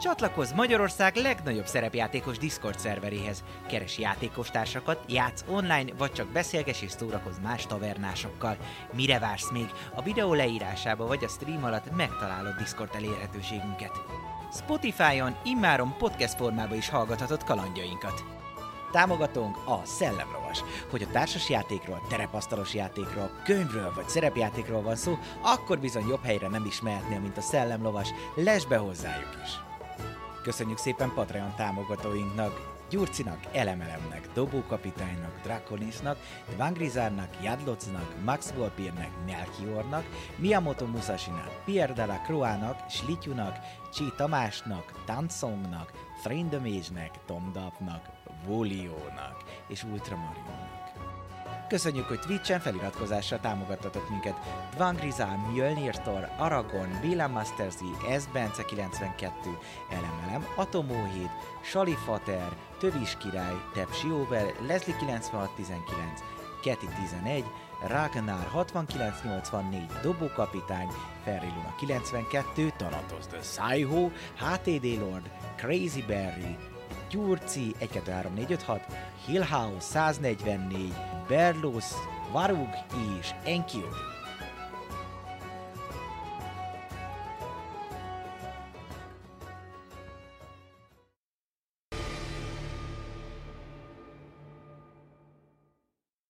Speaker 9: Csatlakozz Magyarország legnagyobb szerepjátékos Discord szerveréhez. Keres játékostársakat, játsz online, vagy csak beszélges és szórakozz más tavernásokkal. Mire vársz még? A videó leírásába vagy a stream alatt megtalálod Discord elérhetőségünket. Spotify-on immáron podcast formában is hallgathatod kalandjainkat. Támogatónk a Szellemlovas. Hogy a társas játékról, terepasztalos játékról, könyvről vagy szerepjátékról van szó, akkor bizony jobb helyre nem is mehetnél, mint a Szellemlovas. Lesz be hozzájuk is! Köszönjük szépen Patreon támogatóinknak, Gyurcinak, Elemelemnek, Dobókapitánynak, Draconisnak, Dvangrizárnak, Jadlocnak, Max Volpirnek, Melchiornak, Miyamoto Musashinak, Pierre de la Croix-nak, Slityunak, Csi Tamásnak, Tansongnak, Thrindomage-nek, Tomdapnak, Voliónak és Ultramarionnak. Köszönjük, hogy Twitch-en feliratkozással támogattatok minket. Dvangrizá, Mjölnir Tor, Aragon, Villa Masters Z, Sbence 92, Elemelem, Atomó 7, Salifater, Tövis Király, Tepsi Over, Leslie 9619, Keti 11, Ragnar 6984, Dobókapitány, Ferri Luna 92, Tanatos the Saiho, HTD Lord, Crazy Berry, Gyurci 123456, Hillhouse 144, Berlus, Varug és Enkiu.